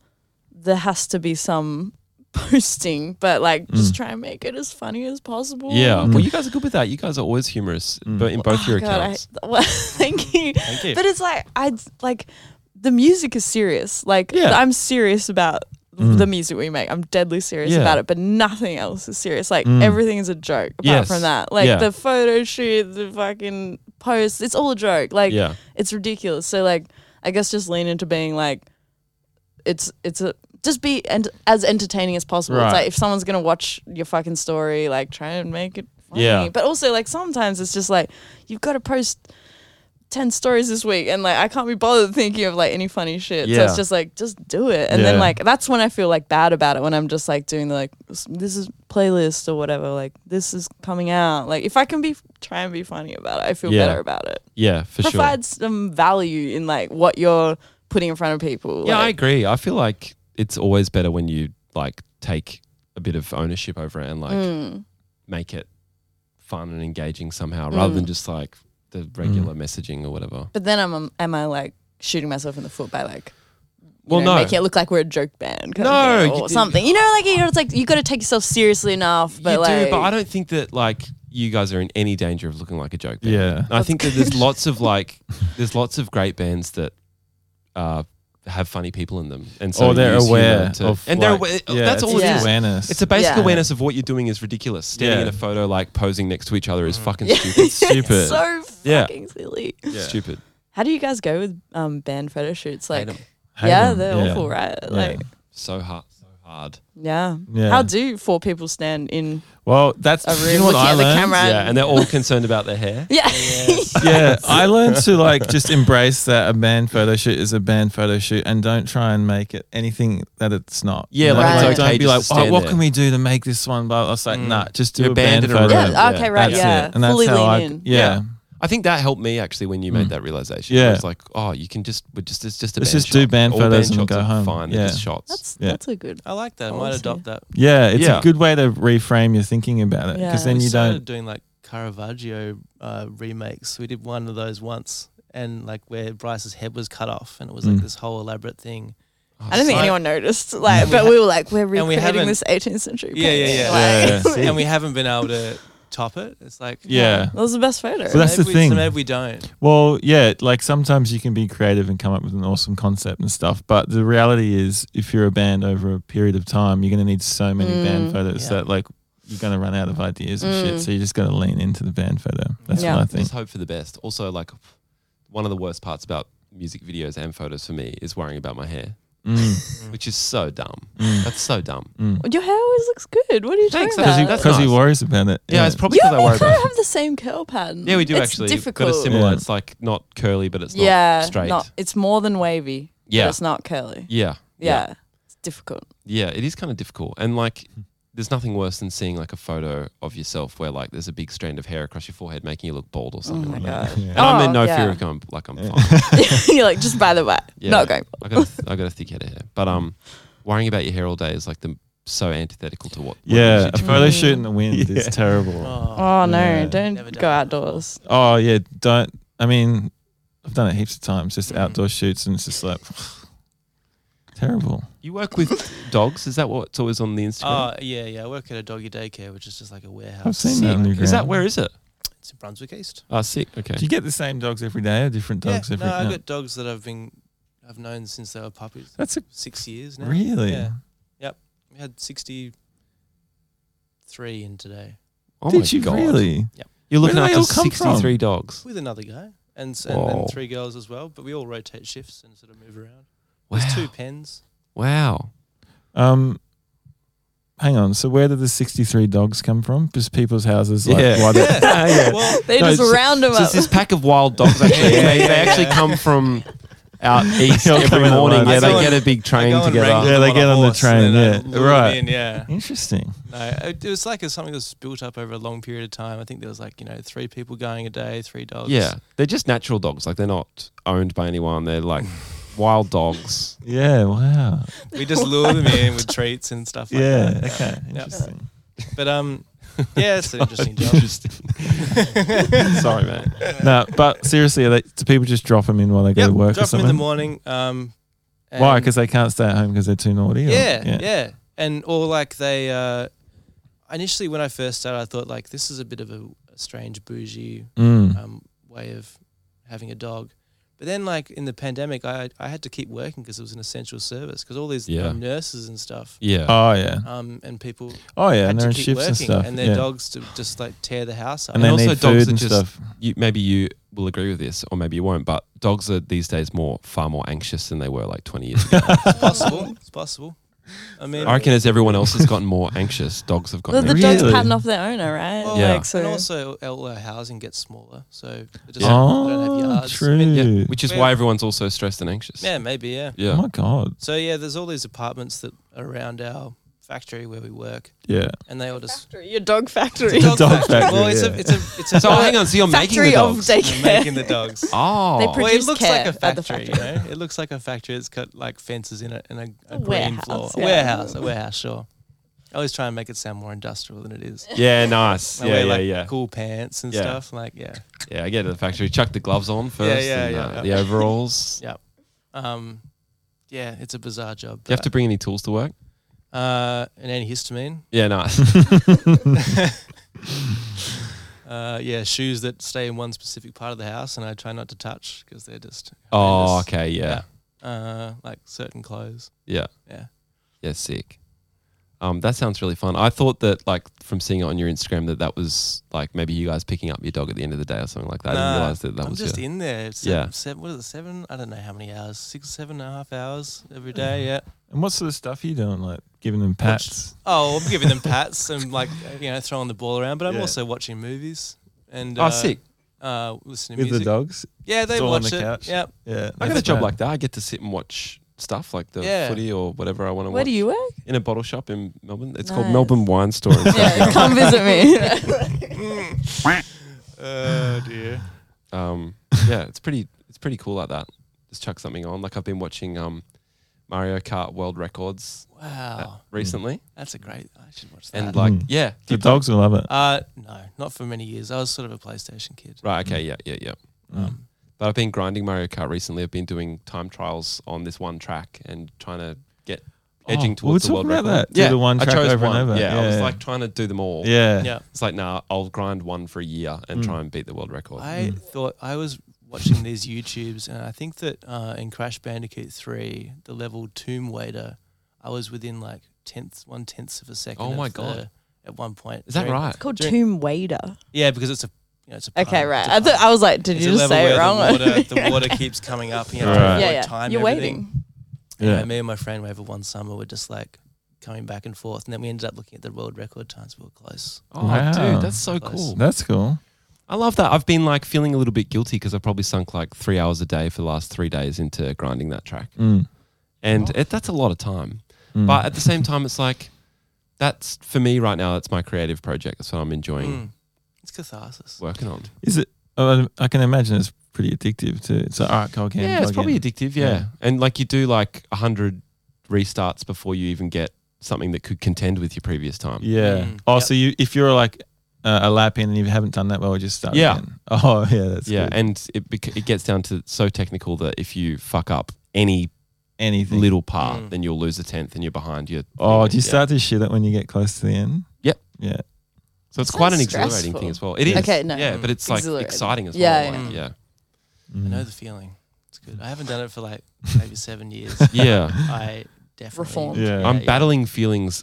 [SPEAKER 4] there has to be some posting, but like just try and make it as funny as possible.
[SPEAKER 1] Yeah.
[SPEAKER 3] Mm.
[SPEAKER 1] Well, you guys are good with that. You guys are always humorous,
[SPEAKER 3] Mm.
[SPEAKER 1] but in both
[SPEAKER 4] Oh,
[SPEAKER 1] your
[SPEAKER 4] God, I-
[SPEAKER 1] accounts.
[SPEAKER 4] well, thank you.
[SPEAKER 5] Hmm. Thank you.
[SPEAKER 4] But it's like I like the music is serious. Like
[SPEAKER 1] Yeah.
[SPEAKER 4] I'm serious about
[SPEAKER 3] Mm.
[SPEAKER 4] the music we make. I'm deadly serious
[SPEAKER 1] Yeah.
[SPEAKER 4] about it, but nothing else is serious. Like
[SPEAKER 3] Mm.
[SPEAKER 4] everything is a joke apart
[SPEAKER 1] Yes.
[SPEAKER 4] from that. Like
[SPEAKER 1] Yeah.
[SPEAKER 4] the photo shoot, the fucking posts. It's all a joke. Like
[SPEAKER 1] yeah.
[SPEAKER 4] it's ridiculous. So like I guess just lean into being like it's it's a just be and as entertaining as possible.
[SPEAKER 3] Right.
[SPEAKER 4] It's like if someone's gonna watch your fucking story, like try and make it funny.
[SPEAKER 1] Yeah.
[SPEAKER 4] But also like sometimes it's just like you've got to post ten stories this week and like I can't be bothered thinking of like any funny shit. So
[SPEAKER 1] Yeah.
[SPEAKER 4] it's just like just do it. And
[SPEAKER 3] Yeah.
[SPEAKER 4] then like that's when I feel like bad about it when I'm just like doing the like s- this is playlist or whatever, like this is coming out. Like if I can be try and be funny about it, I feel
[SPEAKER 1] Yeah.
[SPEAKER 4] better about it
[SPEAKER 1] Yeah, for sure.
[SPEAKER 4] provides some value in like what you're putting in front of people.
[SPEAKER 1] Yeah, I
[SPEAKER 4] like,
[SPEAKER 1] agree. I feel like it's always better when you like take a bit of ownership over it and like
[SPEAKER 4] mm,
[SPEAKER 1] make it fun and engaging somehow,
[SPEAKER 4] Hmm.
[SPEAKER 1] rather than just like the
[SPEAKER 5] Hmm.
[SPEAKER 1] regular messaging or whatever.
[SPEAKER 4] but then I'm am I like shooting myself in the foot by like you
[SPEAKER 1] Well,
[SPEAKER 4] know,
[SPEAKER 1] no.
[SPEAKER 4] making it look like we're a joke band, kind
[SPEAKER 1] No,
[SPEAKER 4] of thing,
[SPEAKER 1] you
[SPEAKER 4] or
[SPEAKER 1] did-
[SPEAKER 4] something. You know, like you know, it's like you got to take yourself seriously enough. But
[SPEAKER 1] you
[SPEAKER 4] like,
[SPEAKER 1] do, but I don't think that like you guys are in any danger of looking like a joke band.
[SPEAKER 3] Yeah.
[SPEAKER 1] I think that there's lots of like there's lots of great bands that uh, have funny people in them, and so
[SPEAKER 3] or Oh, they're
[SPEAKER 1] use humor
[SPEAKER 3] aware
[SPEAKER 1] to-
[SPEAKER 3] of
[SPEAKER 1] and they're
[SPEAKER 3] like-
[SPEAKER 1] aware.
[SPEAKER 3] yeah,
[SPEAKER 1] that's
[SPEAKER 3] it's
[SPEAKER 1] all
[SPEAKER 4] Yeah.
[SPEAKER 1] it is.
[SPEAKER 3] awareness.
[SPEAKER 1] It's a basic
[SPEAKER 4] Yeah.
[SPEAKER 1] awareness of what you're doing is ridiculous. Standing
[SPEAKER 3] Yeah.
[SPEAKER 1] in
[SPEAKER 3] Mm.
[SPEAKER 1] a photo, like posing next to each other, is fucking stupid.
[SPEAKER 3] stupid.
[SPEAKER 4] so
[SPEAKER 1] Yeah.
[SPEAKER 4] fucking silly.
[SPEAKER 1] Stupid.
[SPEAKER 4] How do you guys go with um band photo shoots? Like,
[SPEAKER 5] 'em.
[SPEAKER 3] Hate
[SPEAKER 4] yeah,
[SPEAKER 3] 'em.
[SPEAKER 4] they're
[SPEAKER 3] Yeah.
[SPEAKER 4] awful, right? Like,
[SPEAKER 1] So hard. So hard.
[SPEAKER 4] yeah.
[SPEAKER 3] Yeah.
[SPEAKER 4] How do four people stand in?
[SPEAKER 3] Well, that's
[SPEAKER 4] A
[SPEAKER 3] do
[SPEAKER 4] room
[SPEAKER 3] you know what
[SPEAKER 4] looking
[SPEAKER 3] I
[SPEAKER 4] at the
[SPEAKER 3] learned?
[SPEAKER 4] camera. Right.
[SPEAKER 1] Yeah, and they're all concerned about their hair.
[SPEAKER 4] Yeah,
[SPEAKER 3] Yeah, I learned to like just embrace that a band photo shoot is a band photo shoot, and don't try and make it anything that it's not.
[SPEAKER 1] Yeah,
[SPEAKER 3] You know,
[SPEAKER 4] like, it's
[SPEAKER 3] don't
[SPEAKER 1] okay
[SPEAKER 3] be
[SPEAKER 1] just to
[SPEAKER 3] like, oh,
[SPEAKER 1] stand
[SPEAKER 3] what
[SPEAKER 1] there."
[SPEAKER 3] can we do to make this one? But I was like,
[SPEAKER 5] Mm.
[SPEAKER 3] nah, just do
[SPEAKER 1] You're
[SPEAKER 3] a band,
[SPEAKER 1] banded
[SPEAKER 3] photo.
[SPEAKER 1] around.
[SPEAKER 4] yeah.
[SPEAKER 1] Yeah,
[SPEAKER 4] Okay, right.
[SPEAKER 3] That's
[SPEAKER 4] yeah,
[SPEAKER 3] it, and that's
[SPEAKER 4] fully
[SPEAKER 3] how
[SPEAKER 4] lean
[SPEAKER 3] I.
[SPEAKER 4] in.
[SPEAKER 3] Yeah,
[SPEAKER 1] Yeah. I think that helped me actually when you made
[SPEAKER 3] Mm.
[SPEAKER 1] that realization. I
[SPEAKER 3] Yeah.
[SPEAKER 1] was like, oh, you can just we're just it's just a
[SPEAKER 3] Let's
[SPEAKER 1] band
[SPEAKER 3] just do
[SPEAKER 1] shot.
[SPEAKER 3] band
[SPEAKER 1] All
[SPEAKER 3] photos and
[SPEAKER 1] shots
[SPEAKER 3] go
[SPEAKER 1] are
[SPEAKER 3] home.
[SPEAKER 1] Fine, they're
[SPEAKER 3] Yeah.
[SPEAKER 1] just shots.
[SPEAKER 4] That's
[SPEAKER 3] Yeah.
[SPEAKER 4] that's a good.
[SPEAKER 5] I like that. I
[SPEAKER 4] Oh, I
[SPEAKER 5] might
[SPEAKER 4] see.
[SPEAKER 5] adopt that.
[SPEAKER 3] yeah. It's
[SPEAKER 1] Yeah.
[SPEAKER 3] a good way to reframe your thinking about it because
[SPEAKER 4] Yeah.
[SPEAKER 3] then
[SPEAKER 5] we
[SPEAKER 3] you
[SPEAKER 5] started
[SPEAKER 3] don't.
[SPEAKER 5] doing like Caravaggio uh, remakes. We did one of those once, and like where Bryce's head was cut off, and it was like
[SPEAKER 3] Mm.
[SPEAKER 5] this whole elaborate thing.
[SPEAKER 1] Oh,
[SPEAKER 4] I don't think
[SPEAKER 5] So-
[SPEAKER 4] anyone noticed. Like,
[SPEAKER 5] we
[SPEAKER 4] but
[SPEAKER 5] ha-
[SPEAKER 4] we were like, we're
[SPEAKER 5] we
[SPEAKER 4] recreating
[SPEAKER 5] haven't-
[SPEAKER 4] this 18th century.
[SPEAKER 5] Yeah, yeah,
[SPEAKER 4] painting,
[SPEAKER 5] yeah.
[SPEAKER 4] like-
[SPEAKER 3] Yeah.
[SPEAKER 5] and we haven't been able to top it. It's like
[SPEAKER 3] Yeah.
[SPEAKER 4] That was the best photo.
[SPEAKER 3] Well, that's
[SPEAKER 5] maybe
[SPEAKER 3] the
[SPEAKER 5] we,
[SPEAKER 3] thing.
[SPEAKER 5] So maybe we don't.
[SPEAKER 3] Well, yeah, like sometimes you can be creative and come up with an awesome concept and stuff, but the reality is, if you're a band over a period of time, you're going to need so many band
[SPEAKER 4] Mm.
[SPEAKER 3] photos
[SPEAKER 5] Yeah.
[SPEAKER 3] that like you're going to run out of ideas and
[SPEAKER 4] Mm.
[SPEAKER 3] shit. So you just got to lean into the band photo. That's
[SPEAKER 4] Yeah.
[SPEAKER 3] what I think.
[SPEAKER 1] Just hope for the best. Also, like one of the worst parts about music videos and photos for me is worrying about my hair,
[SPEAKER 3] Mm,
[SPEAKER 1] which is so dumb.
[SPEAKER 3] mm,
[SPEAKER 1] That's so dumb.
[SPEAKER 3] mm.
[SPEAKER 4] Your hair always looks good. What are you
[SPEAKER 1] Thanks,
[SPEAKER 4] talking
[SPEAKER 1] that's-
[SPEAKER 4] about?
[SPEAKER 1] that's
[SPEAKER 3] Because he
[SPEAKER 1] nice.
[SPEAKER 3] worries about it.
[SPEAKER 1] Yeah, it's probably
[SPEAKER 4] yeah,
[SPEAKER 1] because I worry
[SPEAKER 4] we
[SPEAKER 1] about.
[SPEAKER 4] kind
[SPEAKER 1] it.
[SPEAKER 4] of have the same curl pattern.
[SPEAKER 1] Yeah, we do
[SPEAKER 4] it's
[SPEAKER 1] actually.
[SPEAKER 4] Difficult.
[SPEAKER 1] Got a similar.
[SPEAKER 3] Yeah.
[SPEAKER 1] It's like not curly, but it's not
[SPEAKER 4] yeah,
[SPEAKER 1] straight.
[SPEAKER 4] not- it's more than wavy.
[SPEAKER 1] Yeah.
[SPEAKER 4] but it's not curly.
[SPEAKER 1] yeah.
[SPEAKER 4] Yeah, it's difficult.
[SPEAKER 1] Yeah, it is kind of difficult. And like,
[SPEAKER 3] Hmm.
[SPEAKER 1] there's nothing worse than seeing like a photo of yourself where like there's a big strand of hair across your forehead making you look bald or
[SPEAKER 4] Oh
[SPEAKER 1] something
[SPEAKER 4] my
[SPEAKER 1] like that.
[SPEAKER 4] god.
[SPEAKER 3] Yeah.
[SPEAKER 1] And I'm in
[SPEAKER 4] Oh,
[SPEAKER 1] no
[SPEAKER 4] yeah.
[SPEAKER 1] fear of going like I'm fine.
[SPEAKER 4] You're like just by the way,
[SPEAKER 1] Yeah.
[SPEAKER 4] not going.
[SPEAKER 1] I got a, I got a thick head of hair, but um, worrying about your hair all day is like the so antithetical to what. what you
[SPEAKER 3] Yeah,
[SPEAKER 1] should
[SPEAKER 3] a
[SPEAKER 1] do.
[SPEAKER 3] photo shoot in the wind is
[SPEAKER 1] Yeah.
[SPEAKER 3] terrible.
[SPEAKER 5] Oh,
[SPEAKER 4] Oh no,
[SPEAKER 3] Yeah.
[SPEAKER 5] Never
[SPEAKER 4] don't
[SPEAKER 5] done
[SPEAKER 4] go
[SPEAKER 5] that
[SPEAKER 4] outdoors.
[SPEAKER 3] Oh yeah, don't. I mean, I've done it heaps of times, just
[SPEAKER 5] Mm.
[SPEAKER 3] outdoor shoots, and it's just like terrible.
[SPEAKER 1] You work with dogs? Is that what's always on the Instagram?
[SPEAKER 5] Oh, yeah, yeah. I work at a doggy daycare, which is just like a warehouse.
[SPEAKER 3] I've Uh, seen that. on your
[SPEAKER 1] is that
[SPEAKER 3] gram.
[SPEAKER 1] where is it?
[SPEAKER 5] It's in Brunswick East.
[SPEAKER 1] Ah, sick. Okay.
[SPEAKER 3] Do you get the same dogs every day or different dogs
[SPEAKER 5] yeah,
[SPEAKER 3] every?
[SPEAKER 5] no, I've
[SPEAKER 3] no.
[SPEAKER 5] got dogs that I've been, I've known since they were puppies.
[SPEAKER 3] That's a
[SPEAKER 5] Six years now.
[SPEAKER 3] really.
[SPEAKER 5] Yeah. We had 63 in today
[SPEAKER 1] Oh
[SPEAKER 3] Did
[SPEAKER 1] my
[SPEAKER 3] you
[SPEAKER 1] God.
[SPEAKER 3] really?
[SPEAKER 1] You're
[SPEAKER 3] Where
[SPEAKER 1] looking
[SPEAKER 3] do they
[SPEAKER 1] after
[SPEAKER 3] all come from?
[SPEAKER 1] 63 dogs.
[SPEAKER 5] with another guy and, s- and,
[SPEAKER 1] Wow.
[SPEAKER 5] and three girls as well. But we all rotate shifts and sort of move around.
[SPEAKER 1] Wow.
[SPEAKER 5] There's two pens.
[SPEAKER 1] Wow.
[SPEAKER 3] Um, hang on. So where did the sixty-three dogs come from? Just people's houses? Like,
[SPEAKER 1] Yeah.
[SPEAKER 3] why they- uh,
[SPEAKER 1] yeah.
[SPEAKER 5] Well,
[SPEAKER 4] They
[SPEAKER 1] No,
[SPEAKER 4] just
[SPEAKER 1] it's-
[SPEAKER 4] round them
[SPEAKER 1] So
[SPEAKER 4] up.
[SPEAKER 1] it's this pack of wild dogs actually.
[SPEAKER 5] Yeah,
[SPEAKER 1] they,
[SPEAKER 5] yeah,
[SPEAKER 1] they
[SPEAKER 5] yeah.
[SPEAKER 1] actually come from out east
[SPEAKER 3] all come
[SPEAKER 1] every
[SPEAKER 3] in at
[SPEAKER 1] morning.
[SPEAKER 3] once.
[SPEAKER 1] Yeah,
[SPEAKER 5] I
[SPEAKER 1] they
[SPEAKER 5] go
[SPEAKER 1] get a
[SPEAKER 5] and-
[SPEAKER 1] big
[SPEAKER 5] I
[SPEAKER 1] train
[SPEAKER 5] go and
[SPEAKER 1] together.
[SPEAKER 5] wrangle
[SPEAKER 3] Yeah,
[SPEAKER 5] them
[SPEAKER 3] they
[SPEAKER 5] a
[SPEAKER 3] get on the
[SPEAKER 5] horse
[SPEAKER 3] train,
[SPEAKER 5] and then I
[SPEAKER 3] yeah.
[SPEAKER 5] lure them
[SPEAKER 3] Right.
[SPEAKER 5] in, yeah.
[SPEAKER 3] Interesting.
[SPEAKER 5] No, it, it was like a, something that's built up over a long period of time. I think there was like you know three people going a day, three dogs.
[SPEAKER 1] Yeah, they're just natural dogs. Like they're not owned by anyone. They're like wild dogs.
[SPEAKER 3] Yeah. Wow.
[SPEAKER 5] we just lure them in with treats and stuff. like
[SPEAKER 3] yeah.
[SPEAKER 5] that.
[SPEAKER 3] Okay. Interesting.
[SPEAKER 5] But um, yeah, it's an interesting job.
[SPEAKER 1] Sorry, man.
[SPEAKER 3] no, but seriously, are they, do people just drop them in while they go
[SPEAKER 5] Yep,
[SPEAKER 3] to work or
[SPEAKER 5] drop them
[SPEAKER 3] something?
[SPEAKER 5] in the morning. Um,
[SPEAKER 3] Why?
[SPEAKER 5] and-
[SPEAKER 3] Because they can't stay at home because they're too naughty. or-
[SPEAKER 5] yeah, yeah, and or like they. Uh, initially, when I first started, I thought like this is a bit of a, a strange bougie
[SPEAKER 3] Mm.
[SPEAKER 5] um, way of having a dog. But then, like in the pandemic, I I had to keep working because it was an essential service because all these
[SPEAKER 1] Yeah.
[SPEAKER 5] um, nurses and stuff,
[SPEAKER 1] Yeah.
[SPEAKER 3] Oh yeah.
[SPEAKER 5] um, and people
[SPEAKER 3] Oh yeah.
[SPEAKER 5] had
[SPEAKER 3] And
[SPEAKER 5] to
[SPEAKER 3] they're in
[SPEAKER 5] keep
[SPEAKER 3] shifts
[SPEAKER 5] working,
[SPEAKER 3] and stuff.
[SPEAKER 5] and their
[SPEAKER 3] yeah.
[SPEAKER 5] dogs to just like tear the house up.
[SPEAKER 3] And
[SPEAKER 1] And
[SPEAKER 3] they
[SPEAKER 1] also
[SPEAKER 3] need
[SPEAKER 1] dogs
[SPEAKER 3] food
[SPEAKER 1] are
[SPEAKER 3] and
[SPEAKER 1] just-
[SPEAKER 3] stuff.
[SPEAKER 1] you, maybe you will agree with this, or maybe you won't. But dogs are these days more far more anxious than they were like 20 years ago.
[SPEAKER 5] It's possible. It's possible. I mean,
[SPEAKER 1] I reckon as everyone else has gotten more anxious, dogs have
[SPEAKER 4] The,
[SPEAKER 1] gotten.
[SPEAKER 4] the
[SPEAKER 1] anxious.
[SPEAKER 4] dog's
[SPEAKER 3] Really?
[SPEAKER 4] pattern off their owner, right?
[SPEAKER 5] Well,
[SPEAKER 1] Yeah.
[SPEAKER 4] Oh, Like, so
[SPEAKER 5] and also our housing gets smaller, so it just
[SPEAKER 3] Oh,
[SPEAKER 5] I don't have yards.
[SPEAKER 3] true.
[SPEAKER 1] Yeah, which is
[SPEAKER 5] Yeah.
[SPEAKER 1] why everyone's also stressed and anxious.
[SPEAKER 5] Yeah, maybe. Yeah.
[SPEAKER 1] yeah.
[SPEAKER 3] Oh my god.
[SPEAKER 5] So yeah, there's all these apartments that are around our factory where we work,
[SPEAKER 3] Yeah.
[SPEAKER 5] and they all just
[SPEAKER 4] factory, your dog factory.
[SPEAKER 3] dog factory,
[SPEAKER 5] Well, it's a
[SPEAKER 3] yeah.
[SPEAKER 5] it's a it's a
[SPEAKER 1] So oh, hang on, so you're making the
[SPEAKER 4] factory of
[SPEAKER 1] dogs.
[SPEAKER 5] I'm
[SPEAKER 4] daycare.
[SPEAKER 5] making the dogs.
[SPEAKER 1] oh,
[SPEAKER 4] They pro-
[SPEAKER 5] Well, it
[SPEAKER 4] produce
[SPEAKER 5] looks
[SPEAKER 4] care
[SPEAKER 5] like a
[SPEAKER 4] at the
[SPEAKER 5] factory, you know. It looks like a factory. It's got like fences in it and a, a,
[SPEAKER 4] A
[SPEAKER 5] green floor,
[SPEAKER 4] warehouse,
[SPEAKER 5] a
[SPEAKER 4] yeah.
[SPEAKER 5] warehouse, a warehouse. Sure. I always try and make it sound more industrial than it is.
[SPEAKER 1] yeah, nice.
[SPEAKER 5] I
[SPEAKER 1] Yeah,
[SPEAKER 5] wear,
[SPEAKER 1] yeah,
[SPEAKER 5] like,
[SPEAKER 1] yeah.
[SPEAKER 5] Cool pants and
[SPEAKER 1] Yeah.
[SPEAKER 5] stuff. Like, yeah,
[SPEAKER 1] Yeah, I get to the factory, chuck the gloves on first,
[SPEAKER 5] yeah,
[SPEAKER 1] and,
[SPEAKER 5] yeah,
[SPEAKER 1] uh,
[SPEAKER 5] yeah.
[SPEAKER 1] the overalls.
[SPEAKER 5] yeah, um, yeah. It's a bizarre job.
[SPEAKER 1] Do you have to bring any tools to work?
[SPEAKER 5] to uh, an antihistamine.
[SPEAKER 1] Yeah, nice.
[SPEAKER 5] Uh, yeah, shoes that stay in one specific part of the house, and I try not to touch because they're just
[SPEAKER 1] oh,
[SPEAKER 5] horrendous.
[SPEAKER 1] okay, yeah,
[SPEAKER 5] Uh, like certain clothes.
[SPEAKER 1] yeah,
[SPEAKER 5] Yeah.
[SPEAKER 1] yeah, sick. Um, that sounds really fun. I thought that, like, from seeing it on your Instagram, that that was like maybe you guys picking up your dog at the end of the day or something like that. I
[SPEAKER 5] Nah,
[SPEAKER 1] didn't realize that that
[SPEAKER 5] I'm
[SPEAKER 1] was
[SPEAKER 5] just
[SPEAKER 1] your,
[SPEAKER 5] in there. Seven,
[SPEAKER 1] Yeah.
[SPEAKER 5] seven, what is it? Seven? I don't know how many hours. Six, seven and a half hours every
[SPEAKER 1] Mm-hmm.
[SPEAKER 5] day. Yeah.
[SPEAKER 3] And what sort of stuff are you doing? Like giving them pats?
[SPEAKER 5] Oh, I'm giving them pats and like you know throwing the ball around, but I'm
[SPEAKER 3] Yeah.
[SPEAKER 5] also watching movies and
[SPEAKER 1] Oh,
[SPEAKER 5] uh,
[SPEAKER 1] sick.
[SPEAKER 5] Uh, listening to
[SPEAKER 3] With the
[SPEAKER 5] music.
[SPEAKER 3] dogs?
[SPEAKER 5] Yeah, they
[SPEAKER 3] Still on
[SPEAKER 5] watch
[SPEAKER 3] the
[SPEAKER 5] it.
[SPEAKER 3] couch.
[SPEAKER 5] Yep.
[SPEAKER 3] Yeah.
[SPEAKER 1] I got
[SPEAKER 3] that's
[SPEAKER 1] a job
[SPEAKER 3] bad.
[SPEAKER 1] like that. I get to sit and watch stuff like the
[SPEAKER 5] Yeah.
[SPEAKER 1] footy or whatever I want to watch.
[SPEAKER 4] Where do you work?
[SPEAKER 1] In a bottle shop in Melbourne. It's called
[SPEAKER 4] Nice.
[SPEAKER 1] Melbourne Wine Store. in
[SPEAKER 4] yeah,
[SPEAKER 1] South
[SPEAKER 4] come visit me.
[SPEAKER 5] Oh dear.
[SPEAKER 1] um, yeah, it's pretty it's pretty cool like that. Just chuck something on. Like I've been watching um, Mario Kart World Records uh,
[SPEAKER 5] Wow,
[SPEAKER 1] recently,
[SPEAKER 5] that's a great. I should watch that. Hmm.
[SPEAKER 1] and like
[SPEAKER 3] Mm.
[SPEAKER 1] yeah,
[SPEAKER 3] The
[SPEAKER 1] did-
[SPEAKER 3] dogs will love it.
[SPEAKER 5] uh, no, not for many years. I was sort of a PlayStation kid.
[SPEAKER 1] right, Mm. okay, yeah, yeah, yeah.
[SPEAKER 5] Um,
[SPEAKER 1] But I've been grinding Mario Kart recently. I've been doing time trials on this one track and trying to get edging
[SPEAKER 3] Oh, we were
[SPEAKER 1] towards the world
[SPEAKER 3] talking about
[SPEAKER 1] record.
[SPEAKER 3] that. Do the one track over and over.
[SPEAKER 1] Yeah, I was
[SPEAKER 3] Yeah.
[SPEAKER 1] like trying to do them all.
[SPEAKER 3] Yeah. Hmm.
[SPEAKER 5] yeah,
[SPEAKER 1] It's like, nah, I'll grind one for a year and try and beat the world record.
[SPEAKER 5] I thought I was watching these YouTubes, and I think that uh, in Crash Bandicoot Three, the level Tomb Waiter, I was within like tenth, one tenth of a second.
[SPEAKER 1] Oh
[SPEAKER 5] of
[SPEAKER 1] my
[SPEAKER 5] the-
[SPEAKER 1] God.
[SPEAKER 5] at one point,
[SPEAKER 1] Is that
[SPEAKER 5] During-
[SPEAKER 1] right?
[SPEAKER 4] it's called
[SPEAKER 5] Drink-
[SPEAKER 4] Tomb Wader.
[SPEAKER 5] Yeah, because it's a you know, it's a pun,
[SPEAKER 4] Okay, right.
[SPEAKER 5] it's
[SPEAKER 4] I,
[SPEAKER 5] a pun.
[SPEAKER 4] thought I was like, did
[SPEAKER 5] It's a
[SPEAKER 4] you just
[SPEAKER 5] level
[SPEAKER 4] say
[SPEAKER 5] where
[SPEAKER 4] it wrong?
[SPEAKER 5] The water, the water keeps coming up. You know,
[SPEAKER 3] Right.
[SPEAKER 5] to
[SPEAKER 4] yeah,
[SPEAKER 5] avoid
[SPEAKER 4] yeah.
[SPEAKER 5] time
[SPEAKER 4] You're
[SPEAKER 5] everything.
[SPEAKER 4] waiting.
[SPEAKER 5] Yeah.
[SPEAKER 3] Yeah.
[SPEAKER 5] me and my friend over one summer were just like coming back and forth, and then we ended up looking at the world record times. We were close.
[SPEAKER 1] Oh,
[SPEAKER 3] Wow.
[SPEAKER 1] dude, that's so
[SPEAKER 5] Close.
[SPEAKER 1] cool.
[SPEAKER 3] That's cool.
[SPEAKER 1] I love that. I've been like feeling a little bit guilty because I've probably sunk like three hours a day for the last three days into grinding that track.
[SPEAKER 3] Mm.
[SPEAKER 1] And it, that's a lot of time.
[SPEAKER 3] Mm.
[SPEAKER 1] But at the same time, it's like, that's for me right now, that's my creative project. That's what I'm enjoying
[SPEAKER 5] Mm. It's catharsis.
[SPEAKER 1] working on.
[SPEAKER 3] Is it? Oh, I can imagine it's pretty addictive too. It's like, all right, cold can.
[SPEAKER 1] Yeah, it's
[SPEAKER 3] plug
[SPEAKER 1] probably
[SPEAKER 3] in.
[SPEAKER 1] addictive. Yeah.
[SPEAKER 3] Yeah.
[SPEAKER 1] And like you do like 100 restarts before you even get something that could contend with your previous time.
[SPEAKER 3] Yeah.
[SPEAKER 5] Mm,
[SPEAKER 3] Oh,
[SPEAKER 5] yep.
[SPEAKER 3] so you if you're like uh, a lap in and you haven't done that well, just start.
[SPEAKER 1] Yeah.
[SPEAKER 3] Again. Oh yeah, that's
[SPEAKER 1] yeah.
[SPEAKER 3] good.
[SPEAKER 1] And it, bec- it gets down to so technical that if you fuck up any
[SPEAKER 3] Anything.
[SPEAKER 1] little part,
[SPEAKER 5] Mm.
[SPEAKER 1] then you'll lose a tenth and you're behind. You're,
[SPEAKER 3] Oh, do you
[SPEAKER 1] Yeah.
[SPEAKER 3] start to shit it when you get close to the end?
[SPEAKER 1] Yep.
[SPEAKER 3] Yeah.
[SPEAKER 1] So it's
[SPEAKER 4] Sounds
[SPEAKER 1] quite an exhilarating
[SPEAKER 4] stressful.
[SPEAKER 1] thing as well. It is.
[SPEAKER 4] Okay, no.
[SPEAKER 1] Yeah, but it's like
[SPEAKER 4] Exhilarating.
[SPEAKER 1] exciting as
[SPEAKER 4] Yeah,
[SPEAKER 1] well. like,
[SPEAKER 5] yeah.
[SPEAKER 1] yeah.
[SPEAKER 5] I know
[SPEAKER 1] hmm.
[SPEAKER 3] Mm.
[SPEAKER 5] the feeling. It's good. I haven't done it for like maybe seven years.
[SPEAKER 1] Yeah.
[SPEAKER 5] I definitely
[SPEAKER 4] Reformed.
[SPEAKER 3] Yeah.
[SPEAKER 1] I'm battling feelings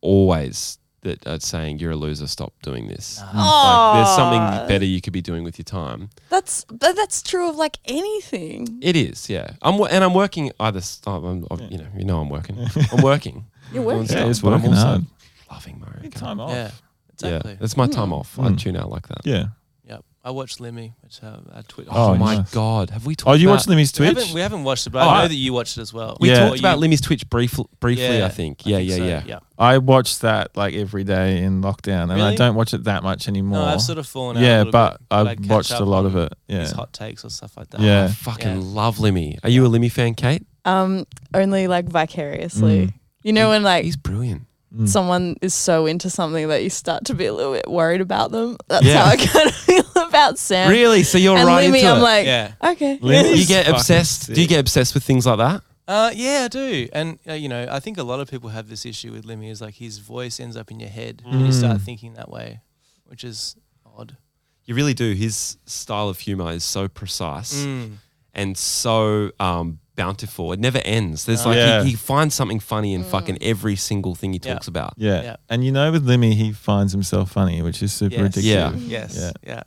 [SPEAKER 1] always that are saying you're a loser, stop doing this.
[SPEAKER 5] Nah.
[SPEAKER 1] Like, there's
[SPEAKER 4] Aw.
[SPEAKER 1] something better you could be doing with your time.
[SPEAKER 4] Oh. That's but that's true of like anything.
[SPEAKER 1] It is, yeah. I'm wo- and I'm working either. si- I'm, I'm, you know, you know, I'm working. I'm working.
[SPEAKER 4] You're
[SPEAKER 1] Doing
[SPEAKER 4] working.
[SPEAKER 1] stuff,
[SPEAKER 3] it's
[SPEAKER 1] but I'm
[SPEAKER 3] working
[SPEAKER 1] also
[SPEAKER 3] hard.
[SPEAKER 1] Loving Mario
[SPEAKER 3] Good
[SPEAKER 1] Kart.
[SPEAKER 3] Mm. time off.
[SPEAKER 5] Yeah,
[SPEAKER 3] Yeah.
[SPEAKER 5] exactly.
[SPEAKER 1] Yeah, that's my
[SPEAKER 4] Hmm.
[SPEAKER 1] time off. I
[SPEAKER 3] Mm.
[SPEAKER 1] tune out like that.
[SPEAKER 5] Yep. I watched Lemmy, which uh, I tweeted.
[SPEAKER 1] Oh,
[SPEAKER 3] Oh,
[SPEAKER 1] my
[SPEAKER 3] nice.
[SPEAKER 1] god, have we talked?
[SPEAKER 3] Oh, you
[SPEAKER 1] about-
[SPEAKER 3] watch Lemmy's
[SPEAKER 5] We
[SPEAKER 3] Twitch?
[SPEAKER 5] haven't, we haven't watched it, but
[SPEAKER 1] Oh,
[SPEAKER 5] I know
[SPEAKER 1] I-
[SPEAKER 5] that you watched it as well.
[SPEAKER 1] We
[SPEAKER 3] Yeah.
[SPEAKER 1] talked about Limmy's Twitch briefly, briefly
[SPEAKER 5] Yeah,
[SPEAKER 1] I think. Yeah,
[SPEAKER 5] think
[SPEAKER 1] yeah,
[SPEAKER 5] so,
[SPEAKER 1] yeah.
[SPEAKER 5] yeah.
[SPEAKER 3] I watch that like every day in lockdown, and I
[SPEAKER 5] Really?
[SPEAKER 3] don't watch it that much anymore.
[SPEAKER 5] No, I've sort of fallen out. a
[SPEAKER 3] yeah,
[SPEAKER 5] little
[SPEAKER 3] but
[SPEAKER 5] bit, I
[SPEAKER 3] I've
[SPEAKER 5] catch
[SPEAKER 3] watched
[SPEAKER 5] up
[SPEAKER 3] a lot
[SPEAKER 5] on
[SPEAKER 3] of it. Yeah.
[SPEAKER 5] His hot takes or stuff like that.
[SPEAKER 1] I
[SPEAKER 3] Yeah.
[SPEAKER 1] fucking
[SPEAKER 5] Yeah.
[SPEAKER 1] love Limmy. Are you a Limmy fan, Kate?
[SPEAKER 4] Um, only like vicariously.
[SPEAKER 3] Mm.
[SPEAKER 4] You know when like
[SPEAKER 1] He's brilliant.
[SPEAKER 3] Mm.
[SPEAKER 4] someone is so into something that you start to be a little bit worried about them. That's
[SPEAKER 1] Yeah.
[SPEAKER 4] how I kind of feel about Sam.
[SPEAKER 1] Really? So you're
[SPEAKER 4] and
[SPEAKER 1] right
[SPEAKER 4] Lemmy,
[SPEAKER 1] into
[SPEAKER 4] I'm
[SPEAKER 1] it.
[SPEAKER 4] like,
[SPEAKER 5] Yeah.
[SPEAKER 4] okay.
[SPEAKER 3] Lemmy's
[SPEAKER 1] you get
[SPEAKER 3] fucking
[SPEAKER 1] obsessed. Do you
[SPEAKER 3] sick.
[SPEAKER 1] get obsessed with things like that?
[SPEAKER 5] Uh, yeah, I do. And, uh, you know, I think a lot of people have this issue with Lemmy is like his voice ends up in your head and you start
[SPEAKER 3] Mm.
[SPEAKER 5] thinking that way, which is odd.
[SPEAKER 1] You really do. His style of humor is so precise
[SPEAKER 5] Mm.
[SPEAKER 1] and so um, bountiful. It never ends. There's
[SPEAKER 5] No.
[SPEAKER 1] like
[SPEAKER 3] Yeah.
[SPEAKER 1] he, he finds something funny in fucking every single thing he
[SPEAKER 5] Mm. Yeah.
[SPEAKER 1] talks about.
[SPEAKER 3] Yeah.
[SPEAKER 5] Yeah.
[SPEAKER 3] And you know, with Lemmy, he finds himself funny, which is super
[SPEAKER 5] Yes.
[SPEAKER 3] addictive.
[SPEAKER 1] Yeah.
[SPEAKER 5] Yes.
[SPEAKER 3] Yeah.
[SPEAKER 5] Yeah. Yeah.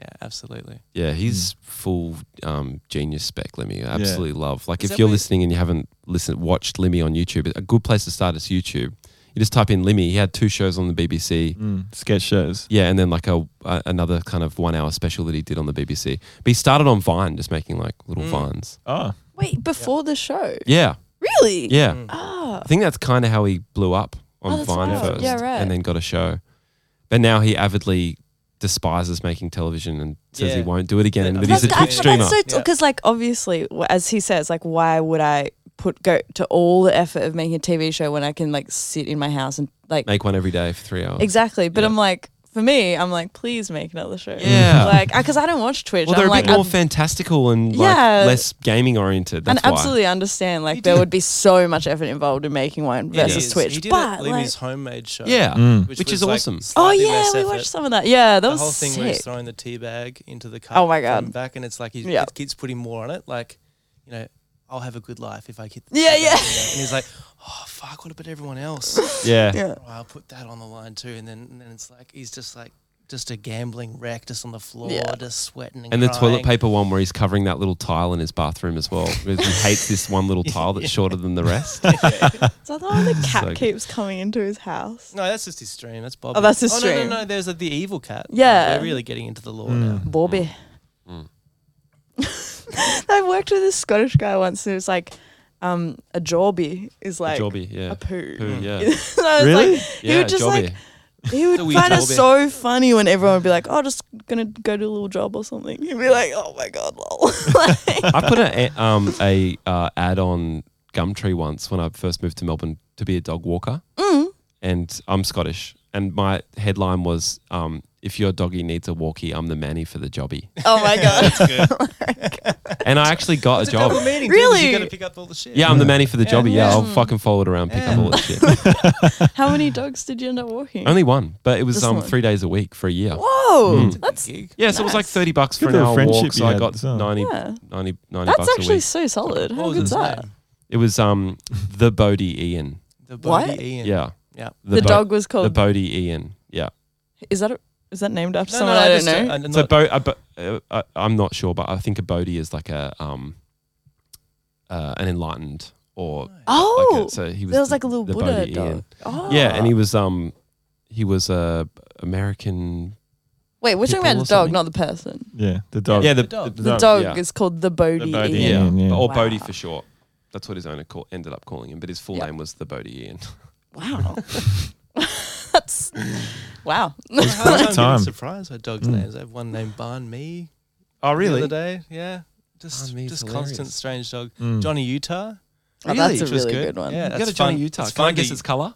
[SPEAKER 5] Yeah, absolutely.
[SPEAKER 1] Yeah, he's full um, genius spec Lemmy. I
[SPEAKER 3] Mm. Yeah.
[SPEAKER 1] absolutely love. Like,
[SPEAKER 5] Is
[SPEAKER 1] if
[SPEAKER 5] that
[SPEAKER 1] you're
[SPEAKER 5] where-
[SPEAKER 1] listening and you haven't listened, watched Lemmy on YouTube, a good place to start is YouTube. You just type in Lemmy. He had two shows on the BBC.
[SPEAKER 3] Mm, sketch shows.
[SPEAKER 1] Yeah, and then like a, a another kind of one hour special that he did on the BBC. But he started on Vine, just making like little
[SPEAKER 5] Mm.
[SPEAKER 1] vines.
[SPEAKER 3] Oh,
[SPEAKER 4] Wait, before the show?
[SPEAKER 1] Yeah,
[SPEAKER 4] Really?
[SPEAKER 1] yeah.
[SPEAKER 5] Mm.
[SPEAKER 4] Ah.
[SPEAKER 1] I think that's kind of how he blew up
[SPEAKER 4] Oh,
[SPEAKER 1] on
[SPEAKER 4] that's
[SPEAKER 1] Vine
[SPEAKER 4] wild.
[SPEAKER 1] first,
[SPEAKER 4] Yeah, right.
[SPEAKER 1] and then got a show. But now he avidly despises making television and says he
[SPEAKER 5] Yeah.
[SPEAKER 1] won't do it again. But
[SPEAKER 5] Yeah, that's-
[SPEAKER 1] he's a Twitch
[SPEAKER 5] that's-
[SPEAKER 1] streamer.
[SPEAKER 4] That's so
[SPEAKER 5] Yeah.
[SPEAKER 4] because, like, obviously, w- as he says, like, why would I put go to all the effort of making a TV show when I can like sit in my house and like
[SPEAKER 1] Make one every day for three hours.
[SPEAKER 4] exactly? But
[SPEAKER 1] Yeah.
[SPEAKER 4] I'm like, for me, I'm like, please make another show.
[SPEAKER 3] Mm.
[SPEAKER 1] Yeah.
[SPEAKER 4] like, because I don't watch Twitch.
[SPEAKER 1] Well, they're
[SPEAKER 4] I'm
[SPEAKER 1] a
[SPEAKER 4] like,
[SPEAKER 1] bit more
[SPEAKER 4] I-
[SPEAKER 1] fantastical and like
[SPEAKER 4] Yeah.
[SPEAKER 1] less gaming oriented. That's
[SPEAKER 4] and
[SPEAKER 1] why.
[SPEAKER 4] absolutely understand like there would be so much effort involved in making one
[SPEAKER 5] It
[SPEAKER 4] versus
[SPEAKER 5] is.
[SPEAKER 4] Twitch.
[SPEAKER 5] He did
[SPEAKER 4] but
[SPEAKER 5] it
[SPEAKER 4] like,
[SPEAKER 5] Lily's homemade show.
[SPEAKER 1] Yeah,
[SPEAKER 3] Mm.
[SPEAKER 1] which, is
[SPEAKER 5] was, like,
[SPEAKER 1] awesome.
[SPEAKER 4] oh
[SPEAKER 5] slightly
[SPEAKER 4] yeah,
[SPEAKER 5] less
[SPEAKER 4] we
[SPEAKER 5] effort.
[SPEAKER 4] watched some of that. Yeah, that
[SPEAKER 5] the
[SPEAKER 4] was
[SPEAKER 5] whole thing where he's
[SPEAKER 4] sick.
[SPEAKER 5] throwing the tea bag into the cup.
[SPEAKER 4] Oh my
[SPEAKER 5] from
[SPEAKER 4] God.
[SPEAKER 5] Back and it's like he
[SPEAKER 4] Yeah.
[SPEAKER 5] it keeps putting more on it. Like, you know, I'll have a good life if I keep.
[SPEAKER 4] Yeah,
[SPEAKER 5] have that
[SPEAKER 4] yeah.
[SPEAKER 5] in there. And he's like, oh fuck, what about everyone else?
[SPEAKER 1] Yeah.
[SPEAKER 4] Yeah.
[SPEAKER 5] Oh, I'll put that on the line too. And then and then it's like he's just like just a gambling wreck, just on the floor,
[SPEAKER 4] Yeah.
[SPEAKER 5] just sweating and
[SPEAKER 1] And the toilet
[SPEAKER 5] crying.
[SPEAKER 1] paper one where he's covering that little tile in his bathroom as well. Because he hates this one little tile that's shorter than the rest.
[SPEAKER 4] So the one the cat
[SPEAKER 1] good.
[SPEAKER 4] keeps coming into his house.
[SPEAKER 5] No, that's just his stream. That's Bob.
[SPEAKER 4] Oh, that's his
[SPEAKER 5] No,
[SPEAKER 4] stream.
[SPEAKER 5] no, no. There's uh, the evil cat.
[SPEAKER 4] Yeah.
[SPEAKER 5] they're really getting into the lore
[SPEAKER 1] Hmm.
[SPEAKER 5] now.
[SPEAKER 3] Mm.
[SPEAKER 4] Bobby. I worked with this Scottish guy once, and it was like um, a jobby is like
[SPEAKER 1] Jobby, yeah.
[SPEAKER 4] a poo.
[SPEAKER 1] Poo, yeah.
[SPEAKER 4] And I was
[SPEAKER 3] Really?
[SPEAKER 4] Like, he
[SPEAKER 1] yeah,
[SPEAKER 4] would just
[SPEAKER 1] jobby.
[SPEAKER 4] like he would
[SPEAKER 5] The wee
[SPEAKER 4] find it
[SPEAKER 5] jobby.
[SPEAKER 4] so funny when everyone would be like, "Oh, just gonna go do a little job or something." He'd be like, "Oh my god, lol." like,
[SPEAKER 1] I put a, a- um, a uh, ad on Gumtree once when I first moved to Melbourne to be a dog walker.
[SPEAKER 4] mm. Oh
[SPEAKER 1] And I'm Scottish. And my headline was um, If your doggy needs a walkie, I'm the manny for the jobby.
[SPEAKER 4] oh my god.
[SPEAKER 1] And I actually got a
[SPEAKER 5] It's a double
[SPEAKER 1] job.
[SPEAKER 5] meaning, too, 'cause
[SPEAKER 4] Really?
[SPEAKER 5] You got to pick up all the shit.
[SPEAKER 1] Yeah, I'm the manny for the
[SPEAKER 5] Yeah.
[SPEAKER 1] jobby. Yeah,
[SPEAKER 5] Yeah.
[SPEAKER 1] I'll fucking fold around, pick up
[SPEAKER 5] Yeah.
[SPEAKER 1] all that shit.
[SPEAKER 4] How many dogs did you end up walking?
[SPEAKER 1] Only one, but it was
[SPEAKER 4] Just
[SPEAKER 1] um,
[SPEAKER 4] one.
[SPEAKER 1] three days a week for a year.
[SPEAKER 5] Hmm.
[SPEAKER 4] Whoa,
[SPEAKER 1] Mm.
[SPEAKER 4] that's
[SPEAKER 5] gig.
[SPEAKER 1] Yeah, so it was like
[SPEAKER 4] Nice.
[SPEAKER 1] thirty bucks for
[SPEAKER 3] Good
[SPEAKER 1] an
[SPEAKER 3] little
[SPEAKER 1] hour
[SPEAKER 3] friendship
[SPEAKER 1] walk. So
[SPEAKER 3] you
[SPEAKER 1] I
[SPEAKER 3] had
[SPEAKER 1] got
[SPEAKER 3] as well.
[SPEAKER 1] 90,
[SPEAKER 4] yeah.
[SPEAKER 1] 90 90
[SPEAKER 4] That's
[SPEAKER 1] bucks a
[SPEAKER 4] actually
[SPEAKER 1] week.
[SPEAKER 4] so solid.
[SPEAKER 5] What
[SPEAKER 4] How
[SPEAKER 5] was
[SPEAKER 4] good's
[SPEAKER 5] his
[SPEAKER 4] that?
[SPEAKER 5] name?
[SPEAKER 1] It was um the Bodie Ian.
[SPEAKER 5] The
[SPEAKER 4] What?
[SPEAKER 5] Bodhi Ian.
[SPEAKER 1] Yeah,
[SPEAKER 5] Yeah.
[SPEAKER 4] The,
[SPEAKER 1] Bo-
[SPEAKER 4] dog was
[SPEAKER 1] The
[SPEAKER 4] called.
[SPEAKER 1] Bodie Ian. Yeah.
[SPEAKER 4] is that a, is that named after
[SPEAKER 5] No,
[SPEAKER 4] someone
[SPEAKER 5] no,
[SPEAKER 4] I don't
[SPEAKER 5] just-
[SPEAKER 4] know?
[SPEAKER 5] uh, not-
[SPEAKER 1] So Bo, a Bo- uh, uh, I'm not sure, but I think a Bodhi is like a um uh, an enlightened or
[SPEAKER 4] Oh,
[SPEAKER 1] like a, so he was
[SPEAKER 4] there was
[SPEAKER 1] the-
[SPEAKER 4] like a little
[SPEAKER 1] the
[SPEAKER 4] Buddha
[SPEAKER 1] Bodhi Ian.
[SPEAKER 4] dog. Oh.
[SPEAKER 1] Yeah, and he was um he was a American.
[SPEAKER 4] wait. We're talking
[SPEAKER 1] people
[SPEAKER 4] about
[SPEAKER 1] or
[SPEAKER 4] the dog,
[SPEAKER 1] something.
[SPEAKER 4] not the person.
[SPEAKER 3] yeah, the dog.
[SPEAKER 1] yeah, the,
[SPEAKER 5] The dog.
[SPEAKER 4] The dog
[SPEAKER 1] yeah.
[SPEAKER 4] is called the Bodhi.
[SPEAKER 3] The Bodhi
[SPEAKER 4] Ian.
[SPEAKER 1] Yeah,
[SPEAKER 3] Ian, yeah.
[SPEAKER 1] or Bodhi
[SPEAKER 4] Wow.
[SPEAKER 1] for short. That's what his owner call, ended up calling him, but his full
[SPEAKER 4] Yep.
[SPEAKER 1] name was the Bodhi Ian.
[SPEAKER 4] Wow. That's wow. Oh,
[SPEAKER 5] It's hard time.
[SPEAKER 3] time.
[SPEAKER 5] Getting surprised by dogs'
[SPEAKER 1] Mm.
[SPEAKER 5] names. I have one named Barn Me.
[SPEAKER 1] Oh,
[SPEAKER 5] The other day, yeah. Just,
[SPEAKER 1] Barn Me's
[SPEAKER 5] just
[SPEAKER 1] hilarious.
[SPEAKER 5] constant strange dog.
[SPEAKER 3] Mm.
[SPEAKER 5] Johnny Utah.
[SPEAKER 4] Oh, that's a
[SPEAKER 5] Which was
[SPEAKER 4] really good one. You
[SPEAKER 5] Yeah,
[SPEAKER 1] you
[SPEAKER 5] that's
[SPEAKER 1] got a
[SPEAKER 5] fun.
[SPEAKER 1] Johnny Utah.
[SPEAKER 5] It's
[SPEAKER 1] Can I
[SPEAKER 5] fun to-
[SPEAKER 1] guess its color?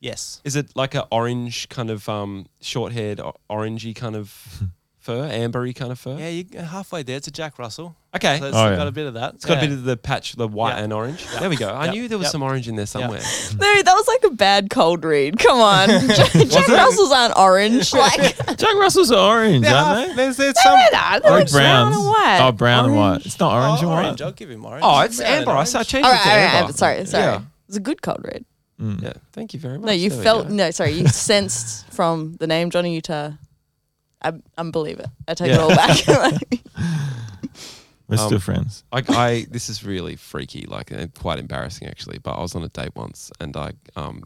[SPEAKER 5] Yes.
[SPEAKER 1] Is it like a orange kind of um, short-haired, o- orangey kind of fur, ambery kind of fur?
[SPEAKER 5] Yeah, you're halfway there. It's a Jack Russell.
[SPEAKER 1] Okay,
[SPEAKER 5] So it's
[SPEAKER 3] Oh, yeah.
[SPEAKER 5] got a bit of that.
[SPEAKER 1] it's got a bit of the patch, the white
[SPEAKER 5] Yeah.
[SPEAKER 1] and orange. There we go. I
[SPEAKER 5] Yeah.
[SPEAKER 1] knew there was
[SPEAKER 5] Yeah.
[SPEAKER 1] some orange in there somewhere.
[SPEAKER 4] No, that was like a bad cold read. Come on, Jack, Jack Russells aren't orange. Like
[SPEAKER 3] Jack Russell's are orange, aren't they?
[SPEAKER 5] There's, there's some.
[SPEAKER 4] they're not. They're like brown
[SPEAKER 3] browns.
[SPEAKER 4] and white.
[SPEAKER 3] Oh, brown and
[SPEAKER 4] Orange.
[SPEAKER 3] white. It's not orange
[SPEAKER 5] oh,
[SPEAKER 3] and white.
[SPEAKER 5] orange. I'll give him orange.
[SPEAKER 1] Oh, it's
[SPEAKER 5] Brown and
[SPEAKER 1] amber. I, s- I
[SPEAKER 5] orange.
[SPEAKER 1] changed
[SPEAKER 4] All
[SPEAKER 1] it
[SPEAKER 4] right,
[SPEAKER 1] to
[SPEAKER 4] all right.
[SPEAKER 1] amber.
[SPEAKER 4] I'm sorry, sorry.
[SPEAKER 1] Yeah.
[SPEAKER 4] It was a good cold read.
[SPEAKER 3] Mm.
[SPEAKER 1] Yeah. Thank you very much.
[SPEAKER 4] No, you
[SPEAKER 1] There we
[SPEAKER 4] felt
[SPEAKER 1] go.
[SPEAKER 4] no. Sorry, you sensed from the name Johnny Utah. I, I believe it. I take it
[SPEAKER 1] Yeah.
[SPEAKER 4] all back. Like,
[SPEAKER 3] We're
[SPEAKER 1] Um,
[SPEAKER 3] still friends.
[SPEAKER 1] I, I this is really freaky, like and quite embarrassing actually. But I was on a date once, and I um,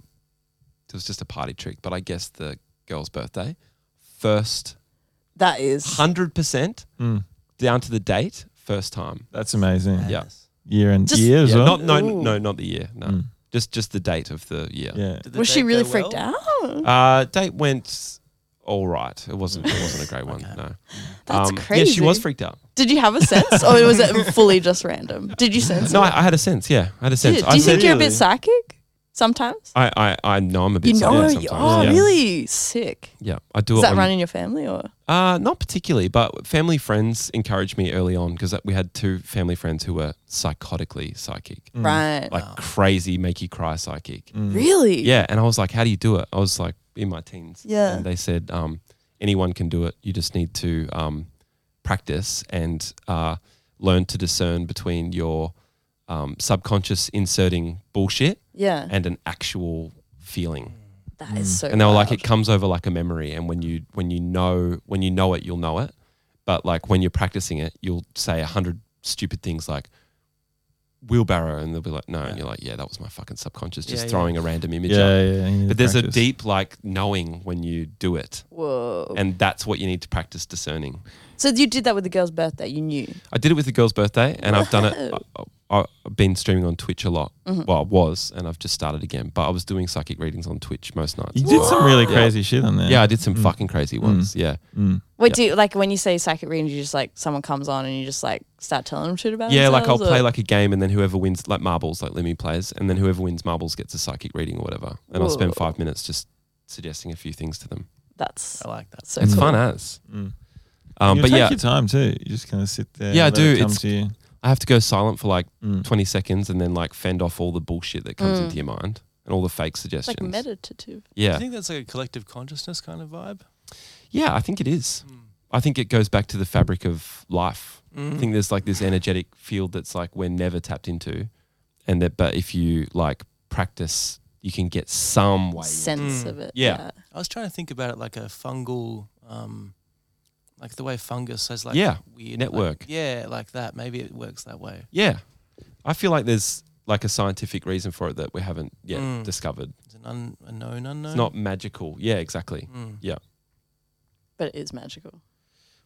[SPEAKER 1] it was just a party trick. But I guessed the girl's birthday first,
[SPEAKER 4] that is
[SPEAKER 1] hundred percent
[SPEAKER 3] Mm.
[SPEAKER 1] down to the date, first time.
[SPEAKER 3] That's amazing.
[SPEAKER 1] Yeah.
[SPEAKER 3] Year and
[SPEAKER 4] Just-
[SPEAKER 3] year as
[SPEAKER 1] Yeah,
[SPEAKER 3] well.
[SPEAKER 1] not no
[SPEAKER 4] Ooh.
[SPEAKER 1] no not the year, no,
[SPEAKER 3] Mm.
[SPEAKER 1] just just the date of the year.
[SPEAKER 3] Yeah.
[SPEAKER 5] Did the
[SPEAKER 4] was she
[SPEAKER 5] date
[SPEAKER 4] really
[SPEAKER 5] go
[SPEAKER 4] freaked
[SPEAKER 5] well?
[SPEAKER 4] out?
[SPEAKER 1] Uh, date went all right. It wasn't it wasn't a great one. No,
[SPEAKER 4] That's
[SPEAKER 1] Um, Yeah, she was
[SPEAKER 4] crazy.
[SPEAKER 1] freaked out.
[SPEAKER 4] Did you have a sense, or was it fully just random? Did you sense?
[SPEAKER 1] No,
[SPEAKER 4] it?
[SPEAKER 1] I, I had a sense. Yeah, I had a
[SPEAKER 4] Did-
[SPEAKER 1] sense.
[SPEAKER 4] do
[SPEAKER 1] I
[SPEAKER 4] you think
[SPEAKER 1] said-
[SPEAKER 4] you're a bit
[SPEAKER 3] Really?
[SPEAKER 4] psychic sometimes?
[SPEAKER 1] I, I I know I'm a bit.
[SPEAKER 4] You know,
[SPEAKER 1] sometimes.
[SPEAKER 4] you oh,
[SPEAKER 1] yeah.
[SPEAKER 4] really sick.
[SPEAKER 1] Yeah, I do.
[SPEAKER 4] Does
[SPEAKER 1] it
[SPEAKER 4] that
[SPEAKER 1] on-
[SPEAKER 4] run in your family or?
[SPEAKER 1] Uh, not particularly, but family friends encouraged me early on because we had two family friends who were psychotically psychic,
[SPEAKER 4] Mm. Right.
[SPEAKER 1] Mm, like crazy, make you cry psychic.
[SPEAKER 4] Mm. really?
[SPEAKER 1] Yeah, and I was like, "How do you do it?" I was like, in my teens.
[SPEAKER 4] Yeah.
[SPEAKER 1] and they said, um, "Anyone can do it. You just need to um, practice and uh, learn to discern between your um, subconscious inserting bullshit
[SPEAKER 4] Yeah.
[SPEAKER 1] and an actual feeling."
[SPEAKER 4] that is so
[SPEAKER 1] Mm. and they were like
[SPEAKER 4] wild.
[SPEAKER 1] it comes over like a memory and when you when you know when you know it you'll know it But like when you're practicing it, you'll say a hundred stupid things like wheelbarrow, and they'll be like, no, and
[SPEAKER 5] Yeah.
[SPEAKER 1] you're like, yeah, that was my fucking subconscious
[SPEAKER 5] Yeah,
[SPEAKER 1] just
[SPEAKER 5] yeah.
[SPEAKER 1] throwing a random image. up.
[SPEAKER 3] yeah, yeah. you need to
[SPEAKER 1] But there's
[SPEAKER 3] practice.
[SPEAKER 1] a deep like knowing when you do it,
[SPEAKER 4] Whoa.
[SPEAKER 1] and that's what you need to practice discerning.
[SPEAKER 4] so you did that with the girl's birthday. You knew.
[SPEAKER 1] I did it with the girl's birthday, and I've done it. I, I, I've been streaming on Twitch a lot. Well, I was, and I've just started again. But I was doing psychic readings on Twitch most nights.
[SPEAKER 3] You did some really
[SPEAKER 1] Yeah.
[SPEAKER 3] crazy shit on there.
[SPEAKER 1] Yeah, I did some fucking crazy ones. Yeah,
[SPEAKER 3] Mm.
[SPEAKER 4] Wait,
[SPEAKER 1] Yeah.
[SPEAKER 4] do you, like when you say psychic readings, you just like someone comes on and you just like start telling them shit about
[SPEAKER 1] yeah. Like I'll
[SPEAKER 4] themselves, or-
[SPEAKER 1] play like a game, and then whoever wins, like marbles, like Lemmy plays, and then whoever wins marbles gets a psychic reading or whatever. And I'll spend
[SPEAKER 4] Whoa.
[SPEAKER 1] five minutes just suggesting a few things to them.
[SPEAKER 4] that's
[SPEAKER 5] I like that.
[SPEAKER 4] so
[SPEAKER 1] It's
[SPEAKER 4] cool.
[SPEAKER 1] fun as.
[SPEAKER 3] Mm.
[SPEAKER 1] Um,
[SPEAKER 3] You
[SPEAKER 1] but
[SPEAKER 3] take
[SPEAKER 1] yeah,
[SPEAKER 3] your time too. You just kind of sit there.
[SPEAKER 1] Yeah, I
[SPEAKER 3] and let it
[SPEAKER 1] do.
[SPEAKER 3] Come
[SPEAKER 1] It's-
[SPEAKER 3] to you.
[SPEAKER 1] I have to go silent for like
[SPEAKER 3] Mm.
[SPEAKER 1] 20 seconds and then like fend off all the bullshit that comes
[SPEAKER 4] Mm.
[SPEAKER 1] into your mind and all the fake
[SPEAKER 4] It's like
[SPEAKER 1] suggestions.
[SPEAKER 4] meditative.
[SPEAKER 5] Do you
[SPEAKER 1] yeah.
[SPEAKER 5] think that's like a collective consciousness kind of vibe?
[SPEAKER 1] Yeah, I think it is. I think it goes back to the fabric of life.
[SPEAKER 5] Mm.
[SPEAKER 1] I
[SPEAKER 3] Mm.
[SPEAKER 1] think there's like this energetic field that's like we're never tapped into. And that, but if you like practice, you can get some way. in.
[SPEAKER 4] sense
[SPEAKER 5] Mm.
[SPEAKER 4] of it.
[SPEAKER 1] Yeah.
[SPEAKER 5] I was trying to think about it like a fungal, um, like the way fungus has like
[SPEAKER 1] Yeah,
[SPEAKER 5] weird like-
[SPEAKER 1] network.
[SPEAKER 5] yeah, like that. Maybe it works that way.
[SPEAKER 1] yeah. I feel like there's like a scientific reason for it that we haven't yet
[SPEAKER 5] Mm.
[SPEAKER 1] discovered.
[SPEAKER 5] It's an un- a known unknown.
[SPEAKER 1] It's not magical. Yeah, exactly.
[SPEAKER 5] Mm.
[SPEAKER 4] But it is magical.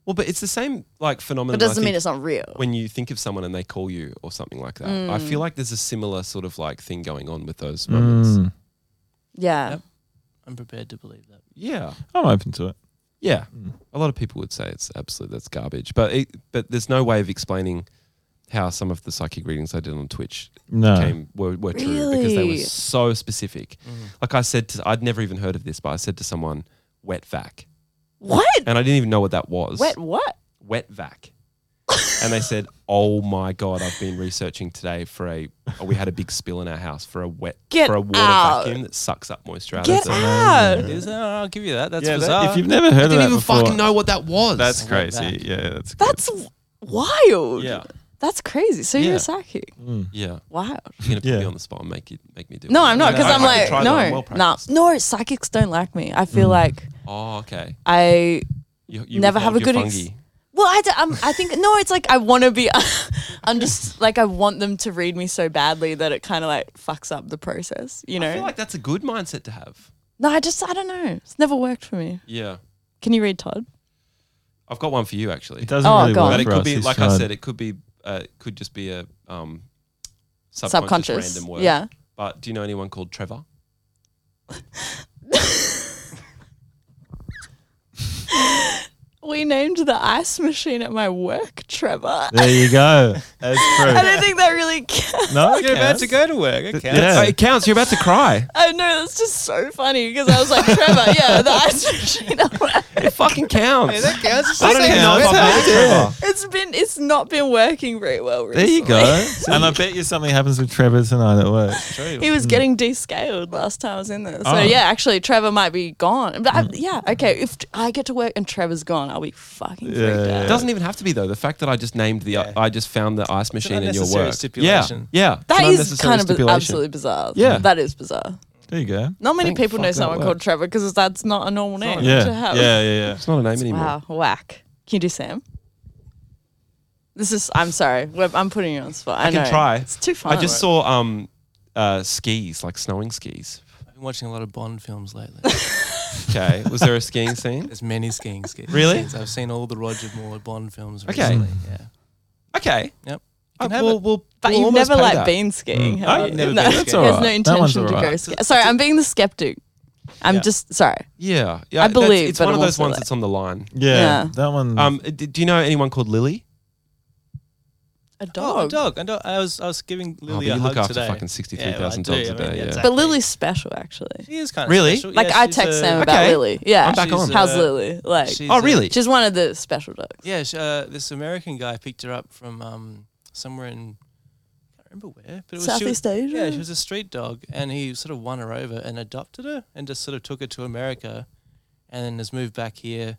[SPEAKER 1] Well, but it's the same like phenomenon.
[SPEAKER 4] But
[SPEAKER 1] I
[SPEAKER 4] doesn't
[SPEAKER 1] think-
[SPEAKER 4] mean it's not real.
[SPEAKER 1] when you think of someone and they call you or something like that. I feel
[SPEAKER 4] Mm.
[SPEAKER 1] like there's a similar sort of like thing going on with those moments.
[SPEAKER 3] Mm.
[SPEAKER 4] yeah.
[SPEAKER 5] Yep. I'm prepared to believe that.
[SPEAKER 1] Yeah,
[SPEAKER 3] I'm open to it.
[SPEAKER 1] yeah.
[SPEAKER 3] Mm.
[SPEAKER 1] A lot of people would say it's absolute that's garbage, but it, but there's no way of explaining how some of the psychic readings I did on Twitch
[SPEAKER 3] No.
[SPEAKER 1] came were, were true because they were
[SPEAKER 4] Really?
[SPEAKER 1] so specific. Like I said, to, I'd never even heard of this, but I said to someone, "Wet vac,"
[SPEAKER 4] What?
[SPEAKER 1] and I didn't even know what that was.
[SPEAKER 4] Wet what?
[SPEAKER 1] wet vac. and they said, "Oh my god, I've been researching today for a. oh, we had a big spill in our house for a wet
[SPEAKER 4] Get
[SPEAKER 1] for a water
[SPEAKER 4] out.
[SPEAKER 1] vacuum that sucks up moisture out of
[SPEAKER 4] Get
[SPEAKER 1] the.
[SPEAKER 4] out.
[SPEAKER 5] Is that- I'll give you that. That's
[SPEAKER 3] Yeah, that-
[SPEAKER 5] bizarre.
[SPEAKER 3] if you've never heard
[SPEAKER 1] I
[SPEAKER 3] of
[SPEAKER 1] didn't
[SPEAKER 3] that
[SPEAKER 1] even
[SPEAKER 3] before,
[SPEAKER 1] fucking know what that was.
[SPEAKER 3] That's
[SPEAKER 5] I went
[SPEAKER 3] crazy.
[SPEAKER 5] back.
[SPEAKER 3] Yeah, that's good.
[SPEAKER 4] That's w- wild.
[SPEAKER 1] yeah,
[SPEAKER 4] That's crazy. So
[SPEAKER 1] Yeah. Mm.
[SPEAKER 4] you're a psychic.
[SPEAKER 1] yeah.
[SPEAKER 4] Wow.
[SPEAKER 1] You're gonna put
[SPEAKER 3] Yeah.
[SPEAKER 1] me on the spot and make you make me do.
[SPEAKER 4] No,
[SPEAKER 1] it.
[SPEAKER 4] I'm not because
[SPEAKER 1] I-
[SPEAKER 4] I'm
[SPEAKER 1] I could
[SPEAKER 4] like
[SPEAKER 1] try that. I'm
[SPEAKER 4] no,
[SPEAKER 1] well
[SPEAKER 4] nah.
[SPEAKER 1] practiced.
[SPEAKER 4] no. Psychics don't like me. I feel like
[SPEAKER 1] Oh, okay.
[SPEAKER 4] I
[SPEAKER 1] You, you
[SPEAKER 4] Never have
[SPEAKER 1] withhold
[SPEAKER 4] a
[SPEAKER 1] your
[SPEAKER 4] good ex-
[SPEAKER 1] fungi.
[SPEAKER 4] Well, I, d- um, I think no. It's like I want to be. I'm just like I want them to read me so badly that it kind of like fucks up the process. You know?
[SPEAKER 1] I feel like that's a good mindset to have.
[SPEAKER 4] no, I just I don't know. It's never worked for me.
[SPEAKER 1] Yeah,
[SPEAKER 4] Can you read Todd?
[SPEAKER 1] I've got one for you actually.
[SPEAKER 3] It doesn't
[SPEAKER 4] Oh,
[SPEAKER 3] really
[SPEAKER 4] go on.
[SPEAKER 1] but
[SPEAKER 3] work
[SPEAKER 1] it
[SPEAKER 3] for
[SPEAKER 1] could
[SPEAKER 3] us.
[SPEAKER 1] be
[SPEAKER 3] He's
[SPEAKER 1] like I
[SPEAKER 3] tried.
[SPEAKER 1] said, it could be uh, it could just be a um, subconscious,
[SPEAKER 4] Subconscious.
[SPEAKER 1] random word.
[SPEAKER 4] Yeah.
[SPEAKER 1] But do you know anyone called Trevor?
[SPEAKER 4] We named the ice machine at my work, Trevor.
[SPEAKER 3] There you go. That's true.
[SPEAKER 4] I don't think that really. Counts.
[SPEAKER 3] no,
[SPEAKER 5] You're about to go to work. Okay.
[SPEAKER 3] Yeah.
[SPEAKER 1] Oh, it counts. You're about to cry.
[SPEAKER 4] I know that's just so funny because I was like Trevor, yeah, the ice machine at work.
[SPEAKER 1] It fucking counts.
[SPEAKER 5] That counts.
[SPEAKER 1] I don't even know if I've made Trevor.
[SPEAKER 4] It's been it's not been working very well
[SPEAKER 3] There
[SPEAKER 4] recently.
[SPEAKER 3] you go. and I bet you something happens with Trevor tonight at work.
[SPEAKER 4] He was getting descaled last time I was in there. So
[SPEAKER 3] Oh.
[SPEAKER 4] yeah, actually, Trevor might be gone. But I, yeah, okay. If I get to work and Trevor's gone, I'll be fucking freaked
[SPEAKER 3] Yeah, yeah,
[SPEAKER 4] out.
[SPEAKER 1] It doesn't even have to be though. The fact that I just named the, I just found the ice machine in your
[SPEAKER 5] unnecessary
[SPEAKER 1] work.
[SPEAKER 5] stipulation.
[SPEAKER 1] Yeah, yeah. It's
[SPEAKER 4] That
[SPEAKER 1] an
[SPEAKER 4] is
[SPEAKER 1] unnecessary
[SPEAKER 4] kind of bi-
[SPEAKER 1] stipulation.
[SPEAKER 4] absolutely bizarre.
[SPEAKER 1] Yeah.
[SPEAKER 4] that is bizarre.
[SPEAKER 3] There you go.
[SPEAKER 4] Not many
[SPEAKER 1] Thank
[SPEAKER 4] people know
[SPEAKER 1] fuck that
[SPEAKER 4] someone called
[SPEAKER 1] works.
[SPEAKER 4] Trevor because that's not a normal name
[SPEAKER 3] Yeah.
[SPEAKER 4] to
[SPEAKER 3] Yeah,
[SPEAKER 4] have.
[SPEAKER 3] yeah, yeah.
[SPEAKER 1] It's not a name anymore.
[SPEAKER 4] Wow, whack. Can you do Sam? This is. I'm sorry. We're, I'm putting you on the spot. I,
[SPEAKER 1] can
[SPEAKER 4] know.
[SPEAKER 1] try.
[SPEAKER 4] It's too fun.
[SPEAKER 1] I just saw um, uh, skis like snowing skis.
[SPEAKER 5] I've been watching a lot of Bond films lately.
[SPEAKER 1] Okay, was there a skiing scene?
[SPEAKER 5] There's many skiing skins.
[SPEAKER 1] Really?
[SPEAKER 5] I've seen all the Roger Moore Bond films.
[SPEAKER 1] Okay. Mm.
[SPEAKER 5] Recently. Yeah.
[SPEAKER 1] Okay,
[SPEAKER 5] Yep.
[SPEAKER 1] I,
[SPEAKER 5] can have
[SPEAKER 1] Uh, we'll,
[SPEAKER 5] it.
[SPEAKER 1] we'll,
[SPEAKER 4] But
[SPEAKER 1] we'll
[SPEAKER 4] you've
[SPEAKER 1] almost
[SPEAKER 4] never
[SPEAKER 1] pay
[SPEAKER 4] like
[SPEAKER 1] that.
[SPEAKER 4] been skiing. have
[SPEAKER 5] I've
[SPEAKER 4] you?
[SPEAKER 5] never
[SPEAKER 4] no,
[SPEAKER 5] been
[SPEAKER 4] He
[SPEAKER 5] skiing.
[SPEAKER 4] has
[SPEAKER 5] That's
[SPEAKER 4] no
[SPEAKER 3] alright. That one's
[SPEAKER 4] intention to go
[SPEAKER 3] alright.
[SPEAKER 4] skiing. Sorry, I'm being the skeptic. I'm just sorry.
[SPEAKER 1] Yeah, yeah.
[SPEAKER 4] I
[SPEAKER 1] that's-
[SPEAKER 4] believe,
[SPEAKER 1] it's
[SPEAKER 4] but
[SPEAKER 1] one of
[SPEAKER 4] I'm
[SPEAKER 1] those
[SPEAKER 4] also
[SPEAKER 1] ones
[SPEAKER 4] like-
[SPEAKER 1] that's on the line.
[SPEAKER 3] Yeah.
[SPEAKER 4] Yeah.
[SPEAKER 3] That one.
[SPEAKER 1] Um, d- do you know anyone called Lily?
[SPEAKER 4] A
[SPEAKER 5] Oh, a
[SPEAKER 4] dog.
[SPEAKER 5] dog. I, don't- I was I was giving
[SPEAKER 1] Oh, but
[SPEAKER 5] Lily
[SPEAKER 1] you
[SPEAKER 5] a
[SPEAKER 1] look
[SPEAKER 5] hug
[SPEAKER 1] after
[SPEAKER 5] today.
[SPEAKER 1] fucking sixty-three thousand
[SPEAKER 5] Yeah, I do.
[SPEAKER 1] dogs
[SPEAKER 5] I
[SPEAKER 1] a
[SPEAKER 5] mean,
[SPEAKER 1] day.
[SPEAKER 5] that's
[SPEAKER 1] yeah.
[SPEAKER 5] a-
[SPEAKER 4] But Lily's special, actually.
[SPEAKER 5] She is kind of
[SPEAKER 1] Really?
[SPEAKER 5] Special.
[SPEAKER 4] Like
[SPEAKER 5] yeah,
[SPEAKER 4] I
[SPEAKER 5] she's,
[SPEAKER 4] text
[SPEAKER 5] uh,
[SPEAKER 4] Sam about
[SPEAKER 1] Okay.
[SPEAKER 4] Lily. Yeah.
[SPEAKER 1] I'm back
[SPEAKER 5] she's,
[SPEAKER 1] on.
[SPEAKER 5] uh,
[SPEAKER 4] How's Lily? Like,
[SPEAKER 5] she's,
[SPEAKER 1] Oh,
[SPEAKER 5] uh,
[SPEAKER 1] really?
[SPEAKER 4] she's one of the special dogs.
[SPEAKER 5] Yeah, sh- uh, this American guy picked her up from um, somewhere in I can't remember where, but it was she was-
[SPEAKER 4] Southeast Asia.
[SPEAKER 5] Yeah, she was a street dog, and he sort of won her over and adopted her, and just sort of took her to America, and then has moved back here.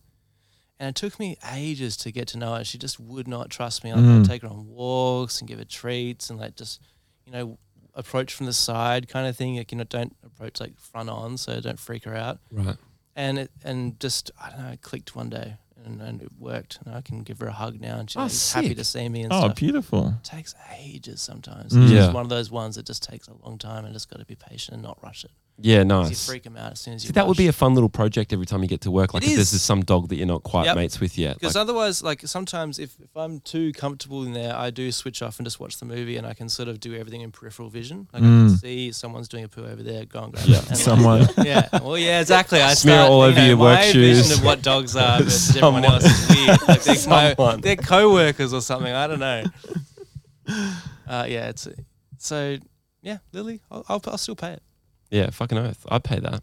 [SPEAKER 5] And it took me ages to get to know her. She just would not trust me. Like,
[SPEAKER 3] Mm.
[SPEAKER 5] I'd take her on walks and give her treats, and like just you know approach from the side kind of thing. Like you know, don't approach like front on, so don't freak her out
[SPEAKER 1] Right.
[SPEAKER 5] and it, and just I don't know, it clicked one day. And and, and it worked. And I can give her a hug now, and she's
[SPEAKER 1] Oh,
[SPEAKER 5] like, happy
[SPEAKER 1] sick.
[SPEAKER 5] to see me and
[SPEAKER 3] Oh,
[SPEAKER 5] stuff.
[SPEAKER 3] beautiful.
[SPEAKER 5] It takes ages sometimes.
[SPEAKER 3] Mm.
[SPEAKER 5] It's
[SPEAKER 1] Yeah.
[SPEAKER 5] just one of those ones that just takes a long time, and just got to be patient and not rush it.
[SPEAKER 1] Yeah,
[SPEAKER 5] 'Cause
[SPEAKER 1] nice.
[SPEAKER 5] You freak them out as soon as you.
[SPEAKER 1] See, that would be
[SPEAKER 5] rush.
[SPEAKER 1] a fun little project every time you get to work. Like
[SPEAKER 5] It
[SPEAKER 1] if there's
[SPEAKER 5] is.
[SPEAKER 1] just some dog that you're not quite
[SPEAKER 5] Yep.
[SPEAKER 1] mates with yet.
[SPEAKER 5] Because
[SPEAKER 1] like-
[SPEAKER 5] otherwise, like sometimes if, if I'm too comfortable in there, I do switch off and just watch the movie, and I can sort of do everything in peripheral vision. Like I can
[SPEAKER 3] Mm.
[SPEAKER 5] see someone's doing a poo over there, go and grab
[SPEAKER 1] Yeah.
[SPEAKER 5] it. And
[SPEAKER 3] Someone.
[SPEAKER 5] Like, yeah. Well, yeah, exactly. I
[SPEAKER 1] Smear
[SPEAKER 5] start,
[SPEAKER 1] all
[SPEAKER 5] you
[SPEAKER 1] over
[SPEAKER 5] know,
[SPEAKER 1] your
[SPEAKER 5] my
[SPEAKER 1] work shoes.
[SPEAKER 5] Vision of what dogs are versus everyone
[SPEAKER 1] Someone.
[SPEAKER 5] else is weird. Like they're, my,
[SPEAKER 1] Someone.
[SPEAKER 5] they're co-workers or something. I don't know. Uh, yeah. It's so. Yeah, Lily, I'll, I'll, I'll still pay it.
[SPEAKER 1] yeah, fucking oath. I'd pay that.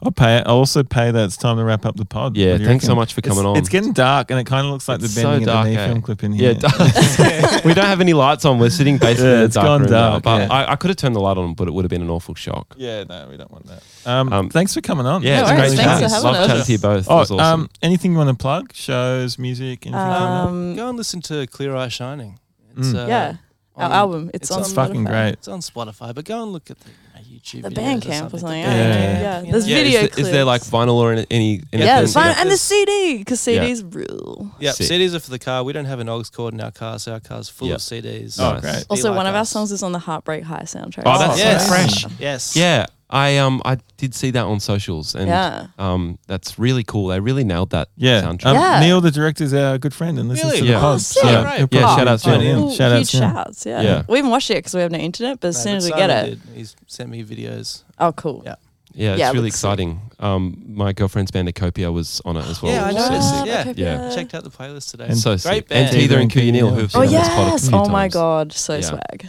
[SPEAKER 3] I'll pay it. I'll also pay that. It's time to wrap up the pod.
[SPEAKER 1] Yeah,
[SPEAKER 3] What do you
[SPEAKER 1] thanks so
[SPEAKER 3] reckon?
[SPEAKER 1] much for coming
[SPEAKER 3] it's,
[SPEAKER 1] on.
[SPEAKER 3] It's getting dark, and it kind of looks like
[SPEAKER 1] It's
[SPEAKER 3] the
[SPEAKER 1] so
[SPEAKER 3] bending of
[SPEAKER 1] dark,
[SPEAKER 3] the knee
[SPEAKER 1] eh?
[SPEAKER 3] film clip in
[SPEAKER 1] yeah,
[SPEAKER 3] here.
[SPEAKER 1] it does. we don't have any lights on. We're sitting basically
[SPEAKER 3] Yeah,
[SPEAKER 1] in a
[SPEAKER 3] it's
[SPEAKER 1] dark
[SPEAKER 3] gone
[SPEAKER 1] room now,
[SPEAKER 3] dark,
[SPEAKER 1] but
[SPEAKER 3] yeah.
[SPEAKER 1] I, I could have turned the light on, but it would have been an awful shock.
[SPEAKER 3] Yeah, no, we don't want that. Um,
[SPEAKER 1] Um,
[SPEAKER 3] thanks for coming on.
[SPEAKER 1] Yeah,
[SPEAKER 4] No
[SPEAKER 1] it's
[SPEAKER 4] worries.
[SPEAKER 1] great
[SPEAKER 4] Thanks
[SPEAKER 1] chatting.
[SPEAKER 4] for having
[SPEAKER 1] Love
[SPEAKER 4] us.
[SPEAKER 1] chatting to you both.
[SPEAKER 3] Oh,
[SPEAKER 1] it was awesome.
[SPEAKER 3] um, anything you want to plug? Shows, music, anything? like
[SPEAKER 4] Um,
[SPEAKER 5] Go and listen to Clear Eye Shining. uh,
[SPEAKER 3] Mm.
[SPEAKER 4] yeah, our
[SPEAKER 5] on-
[SPEAKER 4] album. It's,
[SPEAKER 5] it's
[SPEAKER 3] that?
[SPEAKER 4] on
[SPEAKER 5] on-
[SPEAKER 3] It's fucking
[SPEAKER 4] Spotify.
[SPEAKER 3] great.
[SPEAKER 5] It's on Spotify, but go and look at the you know, YouTube.
[SPEAKER 4] The
[SPEAKER 5] videos
[SPEAKER 4] Bandcamp or something.
[SPEAKER 5] The
[SPEAKER 4] Yeah,
[SPEAKER 3] Yeah.
[SPEAKER 4] yeah.
[SPEAKER 5] Bandcamp,
[SPEAKER 4] There's
[SPEAKER 5] you know.
[SPEAKER 1] Yeah, is
[SPEAKER 4] video
[SPEAKER 1] there-
[SPEAKER 4] clips.
[SPEAKER 1] Is there like vinyl or any? any
[SPEAKER 4] yeah,
[SPEAKER 1] anything?
[SPEAKER 4] there's vinyl and the
[SPEAKER 5] There's-
[SPEAKER 4] CD because
[SPEAKER 1] Yeah.
[SPEAKER 4] CDs rule.
[SPEAKER 5] Yeah,
[SPEAKER 1] Sick.
[SPEAKER 5] CDs are for the car. We don't have an aux cord in our car, so our car's full
[SPEAKER 1] Yeah.
[SPEAKER 5] of CDs.
[SPEAKER 3] Oh,
[SPEAKER 1] Nice.
[SPEAKER 3] great.
[SPEAKER 5] Be
[SPEAKER 4] Also,
[SPEAKER 5] like
[SPEAKER 4] one of our
[SPEAKER 5] us.
[SPEAKER 4] songs is on the Heartbreak High soundtrack.
[SPEAKER 1] Oh, that's
[SPEAKER 5] Yes.
[SPEAKER 1] so fresh.
[SPEAKER 5] Yes.
[SPEAKER 1] Yeah, I um I did see that on socials, and
[SPEAKER 4] Yeah.
[SPEAKER 1] um that's really cool. They really nailed that
[SPEAKER 3] Yeah.
[SPEAKER 1] soundtrack.
[SPEAKER 3] Um,
[SPEAKER 4] Yeah.
[SPEAKER 3] Neil, the director's our good friend and listens
[SPEAKER 5] Really?
[SPEAKER 3] to the
[SPEAKER 1] Yeah.
[SPEAKER 3] pod.
[SPEAKER 4] Oh,
[SPEAKER 3] so
[SPEAKER 4] sick.
[SPEAKER 3] he'll
[SPEAKER 5] Right.
[SPEAKER 3] probably
[SPEAKER 1] Yeah, shout
[SPEAKER 3] be
[SPEAKER 1] out to
[SPEAKER 3] tuned
[SPEAKER 1] him.
[SPEAKER 3] in.
[SPEAKER 4] Ooh,
[SPEAKER 3] Shout out
[SPEAKER 4] huge
[SPEAKER 3] to him.
[SPEAKER 4] shouts. Yeah.
[SPEAKER 1] Yeah.
[SPEAKER 4] we haven't watched it because we haven't no internet, but as
[SPEAKER 5] No,
[SPEAKER 4] soon
[SPEAKER 5] but
[SPEAKER 4] as we
[SPEAKER 5] Simon
[SPEAKER 4] get it,
[SPEAKER 5] did. He's sent me videos.
[SPEAKER 4] oh, cool.
[SPEAKER 5] Yeah.
[SPEAKER 1] Yeah, it's
[SPEAKER 4] Yeah, it
[SPEAKER 1] really
[SPEAKER 4] looks sick.
[SPEAKER 1] exciting. Um, my girlfriend's band Acopia was on it as well.
[SPEAKER 5] Yeah, I
[SPEAKER 1] which is
[SPEAKER 5] noticed.
[SPEAKER 1] sick.
[SPEAKER 5] Yeah.
[SPEAKER 4] okay,
[SPEAKER 1] Yeah.
[SPEAKER 5] I checked out the playlist today.
[SPEAKER 3] And-
[SPEAKER 1] So sick.
[SPEAKER 5] Great band.
[SPEAKER 1] And Teether and
[SPEAKER 3] Teether and
[SPEAKER 1] Kuya Neal,
[SPEAKER 3] Kuya
[SPEAKER 1] who have
[SPEAKER 4] Oh
[SPEAKER 1] been on this pod a
[SPEAKER 4] yes!
[SPEAKER 1] few
[SPEAKER 4] Oh my
[SPEAKER 1] times.
[SPEAKER 4] god, so
[SPEAKER 1] Yeah.
[SPEAKER 4] swag.
[SPEAKER 1] Yeah,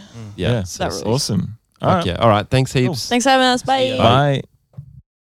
[SPEAKER 3] Yeah.
[SPEAKER 1] so
[SPEAKER 4] That
[SPEAKER 1] sick.
[SPEAKER 4] rules.
[SPEAKER 3] Awesome. All
[SPEAKER 1] Fuck
[SPEAKER 3] right.
[SPEAKER 1] yeah. All right. Thanks heaps.
[SPEAKER 4] Thanks for having us.
[SPEAKER 5] See ya.
[SPEAKER 4] Bye.
[SPEAKER 3] Bye.